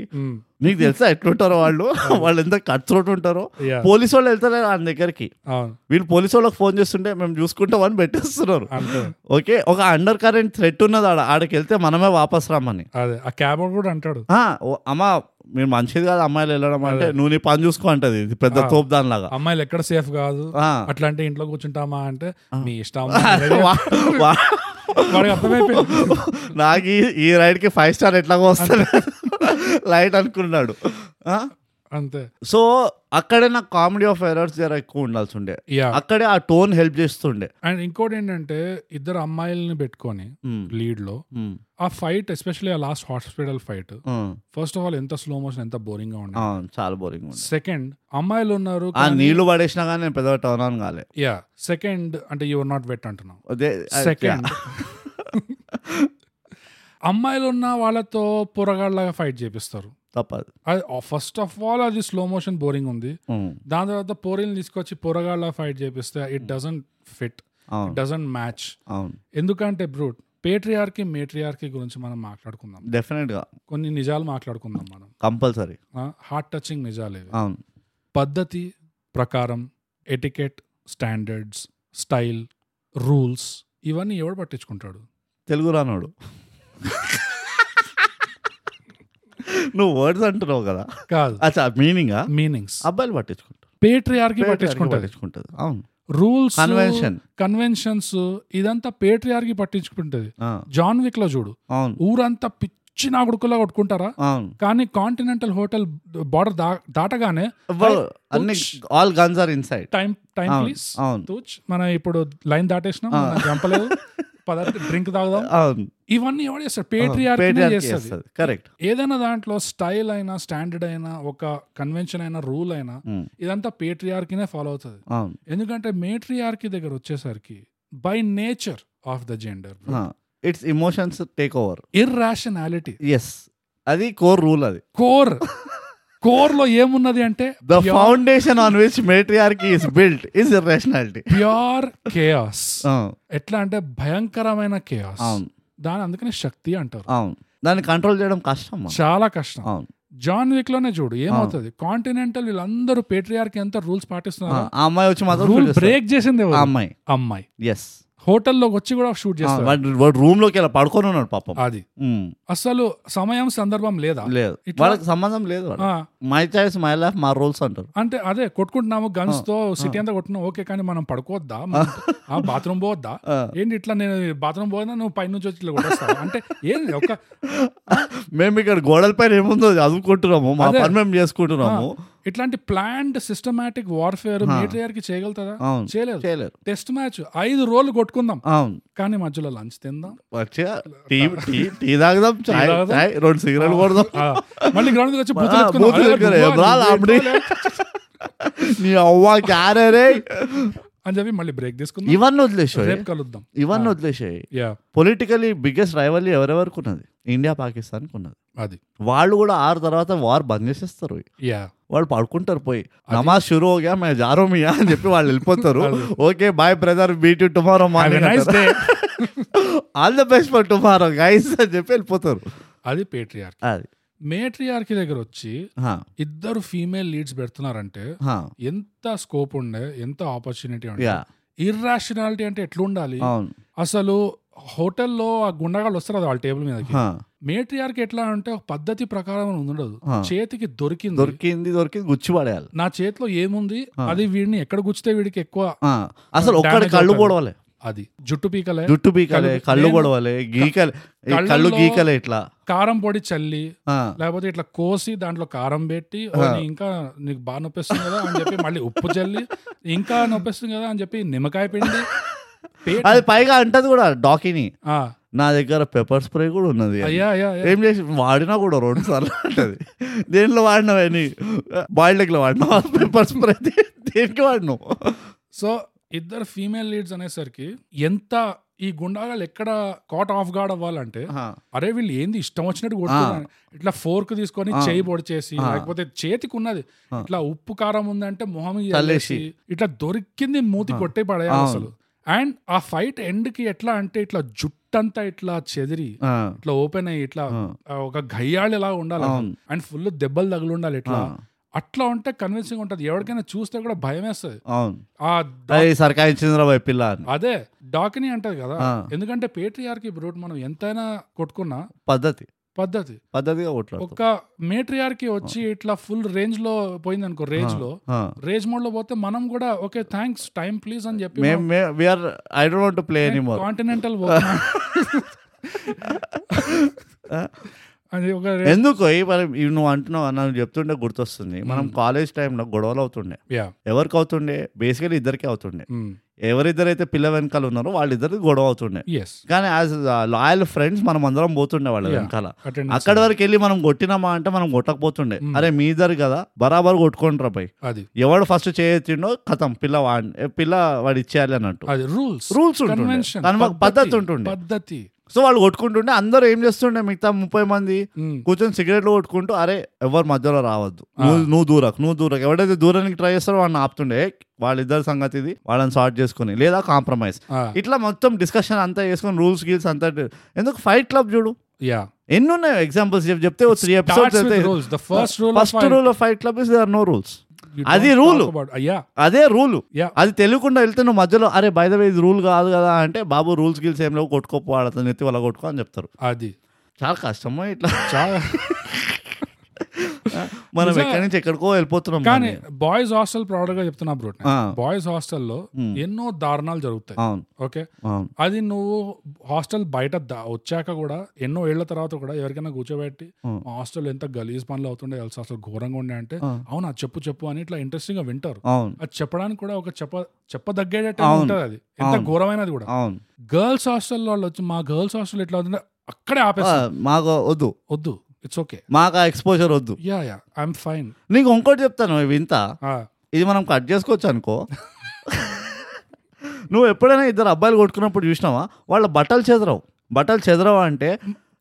S1: నీకు తెలుసా ఎట్లుంటారో వాళ్ళు వాళ్ళు ఎంత కట్రోట్ ఉంటారో
S2: యా
S1: పోలీసు వాళ్ళు వెళ్తారు వాళ్ళ దగ్గరికి
S2: అవును
S1: వీళ్ళు పోలీసు వాళ్ళకి ఫోన్ చేస్తుంటే మేము చూసుకుంటాం అని పెట్టేస్తున్నారు
S2: అంతే
S1: ఓకే ఒక అండర్ కరెంట్ థ్రెట్ ఉన్నది ఆడ ఆడకి వెళ్తే మనమే వాపస్ రమ్మని
S2: అదే ఆ క్యాబ్ కూడా అంటాడు
S1: ఆ, ఓ, అమ్మా మీరు మంచిది కాదు అమ్మాయిలు వెళ్ళడం అంటే నువ్వు నీ పని చూసుకో అంటది ఇది పెద్ద
S2: ఆ.
S1: తోపు దానిలాగా
S2: అమ్మాయిలు ఎక్కడ సేఫ్ కాదు
S1: ఆ.
S2: అట్లాంటి ఇంట్లో కూర్చుంటామా అంటే మీ ఇష్టం
S1: వా- వా-
S2: వాడికి అర్థమైపోయింది
S1: నాకు ఈ- ఈ రైడ్ కి ఫైవ్ స్టార్ ఎట్లాగో వస్తాడు లైట్ అనుకున్నాడు ఆ?
S2: అంతే
S1: సో అక్కడే నాకు కామెడీ ఆఫ్ ఎరర్స్ జర ఎక్కువ ఉండాల్సి ఉండే
S2: యా
S1: అక్కడే ఆ టోన్ హెల్ప్ చేస్తుండే
S2: అండ్ ఇంకోటి ఏంటంటే ఇద్దరు అమ్మాయిల్ని పెట్టుకొని
S1: ఉమ్,
S2: లీడ్ లో
S1: ఉమ్,
S2: ఆ ఫైట్ ఎస్పెషల్లీ ఆ last hospital fight
S1: um.
S2: First of all ఎంత స్లో మోషన్ ఎంత బోరింగ్ గా
S1: ఆ,
S2: ఉండేది
S1: చాలా బోరింగ్ ఉంది
S2: సెకండ్ అమ్మాయిలు ఉన్నారు
S1: ఆ
S2: కానీ-
S1: నీళ్లు పడేసినా కానీ నేను పెద్ద టర్న్ ఆన్ కాలే
S2: యా సెకండ్ అంటే యువర్ నాట్ వెట్ అంటున్నాం
S1: అదే
S2: సెకండ్ అమ్మాయిలు ఉన్న వాళ్ళతో పొరగాళ్ళగా ఫైట్ చేపిస్తారు
S1: తప్పదు
S2: ఫస్ట్ ఆఫ్ ఆల్ అది స్లో మోషన్ బోరింగ్ ఉంది
S1: ఉమ్,
S2: దాని తర్వాత పోరీలు తీసుకొచ్చి పొరగాళ్ళ ఫైట్ చేపిస్తే ఇట్ డజంట్ ఫిట్
S1: అవును
S2: డజంట్ మ్యాచ్
S1: అవును
S2: ఎందుకంటే బ్రూట్ పేట్రియార్కి మేట్రియార్కి గురించి మనం మాట్లాడుకుందాం
S1: డెఫినెట్గా
S2: కొన్ని నిజాలు మాట్లాడుకుందాం మనం
S1: కంపల్సరీ
S2: హార్ట్ టచింగ్ నిజాలు ఇవి
S1: అవును
S2: పద్ధతి ప్రకారం ఎటికెట్ స్టాండర్డ్స్ స్టైల్ రూల్స్ ఇవన్నీ ఎవడు పట్టించుకుంటాడు
S1: తెలుగు రానోడు నువ్వు వర్డ్స్ అంటున్నావు కదా
S2: కాదు
S1: అచ్చా మీనింగ్
S2: మీనింగ్స్
S1: అబ్బాయిలు పట్టించుకుంటారు
S2: పేట్రియార్కి పట్టించుకుంటారు
S1: పట్టించుకుంటుంది అవును
S2: రూల్స్
S1: కన్వెన్షన్
S2: కన్వెన్షన్స్ ఇదంతా పేట్రియార్కి పట్టించుకుంటది
S1: ఆ,
S2: జాన్ విక్ లో చూడు
S1: అవును
S2: ఊరంతా పిచ్చి నాగుడుకులా కొట్టుకుంటారా
S1: అవును
S2: కానీ కాంటినెంటల్ హోటల్ బార్డర్ దాటగానే
S1: Well, అన్ని all guns are inside
S2: time time
S1: అవును
S2: ప్లీజ్
S1: అవును
S2: తూచ్ మనం ఇప్పుడు లైన్ దాటేసినాం మనం చంపలేదు పదార్థ డ్రింక్ తాగుదాం
S1: అవును
S2: ఇవన్నీ ఎవడు చేస్తారు
S1: Patriarchy
S2: పేట్రియార్కి చేస్తుంది
S1: చేస్తుంది కరెక్ట్
S2: ఏదైనా దాంట్లో స్టైల్ అయినా స్టాండర్డ్ అయినా ఒక కన్వెన్షన్ అయినా రూల్ అయినా
S1: Mm.
S2: ఇదంతా పేట్రియార్కినే ఫాలో అవుతుంది
S1: అవును
S2: ఎందుకంటే మేట్రియార్కి దగ్గర వచ్చేసరికి by nature of the gender
S1: it's emotions take over
S2: irrationality
S1: yes అది కోర్ రూల్ అది
S2: కోర్ కోర్ లో ఏమున్నది అంటే
S1: the foundation on which matriarchy is built is irrationality
S2: pure chaos
S1: అవును
S2: ఎట్లా అంటే భయంకరమైన కేయాస్
S1: Oh, అవును
S2: దాని అందుకనే శక్తి అంటారు
S1: అవును దాన్ని కంట్రోల్ చేయడం కష్టం అమ్మా.
S2: చాలా కష్టం
S1: అవును
S2: జాన్ విక్ లోనే చూడు ఏమవుతుంది కాంటినెంటల్ వీళ్ళందరూ పేట్రియార్కి ఎంత రూల్స్
S1: ఆ
S2: పాటిస్తున్నారు
S1: ఆ అమ్మాయి వచ్చి మాత్రం
S2: రూల్
S1: shoot చేస్తుంది.
S2: బ్రేక్ చేసింది
S1: ఆ
S2: ఎవరు?
S1: అమ్మాయి
S2: అమ్మాయి
S1: ఎస్
S2: హోటల్లోకి వచ్చి కూడా షూట్ చేస్తారు
S1: వాడు రూమ్ లోకి ఇలా పడుకొని ఉన్నాడు పాపం
S2: అది
S1: ఉమ్,
S2: అసలు సమయం సందర్భం లేదా
S1: లేదు
S2: Uh-huh. ఇట్లా- Uh-huh.
S1: వాళ్ళకి సంబంధం లేదు వాడు
S2: ఆ,
S1: మై చాయిస్ మై లైఫ్ మా రూల్స్ అంటారు
S2: అంటే అదే కొట్టుకుంటున్నాము గన్స్ తో సిటీ అంతా కొట్టున్నాం ఓకే కానీ మనం పడుకోవద్దా మనం- ఆ బాత్రూమ్ పోవద్దా
S1: ఆ.
S2: ఏంటి ఇట్లా నేను బాత్రూమ్ పోయినా నువ్వు పై నుంచి వచ్చి ఇట్లా కొట్టేస్తావు అంటే ఏంది ఒక
S1: మేము ఇక్కడ గోడల పైన ఏముందో చదువుకుంటున్నాము మా
S2: అదే.
S1: పని మేము చేసుకుంటున్నాము
S2: ఇట్లాంటి ప్లాండ్ సిస్టమాటిక్ వార్ఫేర్ మీటర్ కి చేయగలుగుతుందా
S1: అవును
S2: చేయలేదు
S1: చేయలేరు
S2: టెస్ట్ మ్యాచ్ ఐదు రోజులు కొట్టుకుందాం
S1: అవును
S2: కానీ మధ్యలో లంచ్ తిందాం
S1: వచ్చి టీ టీ టీ తాగుదాం చాయ్
S2: తాగుదాం.
S1: చాయ్ రెండు సిగరెట్ కొడదాం
S2: ఆ, మళ్ళీ గ్రౌండ్ వచ్చి బూతులు
S1: ఆ,
S2: ఎత్తుకుందాం.
S1: బూతులు
S2: అరే,
S1: ఎత్తుకునే,
S2: నువ్వా,
S1: రా,
S2: నువ్వే
S1: లాంబ్డి.
S2: ఎత్తుకోలే.
S1: నీ అవ్వ క్యారే రే
S2: అని చెప్పి మళ్ళీ బ్రేక్ తీసుకుందాం
S1: ఇవన్నీ వదిలేసాయి
S2: రేపు కలుద్దాం
S1: ఇవన్నీ వదిలేసాయి
S2: యా
S1: పొలిటికలీ బిగ్గెస్ట్ రైవల్లీ ఎవరెవరికి ఉన్నది ఇండియా పాకిస్తాన్ ఉన్నది
S2: అది
S1: వాళ్ళు కూడా ఆరు తర్వాత వార్ బంద్ చేసేస్తారు
S2: యా
S1: వాళ్ళు పడుకుంటారు పోయి నమాజ్ షురూ హోగా మే జారో మియా అని చెప్పి వాళ్ళు వెళ్ళిపోతారు okay bye brother beat tomorrow morning
S2: nice day
S1: all the best for tomorrow guys అని చెప్పి వెళ్ళిపోతారు
S2: అది పేట్రియార్కి
S1: అది
S2: మేట్రియార్కి దగ్గర వచ్చి
S1: హా,
S2: ఇద్దరు ఫీమేల్ లీడ్స్ పెడుతున్నారంటే
S1: హా,
S2: ఎంత స్కోప్ ఉండే ఎంత ఆపర్చునిటీ ఉండే
S1: యా
S2: ఇర్రాషనాలిటీ అంటే ఎట్లుండాలి
S1: అవును
S2: అసలు హోటల్లో ఆ గుండగాళ్ళు వస్తారు కదా వాళ్ళ టేబుల్ మీదకి
S1: హా,
S2: మేట్రియార్కి ఎట్లా అంటే ఒక పద్ధతి ప్రకారం ఉండదు
S1: ఆ.
S2: చేతికి దొరికింది
S1: దొరికింది దొరికింది గుచ్చి పడేయాలి
S2: నా చేతిలో ఏముంది అది వీడిని ఎక్కడ గుచ్చితే వీడికి ఎక్కువ
S1: ఆ, అసలు ఒక్కడి
S2: Damage
S1: కళ్ళు
S2: అవుతుంది.
S1: పొడవలే
S2: అది జుట్టు పీకలే
S1: జుట్టు బీకలే
S2: కళ్ళు-
S1: కళ్ళు
S2: నేను-
S1: పొడవలే గీకలే ఈ కళ్ళు
S2: కళ్ళల్లో-
S1: గీకలే ఇట్లా
S2: కారం పొడి చల్లి
S1: ఆ,
S2: లేకపోతే ఇట్లా కోసి దాంట్లో కారం పెట్టి "ఓ, నీ ఇంకా నీకు బాగా నొప్పిస్తుంది కదా అని చెప్పి మళ్ళీ ఉప్పు చల్లి ఇంకా నొప్పిస్తుంది కదా అని చెప్పి నిమ్మకాయ పిండి పే-
S1: అది పైగా అంటది కూడా డాకిని
S2: ఆ,
S1: నా దగ్గర పెప్పర్ స్ప్రే కూడా ఉన్నది అని.
S2: అయ్యా అయ్యా అయ్యా.
S1: ఏం చేసి వాడినా కూడా రెండు సార్లు అంటది దేంట్లో వాడినవని బాయిల్డ్ ఎగ్లో వాడినావు పేపర్ స్ప్రే దేనికి వాడినావు
S2: సో ఇద్దరు ఫీమేల్ లీడ్స్ అనేసరికి ఎంత ఈ గుండాగాళ్ళు ఎక్కడ కాట్ ఆఫ్ గార్డ్ అవ్వాలంటే
S1: ఆ,
S2: అరే వీళ్ళు ఏంది ఇష్టం వచ్చినట్టు కొడుతున్నారు ఇట్లా ఫోర్క్ తీసుకొని చేయి పొడి చేసి లేకపోతే చేతికి ఉన్నది ఇట్లా ఉప్పు కారం ఉందంటే మొహం మీద
S1: చల్లేసి.
S2: చల్లేసి, ఇట్లా దొరికింది మూతి కొట్టే పడేయాలి అసలు అండ్ ఆ ఫైట్ ఎండ్ కి ఎట్లా అంటే ఇట్లా జుట్టంతా ఇట్లా చెదిరి
S1: ఆ,
S2: ఇట్లా ఓపెన్ అయ్యి ఇట్లా ఆ, ఒక గయ్యాళ్ళు ఇలా ఉండాలి అండ్ ఫుల్ దెబ్బలు తగులుండాలి ఇట్లా అట్లా ఉంటే కన్విన్సింగ్ ఉంటది ఎవరికైనా చూస్తే కూడా భయం వేస్తుంది
S1: అవును
S2: ఆ ద-
S1: అది సర్కాయించింద్రా బాయ్ పిల్ల అని
S2: అదే డాకిని అంటది కదా
S1: ఆ.
S2: ఎందుకంటే పేట్రియార్కి బ్రూట్ మనం ఎంతైనా కొట్టుకున్నా
S1: పద్ధతి
S2: పద్ధతి
S1: పద్ధతిగా కొట్లాడు
S2: ఒక మేట్రియార్కి వచ్చి ఇట్లా ఫుల్ రేంజ్ లో పోయింది అనుకో రేంజ్ లో రేంజ్ మోడ్ లో పోతే మనం కూడా ఓకే థ్యాంక్స్ టైం ప్లీజ్ అని చెప్పి
S1: మేము we are I don't want to play any more
S2: continental అది ఒక
S1: ఎందుకు ఈ మరి ఇవి నువ్వు అంటున్నావు అని నాకు చెప్తుంటే గుర్తొస్తుంది మనం కాలేజ్ టైంలో గొడవలు అవుతుండే
S2: యా
S1: ఎవరికి అవుతుండే బేసికలీ ఇద్దరికే అవుతుండే ఎవరిద్దరైతే పిల్ల వెనకాల ఉన్నారో వాళ్ళిద్దరికి గొడవ అవుతుండే
S2: ఎస్
S1: కానీ యాజ్ లాయల్ ఫ్రెండ్స్ మనం అందరం పోతుండే వాళ్ళ వెనకాల
S2: Mm-hmm. అటెండెన్స్
S1: అక్కడి వరకు వెళ్ళి మనం కొట్టినామా అంటే మనం కొట్టకపోతుండే అరే మీ ఇద్దరు కదా బరాబర్ కొట్టుకుంటారా పోయి
S2: అది
S1: ఎవడు ఫస్ట్ చేయొచ్చిండో కథం పిల్ల వాడి పిల్ల వాడు ఇచ్చేయాలి అన్నట్టు
S2: అది రూల్స్
S1: రూల్స్ ఉంటుండే
S2: కన్వెన్షన్
S1: కనుమ- పద్ధతి ఉంటుండే
S2: పద్ధతి
S1: సో వాళ్ళు కొట్టుకుంటుంటే అందరూ ఏం చేస్తుండే మిగతా ముప్పై మంది
S2: ఉమ్,
S1: కూర్చొని సిగరెట్లు కొట్టుకుంటూ అరే ఎవరు మధ్యలో రావద్దు
S2: ఆ.
S1: నువ్వు నువ్వు దూరకు నువ్వు దూరకు ఎవడైతే దూరానికి ట్రై చేస్తారో వాడిని ఆపుతుండే వాళ్ళిద్దరి సంగతి ఇది వాళ్ళని సార్ట్ చేసుకుని లేదా కాంప్రమైజ్
S2: ఆ,
S1: ఇట్లా మొత్తం డిస్కషన్ అంతా చేసుకుని రూల్స్ గీల్స్ అంతా డి- ఎందుకు ఫైట్ క్లబ్ చూడు
S2: యా
S1: ఎన్ని ఉన్నాయి ఎగ్జాంపుల్స్ చెప్తే ఓ త్రీ ఎపిసోడ్స్ అయితే
S2: rules the first rule
S1: first rule of fight club is they are no rules అది rule.
S2: యా
S1: అదే రూలు
S2: Yeah.
S1: అది తెలియకుండా వెళ్తే నువ్వు మధ్యలో అరే బై ద వే ఇది రూల్ కాదు కదా అంటే బాబు రూల్స్ గిల్స్ ఏం లేవు కొట్టుకోపో ఆడతాను ఎత్తి వాళ్ళ కొట్టుకో అని చెప్తారు
S2: అది
S1: చాలా కష్టమో ఇట్లా
S2: చాలా
S1: మనం
S2: నిజమే.
S1: ఎక్కడి నుంచి ఎక్కడికో వెళ్ళిపోతున్నాం
S2: కానీ
S1: కానీ.
S2: బాయ్స్ హాస్టల్ ప్రౌడ్ గా చెప్తున్నా బ్రో
S1: ఆ. Hmm.
S2: బాయ్స్ హాస్టల్లో ఎన్నో దారుణాలు జరుగుతాయి
S1: అవును
S2: ఓకే
S1: అవును
S2: అది నువ్వు హాస్టల్ బయట దా- వచ్చాక కూడా ఎన్నో ఏళ్ల తర్వాత కూడా ఎవరికైనా కూర్చోబెట్టి
S1: Hmm.
S2: మా హాస్టల్ ఎంత గలీజ్ పనులు అవుతుండే తెలుసు అసలు ఘోరంగా ఉండే అంటే
S1: Hmm.
S2: అవునా చెప్పు చెప్పు అని ఇట్లా ఇంట్రెస్టింగ్ గా వింటారు
S1: అవును
S2: అది చెప్పడానికి కూడా ఒక చెప్ప చెప్పదగ్గేటట్టు
S1: అవును.
S2: ఉంటుంది అది ఎంత
S1: అవును.
S2: ఘోరమైనది కూడా
S1: అవును
S2: గర్ల్స్ హాస్టల్ వాళ్ళు వచ్చి మా గర్ల్స్ హాస్టల్ ఎట్లా అవుతుంటే అక్కడే
S1: ఆ,
S2: ఆపేస్తారు
S1: మాకు వద్దు
S2: వద్దు ఇట్స్ ఓకే
S1: మాకు ఆ ఎక్స్పోజర్ వద్దు
S2: యా యా ఐఎమ్ ఫైన్
S1: నీకు ఇంకోటి చెప్తాను వింత
S2: Ah.
S1: ఇది మనం కట్ చేసుకోవచ్చు అనుకో నువ్వు ఎప్పుడైనా ఇద్దరు అబ్బాయిలు కొట్టుకున్నప్పుడు చూసినావా వాళ్ళ బట్టలు చెదరవు బట్టలు చెదరవు అంటే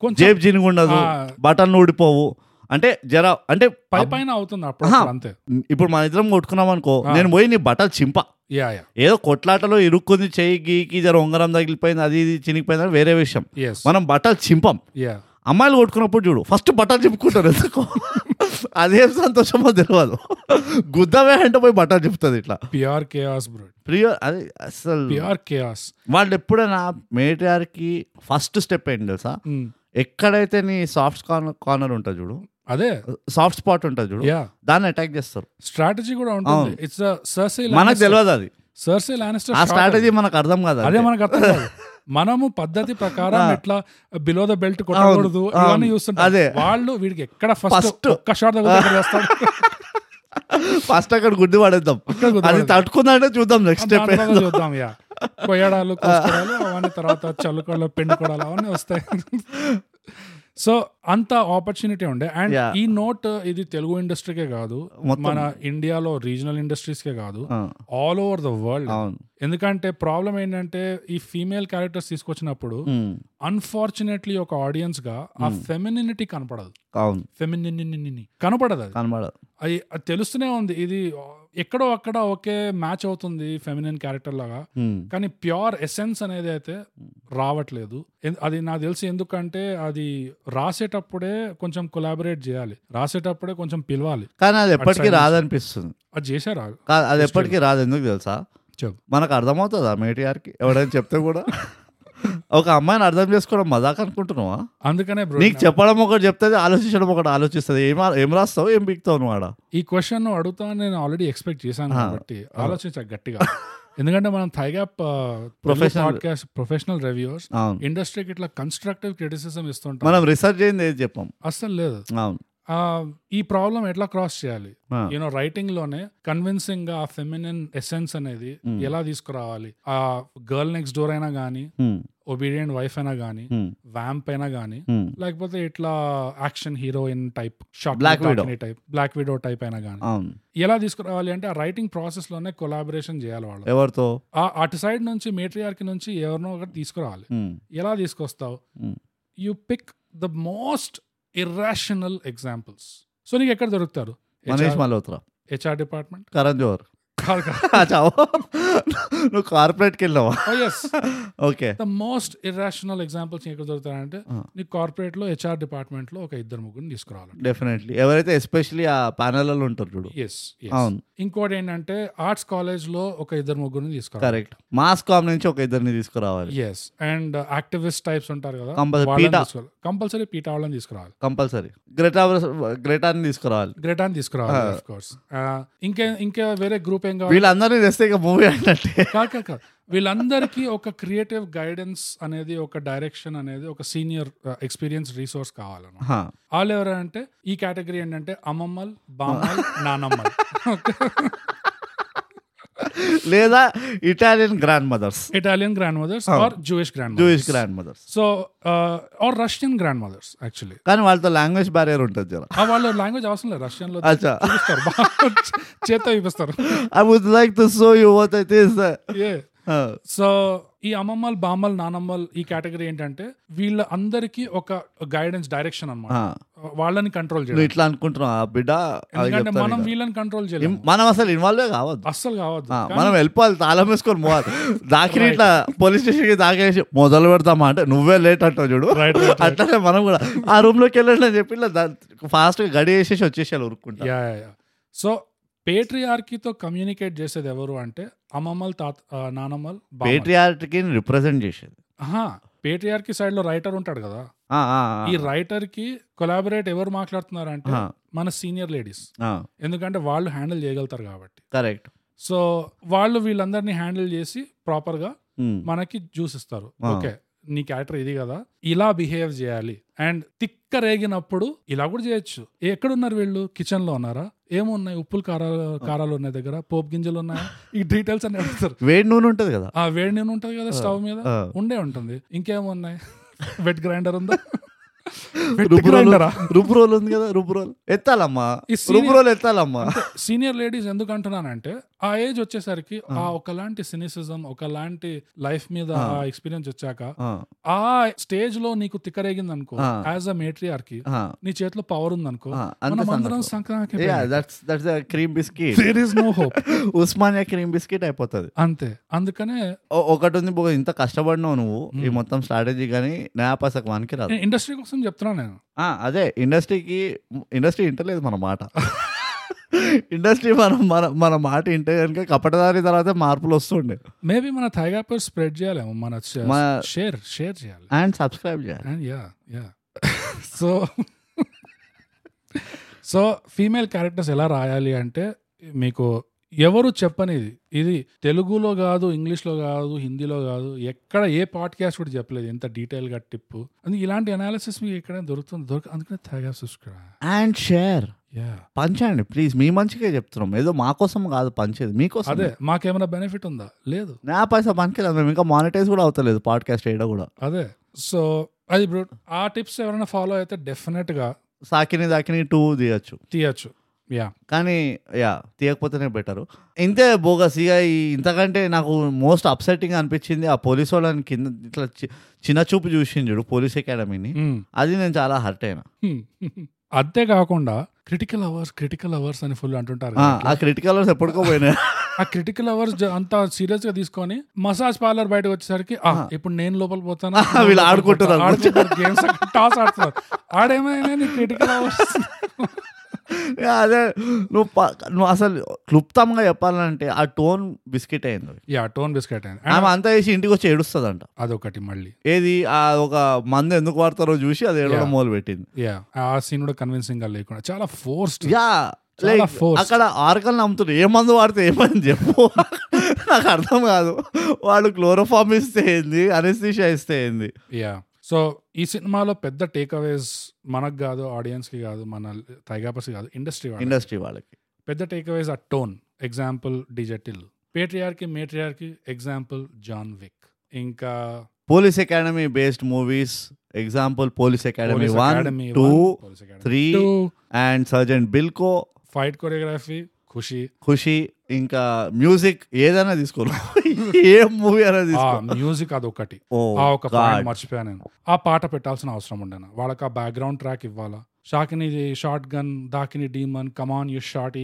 S2: కొంచెం
S1: జేబు జినుగుండదు
S2: ఆ.
S1: బటన్లు ఊడిపోవు అంటే జర అంటే
S2: పై
S1: అబ్-
S2: పైన అవుతుంది అప్పుడు
S1: ఆహా.
S2: అప్పుడు అంతే
S1: ఇప్పుడు మన ఇద్దరం కొట్టుకున్నాం అనుకో
S2: ఆ.
S1: నేను పోయి నీ బట్టలు చింప
S2: యా యా
S1: ఏదో కొట్లాటలో ఇరుక్కుంది చేయి గీకి జర ఉంగరం తగిలిపోయింది అది ఇది చినిగిపోయింది అది వేరే విషయం
S2: ఎస్
S1: మనం బట్టలు చింపం
S2: యా
S1: అమ్మాయిలు కొట్టుకున్నప్పుడు చూడు ఫస్ట్ బట్టలు చింపుకుంటారు ఎందుకు అదేం సంతోషమో తెలియదు గుద్దమే అంటే పోయి బట్టలు చెప్తుంది ఇట్లా
S2: ప్యూర్ కేఆస్ బ్రో
S1: ప్రియ అది అసలు
S2: ప్యూర్ కేఆస్
S1: వాళ్ళు ఎప్పుడైనా మేటర్కి ఫస్ట్ స్టెప్ ఏంటి తెలుసా
S2: Hmm.
S1: ఎక్కడైతే నీ సాఫ్ట్ కార్నర్ కార్నర్ ఉంటుంది చూడు
S2: అదే
S1: సాఫ్ట్ స్పాట్ ఉంటుంది చూడు
S2: యా
S1: దాన్ని అటాక్ చేస్తారు
S2: స్ట్రాటజీ కూడా ఉంటుంది
S1: అవును.
S2: ఇట్స్ సర్సీ
S1: మనకు తెలియదు అది
S2: సర్సీ లానిస్టర్
S1: ఆ స్ట్రాటజీ మనకు అర్థం కాదు
S2: అదే
S1: అది.
S2: మనకు అర్థం కాదు మనము పద్ధతి ప్రకారం
S1: ఆ.
S2: ఎట్లా బిలో ద బెల్ట్ కొట్టకూడదు
S1: అవును.
S2: ఇవన్నీ చూస్తుంటాం
S1: అదే.
S2: వాళ్ళు వీడికి ఎక్కడ ఫస్ట్
S1: First.
S2: ఒక్క షాట్ చేస్తాడు
S1: ఫస్ట్ అక్కడ గుడ్డి పడేద్దాం
S2: అక్కడ గుద్దు
S1: అది
S2: పడేద్దాం.
S1: తట్టుకుందంటే చూద్దాం నెక్స్ట్
S2: దాని
S1: స్టెప్
S2: తర్వాత చూద్దాం యా కొయ్యడాలు కోసుకోడాలు అవన్నీ తర్వాత చల్లుకోడాలు పెండుకోడాలు అవన్నీ వస్తాయి సో అంత ఆపర్చునిటీ ఉండే అండ్
S1: Yeah.
S2: ఈ నోట్ ఇది తెలుగు ఇండస్ట్రీకే కాదు
S1: మొత్తం.
S2: మన ఇండియాలో రీజనల్ ఇండస్ట్రీస్కే కాదు
S1: ఆ,
S2: ఆల్ ఓవర్ ద వరల్డ్
S1: అవును
S2: ఎందుకంటే ప్రాబ్లం ఏంటంటే ఈ ఫీమేల్ క్యారెక్టర్స్ తీసుకొచ్చినప్పుడు
S1: ఉమ్,
S2: అన్ఫార్చునేట్లీ ఒక ఆడియన్స్ గా ఆ ఫెమినినిటీ కనపడదు
S1: అవును
S2: ఫెమినిని కనపడదు అది
S1: కనబడదు
S2: అది అది తెలుస్తూనే ఉంది ఇది ఎక్కడో అక్కడ ఒకే మ్యాచ్ అవుతుంది ఫెమినిన్ క్యారెక్టర్ లాగా
S1: ఉమ్,
S2: కానీ ప్యూర్ ఎసెన్స్ అనేది అయితే రావట్లేదు ఎన్- అది నాకు తెలిసి ఎందుకంటే అది రాసేటప్పుడే కొంచెం కొలాబరేట్ చేయాలి రాసేటప్పుడే కొంచెం పిలవాలి
S1: కానీ అది ఎప్పటికీ
S2: నుంచి.
S1: రాదనిపిస్తుంది
S2: అది చేశారా
S1: కా- అది ఎప్పటికీ రాదు ఎందుకు తెలుసా
S2: చెప్పు
S1: మనకు అర్థమవుతుందా మేటిఆర్కి ఎవడైనా చెప్తే కూడా ఒక అమ్మాయిని అర్థం చేసుకోవడం మజాక్ అనుకుంటున్నావా
S2: అందుకనే బ్రో
S1: నీకు చెప్పడం ఒకటి చెప్తుంది ఆలోచించడం ఒకటి ఆలోచిస్తుంది ఏం ఆ- ఏం రాస్తావు ఏం బిక్తావు నువ్వు ఆడ
S2: ఈ క్వశ్చన్ నువ్వు అడుగుతావని నేను ఆల్రెడీ ఎక్స్పెక్ట్ చేశాను కాబట్టి ఆలోచించా గట్టిగా ఎందుకంటే మనం thigh gap
S1: Professional.
S2: Podcast professional reviews
S1: అవును
S2: ఇండస్ట్రీకి ఇట్లా కన్స్ట్రక్టివ్ క్రిటిసిజం ఇస్తుంటాం
S1: మనం రీసెర్చ్ చేయింది ఏది చెప్పాం
S2: అస్సలు లేదు
S1: అవును
S2: ఆ, ఈ ప్రాబ్లం ఎట్లా క్రాస్ చేయాలి
S1: ఆ,
S2: యూనో రైటింగ్ లోనే కన్విన్సింగ్ గా ఆ ఫెమినిన్ ఎసెన్స్ అనేది
S1: Hmm.
S2: ఎలా తీసుకురావాలి ఆ గర్ల్ నెక్స్ట్ డోర్ అయినా గానీ
S1: ఉమ్,
S2: ఒబీడియంట్ వైఫ్ అయినా గానీ
S1: ఉమ్,
S2: వ్యాంప్ అయినా గానీ
S1: ఉమ్,
S2: లేకపోతే ఇట్లా action heroine type short
S1: Black Widow. Ah.
S2: Type black widow type అయినా గానీ
S1: అవును
S2: ఎలా తీసుకురావాలి అంటే ఆ రైటింగ్ ప్రాసెస్ లోనే కొలాబరేషన్ చేయాలి వాళ్ళు
S1: ఎవరితో
S2: ఆ అటు సైడ్ నుంచి మేట్రియార్కి నుంచి ఎవరినో ఒకటి తీసుకురావాలి
S1: ఉమ్,
S2: ఎలా తీసుకొస్తావు
S1: um,
S2: you pick the most irrational examples so నీకు ఎక్కడ దొరుకుతారు
S1: మనీష్ మల్హోత్రా
S2: హెచ్ఆర్ డిపార్ట్మెంట్
S1: కరణ్ జోహర్
S2: కాదు కాదు
S1: ఆ, చావు నువ్వు కార్పొరేట్కి వెళ్ళావా
S2: Oh,
S1: okay
S2: the most irrational examples ఎక్కడ దొరుకుతాయంటే
S1: Ah.
S2: నీ కార్పొరేట్ లో హెచ్ఆర్ డిపార్ట్మెంట్ లో ఒక ఇద్దరు ముగ్గురు తీసుకురావాలి
S1: డెఫినెట్లీ ఎవరైతే ఎస్పెషలీ ఆ ప్యానెల్లో ఉంటారు చూడు
S2: ఎస్
S1: అవును
S2: ఇంకోటి ఏంటంటే ఆర్ట్స్ కాలేజ్ లో ఒక ఇద్దరు ముగ్గురిని తీసుకురావాలి
S1: కరెక్ట్ మాస్ కామ్ నుంచి ఒక ఇద్దరిని తీసుకురావాలి
S2: yes and activist types uh, ఉంటారు కదా
S1: Compulsory PETA.
S2: కంపల్సరీ పీటా వాళ్ళని తీసుకురావాలి
S1: కంపల్సరీ గ్రేటా గ్రేటాని తీసుకురావాలి
S2: గ్రేటాన్ తీసుకురావాలి
S1: Ah.
S2: ఆఫ్ కోర్స్ ఇంకా ఇంకా వేరే గ్రూప్ ఏం కావాలి
S1: వీళ్ళందరినీ తెస్తే ఇక మూవీ అన్నట్టే
S2: కాదు కాదు కాదు వీళ్ళందరికీ ఒక క్రియేటివ్ గైడెన్స్ అనేది ఒక డైరెక్షన్ అనేది ఒక సీనియర్ ఎక్స్పీరియన్స్ రీసోర్స్ కావాలన్నమాట
S1: హా,
S2: వాళ్ళు ఎవరంటే ఈ కేటగిరీ ఏంటంటే అమ్మమ్మల్ బామ్మల్ నానమ్మల్
S1: లేదా Italian grandmothers
S2: Italian grandmothers or Jewish grand
S1: Jewish grandmothers
S2: so or Russian grandmothers actually
S1: కానీ వాళ్ళతో లాంగ్వేజ్ బ్యారియర్ ఉంటుంది జర
S2: వాళ్ళ లాంగ్వేజ్ అవసరం లేదు రష్యన్ లో
S1: అచ్చా
S2: చూపిస్తారు బాగా చేత చూపిస్తారు
S1: I would like to so you what it is
S2: a so ఈ అమ్మమ్మలు బామ్మలు నానమ్మలు ఈ కేటగిరీ ఏంటంటే వీళ్ళ అందరికీ ఒక గైడెన్స్ డైరెక్షన్ అన్నమాట వాళ్ళని కంట్రోల్
S1: నువ్వు
S2: చేయడం
S1: ఇట్లా అనుకుంటున్నావు ఆ బిడ్డ అది
S2: ఎందుకంటే
S1: చెప్తాను
S2: మనం
S1: ఇక.
S2: వీళ్ళని కంట్రోల్ చేయలేం
S1: ఇం- మనం అసలు ఇన్వాల్వ్ కావద్దు
S2: అస్సలు కావద్దు
S1: ఆ,
S2: కానీ
S1: మనం వెళ్ళిపోవాలి తాళం వేసుకొని పోవాలి దాకిరి ఇట్లా పోలీస్ స్టేషన్కి దాకేసి మొదలు పెడతామా అంటే నువ్వే లేట్ అంటావు చూడు
S2: Right, right, right.
S1: అట్లానే మనం కూడా ఆ room లోకి వెళ్ళండి అని చెప్పి ఫాస్ట్గా గడి వేసేసి వచ్చేసేయాలి ఉరుక్కుంటా
S2: యా యా సో పేట్రియార్కీతో కమ్యూనికేట్ చేసేది ఎవరు అంటే అమ్మమ్మలు తాత ఆ, నానమ్మలు బామ్మలు.
S1: పేట్రియార్ట్కి రిప్రజెంట్ చేసేది
S2: ఆహా, పేట్రియార్కీ సైడ్ లో రైటర్ ఉంటాడు కదా
S1: ఆ, ఆ, ఆ.
S2: ఈ రైటర్ కి కొలాబరేట్ ఎవరు మాట్లాడుతున్నారంటే
S1: ఆ,
S2: మన సీనియర్ లేడీస్
S1: ఆ,
S2: ఎందుకంటే వాళ్ళు హ్యాండిల్ చేయగలుగుతారు కాబట్టి
S1: కరెక్ట్
S2: సో వాళ్ళు వీళ్ళందరినీ హ్యాండిల్ చేసి ప్రాపర్ గా
S1: ఉమ్,
S2: మనకి జ్యూస్ ఇస్తారు
S1: ఆ.
S2: ఓకే నీ క్యారెక్టర్ ఇది కదా ఇలా బిహేవ్ చేయాలి అండ్ తిక్క రేగినప్పుడు ఇలా కూడా చేయొచ్చు ఎక్కడున్నారు వీళ్ళు కిచెన్ లో ఉన్నారా ఏమున్నాయి ఉప్పులు కారాలు కారాలు ఉన్నాయి దగ్గర పోపు గింజలు ఉన్నాయా ఈ డీటెయిల్స్ అని అడుగుతారు
S1: వేడి నూనె ఉంటుంది కదా
S2: ఆ వేడి నేను ఉంటది కదా స్టవ్ మీద
S1: ఆ.
S2: ఉండే ఉంటుంది ఇంకేమున్నాయి వెట్ గ్రైండర్ ఉందా వెట్
S1: రుబ్బు రోలు-
S2: గ్రైండరా
S1: రుబ్బు రోల్ ఉంది కదా రుబ్బు రోల్ ఎత్తాలమ్మా
S2: ఈ సీనియర్-
S1: రుబ్బు రోల్ ఎత్తాలమ్మా
S2: సీనియర్ లేడీస్ ఎందుకు అంటున్నానంటే ఆ ఏజ్ వచ్చేసరికి ఆ ఒకలాంటి సినిసిజం ఒకలాంటి లైఫ్ మీద
S1: ఆ.
S2: ఆ ఎక్స్పీరియన్స్ వచ్చాక
S1: ఆ,
S2: ఆ స్టేజ్ లో నీకు తిక్కరేగింది అనుకో
S1: ఆ.
S2: యాజ్ అ మేట్రియార్కి
S1: ఆ,
S2: నీ చేతిలో పవర్ ఉంది అనుకో
S1: ఆ, అంతే
S2: మనం అందరం
S1: సంగతి. Yeah, that's- that's a cream biscuit.
S2: There is no hope
S1: Osmania cream biscuit అయిపోతుంది
S2: అంతే అందుకనే
S1: ఓ- ఒకటి ఉంది బో ఇంత కష్టపడినావు నువ్వు ఈ మొత్తం స్ట్రాటజీ కానీ నా పసకు వానికి రాదు
S2: నేను ఇండస్ట్రీ కోసం చెప్తున్నా నేను
S1: ఆ, అదే ఇండస్ట్రీకి ఇండస్ట్రీ వింటలేదు మన మాట ఇండస్ట్రీ మన మన మన మాట వింటే కనుక కపటదారి తర్వాత మార్పులు వస్తుండే
S2: మేబీ మన థైగా పేరు స్ప్రెడ్ చేయాలేమో మన
S1: మా-
S2: షేర్ షేర్ చేయాలి
S1: అండ్ సబ్స్క్రైబ్ చేయాలి
S2: and ya yeah so so female characters ఎలా రాయాలి అంటే మీకు ఎవరు చెప్పనిది ఇది తెలుగులో కాదు ఇంగ్లీష్లో కాదు హిందీలో కాదు ఎక్కడ ఏ పాడ్కాస్ట్ కూడా చెప్పలేదు ఎంత డీటెయిల్గా టిప్పు అందుకే ఇలాంటి అనాలిసిస్ మీకు ఎక్కడైనా దొరుకుతుంది దొరక అందుకనే థాగా చూసుకురా
S1: అండ్ షేర్
S2: యా
S1: పంచండి ప్లీజ్ మీ మంచిగా చెప్తున్నాం ఏదో మా కోసం కాదు పంచేది మీకోసం
S2: అదే మాకేమైనా బెనిఫిట్ ఉందా లేదు
S1: నా పైసా పనికి రాదు మేము ఇంకా మానిటైజ్ కూడా అవుతలేదు పాడ్కాస్ట్ చేయడం కూడా
S2: అదే సో అది బ్రో ఆ టిప్స్ ఎవరైనా ఫాలో అయితే డెఫినెట్గా
S1: సాకిని దాకిని టూ తీయచ్చు
S2: తీయచ్చు యా
S1: కానీ యా తీయకపోతేనే బెటరు ఇంతే బోగస్ ఇక ఈ ఇంతకంటే నాకు మోస్ట్ అప్సెట్టింగ్ అనిపించింది ఆ పోలీస్ వాళ్ళని కింద ఇట్లా చి- చిన్న చూపు చూసింది చూడు పోలీస్ అకాడమీని అది నేను చాలా హర్ట్ అయినా
S2: అంతే కాకుండా క్రిటికల్ అవర్స్ క్రిటికల్ అవర్స్ అని ఫుల్ అంటుంటారు
S1: ఆ,
S2: కదా.
S1: ఆ క్రిటికల్ అవర్స్ ఎప్పటికో పోయినా
S2: ఆ క్రిటికల్ అవర్స్ అంత సీరియస్ గా తీసుకొని మసాజ్ పార్లర్ బయటకు వచ్చేసరికి ఆ, ఇప్పుడు నేను లోపల పోతాను
S1: ఆ, వీళ్ళు ఆడుకుంటారు
S2: గేమ్స్ టాస్ ఆడుతున్నారు ఆడేమైనా క్రిటికల్ అవర్స్
S1: అదే నువ్వు ప- నువ్వు అసలు క్లుప్తంగా చెప్పాలంటే ఆ టోన్ బిస్కెట్ అయింది
S2: యా టోన్ బిస్కెట్ అని
S1: ఆమె అంతా వేసి ఇంటికి వచ్చి ఏడుస్తుందంట
S2: అదొకటి మళ్ళీ
S1: ఏది ఆ ఒక మందు ఎందుకు వాడతారో చూసి అది ఏడవడం
S2: Yeah.
S1: మొదలు పెట్టింది
S2: యా ఆ సీన్ కూడా కన్విన్సింగ్ గా లేకుండా చాలా ఫోర్స్డ్
S1: యా
S2: చాలా
S1: లైక్
S2: forced.
S1: అక్కడ ఆర్కల్ నమ్ముతున్నారు ఏ మందు వాడితే ఏమని చెప్పు నాకు అర్థం కాదు వాడు క్లోరోఫామ్ ఇస్తే ఏంది అనెస్థిషియా ఇస్తే ఏంది
S2: యా సో ఈ సినిమాలో పెద్ద టేక్ అవేస్ మనకు కాదు ఆడియన్స్ కి కాదు మన తైగాపస్ కాదు ఇండస్ట్రీ వాళ్ళు
S1: ఇండస్ట్రీ వాళ్ళకి
S2: పెద్ద టేక్ అవేస్ ఆ టోన్ ఎగ్జాంపుల్ డిజటిల్ patriarchy matriarchy example John Wick ఇంకా
S1: police academy based movies example police academy
S2: Police
S1: one
S2: Academy
S1: two
S2: one, Police Academy
S1: three
S2: two,
S1: and sergeant Bilko
S2: fight choreography Kushi
S1: Kushi ఇంకా music ఏదైనా తీసుకోను ఏ movie అయినా
S2: ఆ
S1: తీసుకో Oh
S2: music అదొకటి
S1: ఓ
S2: ఆ ఒక పాయింట్
S1: గాడ్
S2: మర్చిపోయాను నేను ఆ పాట పెట్టాల్సిన అవసరం ఉండేనా వాళ్ళకి ఆ బ్యాక్గ్రౌండ్ ట్రాక్ ఇవ్వాలా Shakini short gun Daakini demon come on you short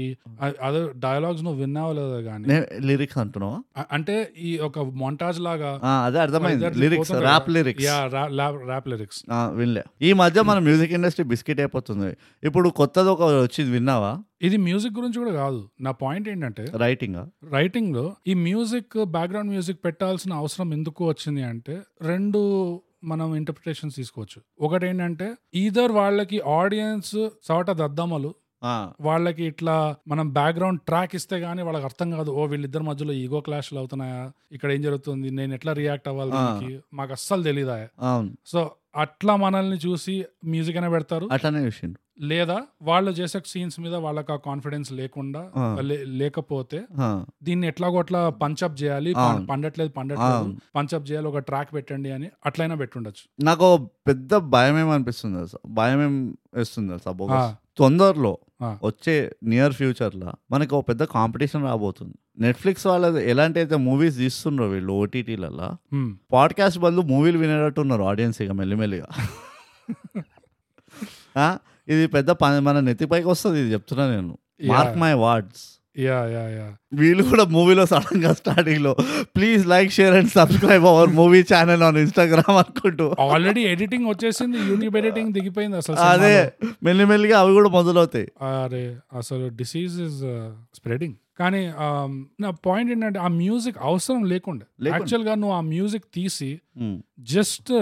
S2: అదే డైలాగ్స్ నువ్వు విన్నావు లేదా కానీ
S1: నేను లిరిక్స్ అంటున్నావా
S2: అంటే ఈ ఒక మొంటాజ్ లాగా
S1: ఆ, అదే అర్థమైంది lyrics rap lyrics
S2: yeah rap lyrics
S1: ఆ, వినలే ఈ మధ్య మన మ్యూజిక్ ఇండస్ట్రీ బిస్కెట్ అయిపోతుంది ఇప్పుడు కొత్తది ఒక వచ్చింది విన్నావా
S2: ఇది మ్యూజిక్ గురించి కూడా కాదు నా పాయింట్ ఏంటంటే
S1: రైటింగ్
S2: రైటింగ్ లో ఈ మ్యూజిక్ బ్యాక్గ్రౌండ్ మ్యూజిక్ పెట్టాల్సిన అవసరం ఎందుకు వచ్చింది అంటే రెండు మనం ఇంటర్ప్రిటేషన్స్ తీసుకోవచ్చు ఒకటి ఏంటంటే ఈధర్ వాళ్ళకి ఆడియన్స్ సవట దద్దమ్మలు వాళ్ళకి ఇట్లా మనం బ్యాక్గ్రౌండ్ ట్రాక్ ఇస్తే గానీ వాళ్ళకి అర్థం కాదు ఓ వీళ్ళిద్దరి మధ్యలో ఈగో క్లాష్లు అవుతున్నాయా ఇక్కడ ఏం జరుగుతుంది నేను ఎట్లా రియాక్ట్ అవ్వాలి
S1: ఆ.
S2: దీనికి మాకు అస్సలు తెలీదా
S1: అవును
S2: సో అట్లా మనల్ని చూసి మ్యూజిక్ అనే పెడతారు
S1: అట్లానే విషయండు
S2: లేదా వాళ్ళు చేసే సీన్స్ మీద వాళ్ళకి ఆ కాన్ఫిడెన్స్ లేకుండా
S1: ఆ.
S2: లే- లేకపోతే దీన్ని ఎట్లాగోట్లా పంచప్ చేయాలి
S1: ఆ.
S2: పం- పండట్లేదు పండట్లేదు
S1: ఆ.
S2: పంచప్ చేయాలి ఒక ట్రాక్ పెట్టండి అని అట్లైనా పెట్టుండొచ్చు
S1: నాకు ఓ పెద్ద భయం ఏమనిపిస్తుంది తెలుసా భయం ఏం వేస్తుంది తెలుసా బోగస్
S2: ఆ.
S1: తొందరలో
S2: ఆ.
S1: వచ్చే నియర్ ఫ్యూచర్ లో మనకి ఓ పెద్ద కాంపిటీషన్ రాబోతుంది నెట్ఫ్లిక్స్ వాళ్ళ ఎలాంటి అయితే మూవీస్ తీస్తుండ్రో వీళ్ళు ఓటీటీలలో
S2: హ్మ్.
S1: పాడ్కాస్ట్ బదులు మూవీలు వినేటట్టు ఉన్నారు ఆడియన్స్ ఇక మెల్లిమెల్లిగా ఆ, ఇది పెద్ద పని మన నెత్తిపైకి వస్తుంది ఇది చెప్తున్నా నేను mark my words
S2: yeah yeah yeah
S1: వీళ్ళు కూడా మూవీలో సడన్ గా స్టార్టింగ్ లో please like share and subscribe our movie channel on Instagram అనుకుంటూ
S2: ఆల్రెడీ ఎడిటింగ్ వచ్చేసింది యూనిబ్ ఎడిటింగ్ దిగిపోయింది అసలు
S1: అదే
S2: సినిమాలో.
S1: మెల్లిమెల్లిగా అవి కూడా మొదలవుతాయి
S2: అరే అసలు డిసీజ్ ఇస్ స్ప్రెడింగ్ కానీ um, నా పాయింట్ ఏంటంటే ఆ మ్యూజిక్ అవసరం లేకుండా
S1: లేకుండే.
S2: యాక్చువల్ గా నువ్వు ఆ మ్యూజిక్ తీసి
S1: ఉమ్,
S2: జస్ట్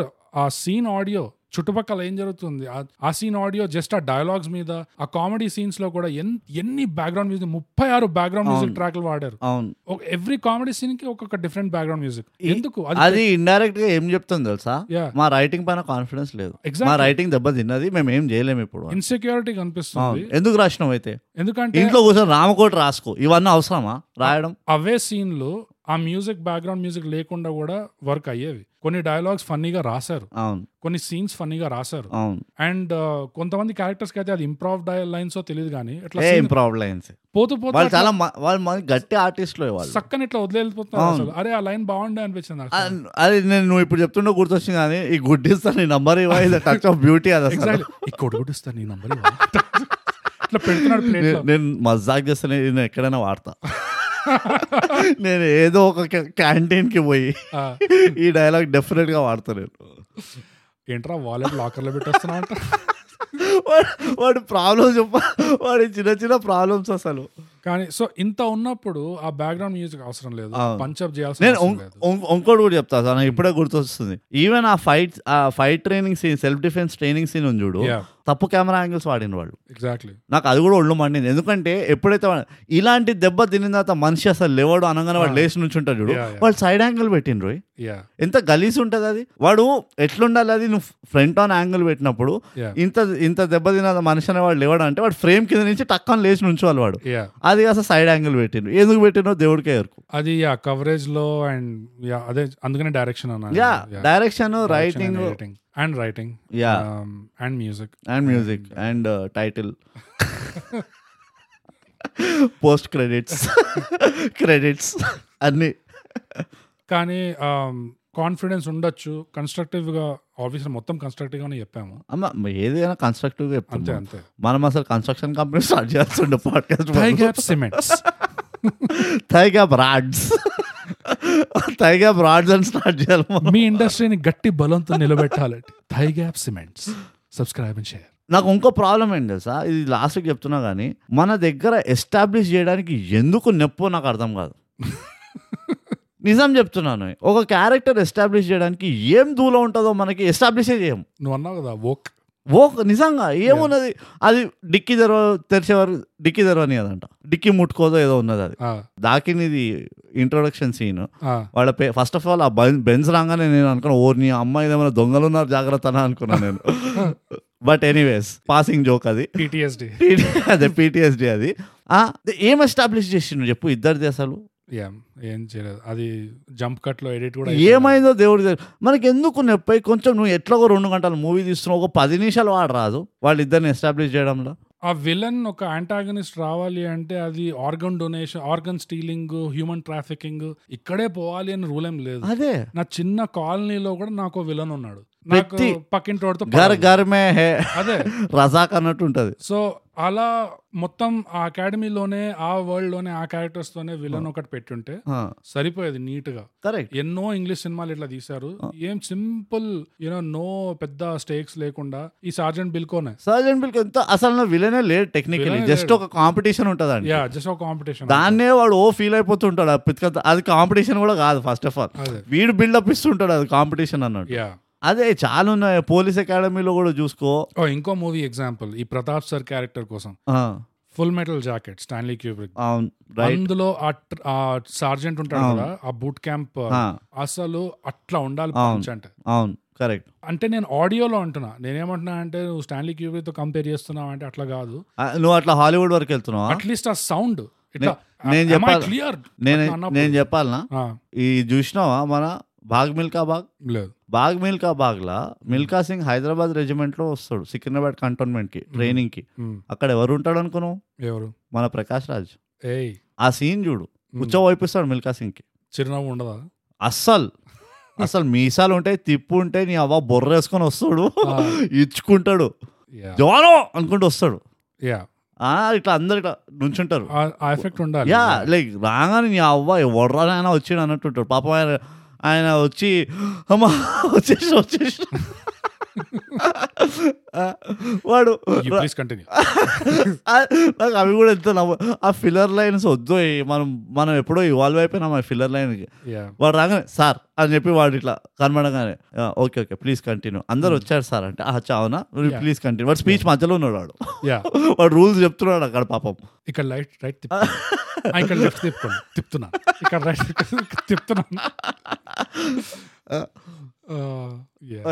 S2: ఆ సీన్ ఆడియో చుట్టుపక్కల ఏం జరుగుతుంది ఆ- ఆ సీన్ ఆడియో జస్ట్ ఆ డైలాగ్స్ మీద ఆ కామెడీ సీన్స్ లో కూడా ఎన్- ఎన్ని బ్యాక్గ్రౌండ్ మ్యూజిక్ ముప్పై ఆరు బ్యాక్గ్రౌండ్ మ్యూజిక్
S1: అవును.
S2: ట్రాక్లు వాడారు
S1: అవును
S2: ఎవ్రీ కామెడీ సీన్ కి ఒక్కొక్క డిఫరెంట్ బ్యాక్గ్రౌండ్ మ్యూజిక్
S1: ఈ-
S2: ఎందుకు
S1: అది ఇండైరెక్ట్ గా ఏం చెప్తుంది తెలుసా
S2: Yeah.
S1: మా రైటింగ్ పైన కాన్ఫిడెన్స్ లేదు
S2: Exactly.
S1: మా రైటింగ్ దెబ్బ తిన్నది మేము ఏం చేయలేము ఇప్పుడు అని.
S2: ఇన్సెక్యూరిటీ
S1: అవును
S2: కనిపిస్తుంది
S1: ఎందుకు రాసినాం అయితే
S2: ఎందుకంటే
S1: ఇంట్లో కూర్చొని రామకోట రాసుకో ఇవన్నీ అవసరమా రాయడం
S2: అవే సీన్ లో ఆ మ్యూజిక్ బ్యాక్గ్రౌండ్ మ్యూజిక్ లేకుండా కూడా వర్క్ అయ్యేవి కొన్ని డైలాగ్స్ ఫన్నీగా రాశారు
S1: అవును
S2: కొన్ని సీన్స్ ఫన్నీగా రాశారు
S1: అవును
S2: అండ్ కొంతమంది క్యారెక్టర్స్ కి అయితే అది ఇంప్రూవ్ లైన్స్ తెలియదు కానీ ఇట్లా
S1: ఏ
S2: scene
S1: ఇంప్రూవ్ లైన్స్
S2: పోతూ పోతూ
S1: వాళ్ళు
S2: అట్లా
S1: చాలా మ- వాళ్ళు మంది గట్టి ఆర్టిస్టులు వాళ్ళు
S2: సక్కని ఇట్లా వదిలేపోతున్నారు
S1: అవును.
S2: అసలు అరే ఆ లైన్ బాగుండే అనిపించింది నాకు
S1: అ- అది నేను నువ్వు ఇప్పుడు చెప్తుండే గుర్తొచ్చింది కానీ ఈ గుడ్ ఇస్తా నీ నంబర్ ఇవ్వ ఇది టచ్ ఆఫ్ బ్యూటీ అది అసలు.
S2: ఎగ్జాక్ట్లీ ఈ కొడుకుడు ఇస్తాను నీ నంబర్ ఇట్లా పెడుతున్నాడు plate
S1: నే-
S2: లో.
S1: నేను మజాక్ చేస్తాను ఇది నేను ఎక్కడైనా వాడతా నేను ఏదో ఒక క్యాంటీన్ కి పోయి
S2: ఆ,
S1: ఈ డైలాగ్ డెఫినెట్ గా వాడతా నేను
S2: ఏంట్రా వాలెట్ లాకర్ లో పెట్టేస్తున్నా అంట
S1: వాడు వాడి ప్రాబ్లమ్స్ చెప్ప వాడి చిన్న చిన్న ప్రాబ్లమ్స్ అసలు
S2: కానీ సో ఇంత ఉన్నప్పుడు ఆ బ్యాక్గ్రౌండ్ మ్యూజిక్ అవసరం లేదు
S1: అవును.
S2: పంచప్ చేయాల్సిన
S1: నేను
S2: అవసరం
S1: ఇంక్-
S2: లేదు
S1: ఇంక్- ఇంకోటి కూడా చెప్తా సార్ నాకు ఇప్పుడే గుర్తొస్తుంది ఈవెన్ ఆ ఫైట్ ఆ fight training scene self defence training scene ఉంది చూడు
S2: Yeah.
S1: తప్పు కెమెరా యాంగిల్స్ వాడిన వాళ్ళు
S2: ఎగ్జాక్ట్లీ
S1: నాకు అది కూడా ఒళ్ళు మండింది ఎందుకంటే ఎప్పుడైతే వాడు- ఇలాంటి దెబ్బ తినిన తర్వాత మనిషి అసలు లేవడు అనగానే వాడు
S2: Ah.
S1: లేచి నుంచి ఉంటాడు చూడు
S2: Yeah, yeah.
S1: వాళ్ళు సైడ్ యాంగిల్ పెట్టిండ్రు
S2: యా
S1: ఎంత గలీజ్ ఉంటుంది అది వాడు ఎట్లుండాలి అది నువ్వు ఫ్రంట్ ఆన్ యాంగిల్ పెట్టినప్పుడు
S2: Yeah.
S1: ఇంత ఇంత దెబ్బ తిన మనిషి అనేవాడు లేవడం అంటే వాడు ఫ్రేమ్ కింద నుంచి టక్కని లేచి నుంచోవాలి వాడు
S2: యా
S1: అది అసలు సైడ్ యాంగిల్ పెట్టిండు ఎందుకు పెట్టినో దేవుడికే ఎరుకు
S2: అది యా కవరేజ్ లో అండ్ యా అదే అందుకనే డైరెక్షన్ అన్నాను
S1: yeah direction writing
S2: and writing
S1: yeah
S2: and music
S1: and music
S2: uh,
S1: and title post credits credits అన్ని
S2: కానీ కాన్ఫిడెన్స్ ఉండొచ్చు కన్స్ట్రక్టివ్ గా ఆబ్వియస్లీ మొత్తం కన్స్ట్రక్టివ్ గానే చెప్పాము
S1: అమ్మ ఏదైనా కన్స్ట్రక్టివ్ గా
S2: అంతే
S1: చెప్తాం
S2: అంతే
S1: మనం అసలు కన్స్ట్రక్షన్ కంపెనీ స్టార్ట్ చేస్తుండే పాడ్కాస్ట్
S2: టైగర్ సిమెంట్స్
S1: థైగా బ్రాడ్స్ థైగా బ్రాడ్స్ అని స్టార్ట్ చేయాలి మనం.
S2: మీ ఇండస్ట్రీని గట్టి బలంతో నిలబెట్టాలంటే thigh gap cements subscribe and share
S1: నాకు ఇంకో ప్రాబ్లం ఏంటి తెలుసా ఇది లాస్ట్కి చెప్తున్నా కానీ మన దగ్గర ఎస్టాబ్లిష్ చేయడానికి ఎందుకు నెప్పో నాకు అర్థం కాదు నిజం చెప్తున్నాను ఒక క్యారెక్టర్ ఎస్టాబ్లిష్ చేయడానికి ఏం దూలో ఉంటుందో మనకి ఎస్టాబ్లిష్ చేయం
S2: నువ్వు అన్నావు కదా ఓక్
S1: ఓ నిజంగా ఏమున్నది అది డిక్కి తెరవ తెరిచేవారు డిక్కి తెరవని అదంట డిక్కి ముట్టుకోదో ఏదో ఉన్నది అది
S2: ఆ,
S1: దాకినిది ఇంట్రొడక్షన్ సీన్
S2: ఆ,
S1: వాళ్ళ పే ఫస్ట్ ఆఫ్ ఆల్ ఆ బెన్- బెంజ్ రాగానే నేను అనుకున్నా ఓర్ని అమ్మాయి ఏమైనా దొంగలు ఉన్నారు జాగ్రత్త అని అనుకున్నాను నేను బట్ ఎనీవేస్ పాసింగ్ జోక్ అది
S2: PTSD.
S1: అదే పీటీఎస్డి అది ఆ, ఏం ఎస్టాబ్లిష్ చేసిండు చెప్పు ఇద్దరిది అసలు
S2: యా ఏం చేయలేదు అది జంప్ కట్ లో ఎడిట్ కూడా
S1: ఏమైందో దేవుడి దగ్గర మనకి ఎందుకు నొప్పి కొంచెం నువ్వు ఎట్లాగో రెండు గంటలు మూవీ తీస్తున్నావు ఒక పది నిమిషాలు వాడు రాదు వాళ్ళిద్దరిని ఎస్టాబ్లిష్ చేయడంలో
S2: ఆ విలన్ ఒక యాంటాగనిస్ట్ రావాలి అంటే అది organ donation organ stealing human trafficking ఇక్కడే పోవాలి అని రూల్ ఏం లేదు
S1: అదే
S2: నా చిన్న కాలనీలో కూడా నాకు విలన్ ఉన్నాడు నాకు
S1: ప్రతి-
S2: పక్కింటోడితో
S1: గర్
S2: పడదు.
S1: గర్మే హే
S2: అదే
S1: రజాక్ అన్నట్టు ఉంటుంది
S2: సో అలా మొత్తం ఆ అకాడమీలోనే ఆ వరల్డ్ లోనే ఆ క్యారెక్టర్స్ తోనే విలన్ ఒకటి పెట్టుంటే సరిపోయేది నీట్ గా
S1: కరెక్ట్
S2: ఎన్నో ఇంగ్లీష్ సినిమాలు ఇట్లా తీశారు ఏం సింపుల్ యూనో నో పెద్ద స్టేక్స్ లేకుండా ఈ సార్జెంట్ బిల్కోనే
S1: సర్జన్ బిల్ ఎంత అసలు విలనే లేడు టెక్నికలీ
S2: Villain
S1: జస్ట్
S2: లేడు.
S1: ఒక కాంపిటీషన్ ఉంటుందండి
S2: యా జస్ట్ ఒక కాంపిటీషన్
S1: దాన్నే వాడు ఓ ఫీల్ అయిపోతుంటాడు ఆ పిచ్చుకతో. అది కాంపిటీషన్ కూడా కాదు ఫస్ట్ ఆఫ్ ఆల్
S2: అదే
S1: వీడు బిల్డప్ ఇస్తుంటాడు అది కాంపిటీషన్ అన్నట్టు
S2: యా
S1: అదే చాలా ఉన్నాయి పోలీస్ అకాడమీలో కూడా చూసుకో
S2: ఓ ఇంకో మూవీ ఎగ్జాంపుల్ ఈ ప్రతాప్ సార్ క్యారెక్టర్ కోసం
S1: ఆ,
S2: full metal jacket Stanley Kubrick
S1: అవును రైట్
S2: అందులో ఆ tr- ఆ సార్జెంట్ ఉంటాడు కదా ఆ బూట్ క్యాంప్
S1: ఆ,
S2: అసలు అట్లా ఉండాలి
S1: అవును.
S2: punch అంటే
S1: అవును కరెక్ట్
S2: అంటే నేను ఆడియోలో అంటున్నా నేనేమంటున్నా అంటే నువ్వు స్టాన్లీ క్యూబ్రిక్ తో కంపేర్ చేస్తున్నావు అంటే అట్లా కాదు
S1: నువ్వు అట్లా హాలీవుడ్ వరకు వెళ్తున్నావా
S2: అట్లీస్ట్ ఆ సౌండ్ ఇట్లా
S1: నే- నేను చెప్పాలి.
S2: క్లియర్
S1: నేను నేను చెప్పాలనా ఈ చూసినావా మన బాగ్ మిల్కా బాగ్
S2: లేదు
S1: బాగ్ మిల్కా బాగ్లా మిల్కా సింగ్ హైదరాబాద్ రెజిమెంట్లో వస్తాడు సికింద్రాబాద్ కంటోన్మెంట్కి ట్రైనింగ్కి
S2: Hmm.
S1: అక్కడ ఎవరు ఉంటాడు అనుకున్నావు
S2: ఎవరు
S1: మన ప్రకాష్ రాజ్
S2: ఏయ్
S1: ఆ సీన్ చూడు కూర్చోవైపిస్తాడు మిల్కా సింగ్కి
S2: చిరునవ్వు ఉండదా
S1: అస్సలు అసలు మీసాలు ఉంటాయి తిప్పు ఉంటాయి నీ అవ్వ బొర్ర వేసుకొని వస్తాడు ఇచ్చుకుంటాడు జవాను అనుకుంటూ వస్తాడు
S2: యా
S1: ఆ ఇట్లా అందరు ఇట్లా నుంచుంటారు
S2: ఆ ఎఫెక్ట్ ఉండాలి
S1: యా లైక్ రాగానే నీ అవ్వ ఎవర్రా ఆయన వచ్చిండు అన్నట్టుంటాడు పాపం ఆయన ఆయన వచ్చి అమ్మా వచ్చేసి వచ్చేసి వాడు
S2: ప్లీజ్ కంటిన్యూ
S1: ఆ, నాకు అవి కూడా ఎంత నవ్వు ఆ ఫిల్లర్ లైన్స్ వద్దు ఏ, మనం మనం ఎప్పుడో ఇవాల్వ్ అయిపోయినాం ఆ ఫిల్లర్ లైన్కి
S2: యా
S1: వాడు రాగానే సార్ అని చెప్పి వాడు ఇట్లా కనబడగానే "ఆ, ఓకే ఓకే ప్లీజ్ కంటిన్యూ అందరు వచ్చారు సార్ అంటే అచ్చా అవునా
S2: Hmm. Yeah.
S1: ప్లీజ్ కంటిన్యూ వాడు స్పీచ్ మధ్యలో ఉన్నాడు వాడు
S2: యా
S1: వాడు రూల్స్ చెప్తున్నాడు అక్కడ పాపం
S2: ఇక్కడ లైట్ రైట్ తిప్పు ఆ, ఇక్కడ లెఫ్ట్ తిప్పుకోండి తిప్పుతున్నా ఇక్కడ రైట్ తిప్పుతున్నా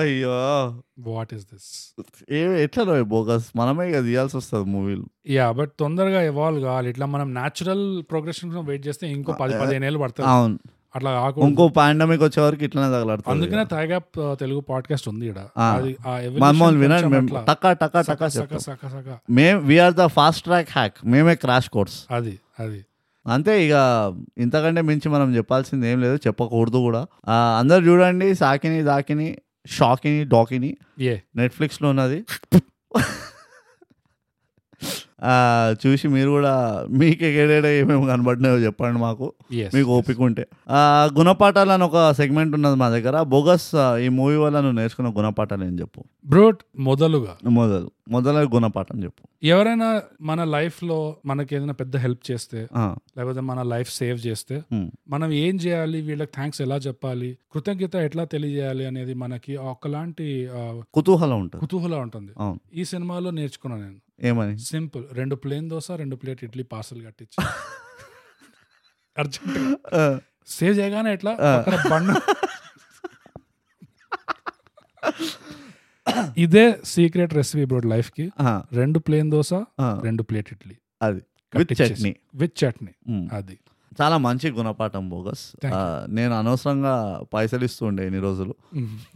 S1: అయ్యో
S2: వాట్ ఈస్ దిస్
S1: ఏ ఎట్లా బోగస్ మనమే ఇక తీయాల్సి వస్తుంది మూవీలు
S2: యా బట్ తొందరగా ఇవాల్వ్ కావాలి ఇట్లా మనం న్యాచురల్ ప్రోగ్రెషన్ కోసం వెయిట్ చేస్తే ఇంకో పది పదిహేను ఏళ్ళు పడుతుంది
S1: అవును
S2: అట్లా కాకుండా
S1: ఇంకో పాండమిక్ వచ్చే వరకు ఇట్లానే తగలాడుతుంది
S2: అందుకనే తాగా తెలుగు పాడ్కాస్ట్ ఉంది ఈడ
S1: ఆ.
S2: అది ఆ evolution
S1: మమ్మల్ని వినండి
S2: కొంచెం
S1: మేము
S2: అట్లా
S1: టకా టకా టకా
S2: సక సక
S1: చెప్తాం
S2: సక సక
S1: మేము we are the fast track hack మేమే క్రాష్ కోర్స్
S2: అది అది
S1: అంతే ఇక ఇంతకంటే మించి మనం చెప్పాల్సింది ఏం లేదు చెప్పకూడదు కూడా ఆ, అందరు చూడండి సాకిని దాకిని షాకిని డాకిని
S2: ఏ
S1: నెట్ఫ్లిక్స్లో ఉన్నది ఆ, చూసి మీరు కూడా మీకు ఎక్కడేడ ఏమేమి కనబడినాయో చెప్పండి మాకు
S2: ఎస్
S1: మీకు ఓపిక ఉంటే ఆ, గుణపాఠాలు అని ఒక సెగ్మెంట్ ఉన్నది మా దగ్గర బోగస్ ఆ, ఈ మూవీ వల్ల నువ్వు నేర్చుకున్న గుణపాఠాలు ఏం చెప్పు
S2: బ్రోట్ మొదలుగా
S1: మొదలు మొదల గుణపాఠం చెప్పు
S2: ఎవరైనా మన లైఫ్ లో మనకి ఏదైనా పెద్ద హెల్ప్ చేస్తే
S1: ఆ,
S2: లేకపోతే మన లైఫ్ సేవ్ చేస్తే
S1: ఉమ్,
S2: మనం ఏం చేయాలి వీళ్ళకి థ్యాంక్స్ ఎలా చెప్పాలి కృతజ్ఞత ఎట్లా తెలియజేయాలి అనేది మనకి ఒకలాంటి ఆ,
S1: కుతూహలం ఉంటుంది
S2: కుతూహలం ఉంటుంది
S1: అవును
S2: ఈ సినిమాలో నేర్చుకున్నాను నేను
S1: ఏమని
S2: సింపుల్ రెండు ప్లేన్ దోశ రెండు ప్లేట్ ఇడ్లీ పార్సల్ కట్టించి అర్జెంట్
S1: ఆ,
S2: సేవ్ చేయగానే ఎట్లా పక్కన బండ ఇదే సీక్రెట్ రెసిపీ బ్రోడ్ లైఫ్ కి
S1: ఆ,
S2: రెండు ప్లేన్ దోశ
S1: ఆ,
S2: రెండు ప్లేట్ ఇడ్లీ
S1: అది విత్
S2: కట్టించేసి.
S1: Chutney
S2: with chutney
S1: um.
S2: అది
S1: చాలా మంచి గుణపాఠం బోగస్
S2: Thank
S1: ఆ, నేను అనవసరంగా పైసలు ఇస్తూ ఉండే ఇన్ని రోజులు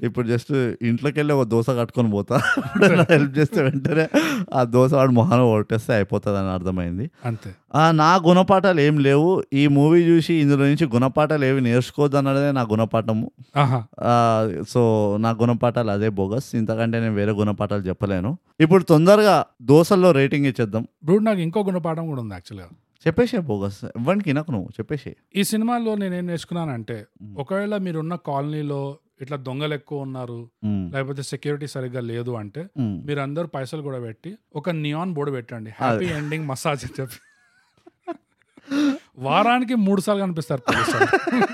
S1: ఇప్పుడు జస్ట్ ఇంట్లోకి వెళ్ళి ఒక దోశ కట్టుకొని పోతా హెల్ప్ చేస్తే వెంటనే ఆ దోశ వాడు మొహన కొట్టేస్తే అయిపోతుంది అని అర్థమైంది
S2: అంతే
S1: ఆ, నా గుణపాఠాలు ఏం లేవు ఈ మూవీ చూసి ఇందులో నుంచి గుణపాఠాలు ఏవి నేర్చుకోవద్దు అన్నదే నా గుణపాఠము
S2: ఆహా
S1: ఆ, సో నా గుణపాఠాలు అదే బోగస్ ఇంతకంటే నేను వేరే గుణపాఠాలు చెప్పలేను ఇప్పుడు తొందరగా దోశల్లో రేటింగ్ ఇచ్చేద్దాం
S2: బ్రూడ్ నాకు ఇంకో గుణపాఠం కూడా ఉంది యాక్చువల్గా
S1: చెప్పేసే బోగస్ ఇవ్వండి నాకు నువ్వు చెప్పేసే
S2: ఈ సినిమాలో నేనేం నేర్చుకున్నానంటే ఒకవేళ మీరున్న కాలనీలో ఇట్లా దొంగలు ఎక్కువ ఉన్నారు
S1: ఉమ్,
S2: లేకపోతే సెక్యూరిటీ సరిగ్గా లేదు అంటే
S1: ఉమ్.
S2: మీరందరూ పైసలు కూడా పెట్టి ఒక నియాన్ బోర్డు పెట్టండి హ్యాపీ ఎండింగ్ మసాజ్ అని చెప్పి వారానికి మూడు సార్లు కనిపిస్తారు police వాళ్ళు.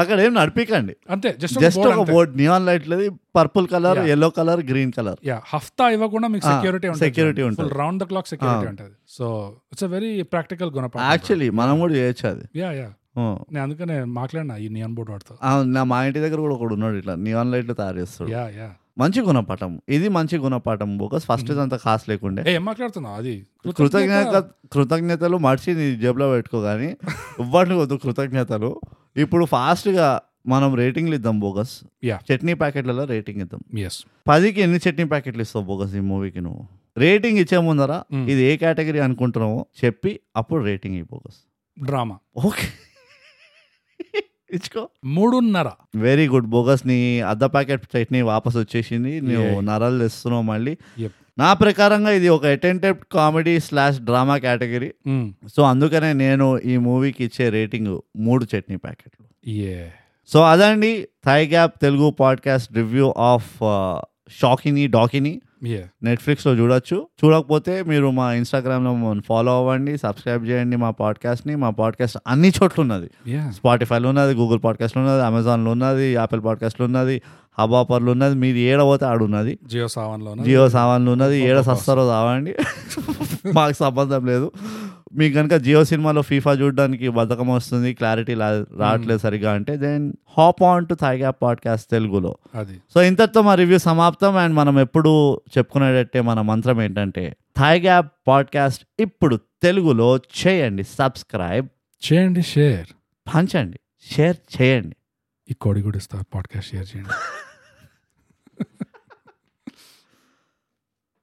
S1: అక్కడ ఏం నడిపికండి
S2: అంతే జస్ట్
S1: జస్ట్ ఒక బోర్డ్ నియాన్ లైట్ లేదు purple colour
S2: Yeah.
S1: Yellow colour green colour
S2: yeah హఫ్తా ఇవ్వకుండా మీకు
S1: Ah,
S2: సెక్యూరిటీ
S1: security ఉంటుంది.
S2: రౌండ్ ద క్లాక్ సెక్యూరిటీ ఉంటుంది so it's a very practical గుణపాఠం
S1: యాక్చువల్లీ మనం కూడా చేయొచ్చు అది
S2: యా యా
S1: ఆ.
S2: నేను అందుకనే మాట్లాడినా ఈ నియాన్ బోర్డు వాడుతా
S1: ఆ, నా మా ఇంటి దగ్గర కూడా ఒకడు ఉన్నాడు ఇట్లా నియాన్ లైట్లు తయారు చేస్తాడు
S2: యా యా
S1: మంచి గుణపాఠం ఇది మంచి గుణపాఠం బోకస్ ఫస్ట్ అంతా కాస్ట్ లేకుండే
S2: ఏ ఏం మాట్లాడుతున్నావు అది
S1: కృతజ్ఞత కృతజ్ఞతలు మర్చి నీ జేబులో పెట్టుకో కానీ ఇవ్వండి వద్దు కృతజ్ఞతలు ఇప్పుడు ఫాస్ట్గా మనం రేటింగ్లు ఇద్దాం బోగస్
S2: Yeah.
S1: చట్నీ ప్యాకెట్లలో రేటింగ్ ఇద్దాం
S2: ఎస్
S1: పదికి ఎన్ని చట్నీ ప్యాకెట్లు ఇస్తావు బోగస్ ఈ మూవీకి నువ్వు రేటింగ్ ఇచ్చే ముందర
S2: Mm.
S1: ఇది ఏ కేటగిరీ అనుకుంటున్నావో చెప్పి అప్పుడు రేటింగ్ ఈ బోగస్
S2: డ్రామా
S1: ఓకే ఇచ్చుకో
S2: మూడున్నర
S1: వెరీ గుడ్ బోగస్ నీ అర్ధ ప్యాకెట్ చట్నీ వాపస్ వచ్చేసింది నువ్వు
S2: Yeah.
S1: నరాలు తెస్తున్నావు మళ్ళీ
S2: Yep.
S1: నా ప్రకారంగా ఇది ఒక attempted comedy slash drama category so అందుకనే నేను ఈ మూవీకి ఇచ్చే రేటింగ్ మూడు చట్నీ ప్యాకెట్లు
S2: ఏ
S1: సో అదండి thigh gap Telugu podcast review of Shakini Dakini
S2: ఏ
S1: నెట్ఫ్లిక్స్లో చూడొచ్చు చూడకపోతే మీరు మా ఇన్స్టాగ్రామ్లో మమ్మల్ని ఫాలో అవ్వండి సబ్స్క్రైబ్ చేయండి మా పాడ్కాస్ట్ని మా పాడ్కాస్ట్ అన్ని చోట్ల ఉన్నది
S2: యా
S1: స్పాటిఫైలో ఉన్నది గూగుల్ పాడ్కాస్ట్లో ఉన్నది అమెజాన్లో ఉన్నది యాపిల్ పాడ్కాస్ట్లో ఉన్నది హబాపర్లో ఉన్నది మీరు ఏడ పోతే ఆడున్నది
S2: జియో సావన్లో
S1: జియో సామాన్లు ఉన్నది ఏడ సస్తారో రావండి మాకు సంబంధం లేదు మీకు కనుక జియో సినిమాలో ఫీఫా చూడడానికి బద్ధకం వస్తుంది క్లారిటీ రావట్లేదు సరిగా అంటే దెన్ హాప్ ఆన్ టు థైగా పాడ్కాస్ట్ తెలుగులో
S2: అది
S1: సో ఇంతటితో మా రివ్యూ సమాప్తం అండ్ మనం ఎప్పుడు చెప్పుకునేటట్టే మన మంత్రం ఏంటంటే థైగా పాడ్కాస్ట్ ఇప్పుడు తెలుగులో చేయండి సబ్స్క్రైబ్
S2: చేయండి షేర్
S1: పంచండి షేర్ చేయండి
S2: ఈ కోడి కూడా ఇస్తా పాడ్కాస్ట్ షేర్ చేయండి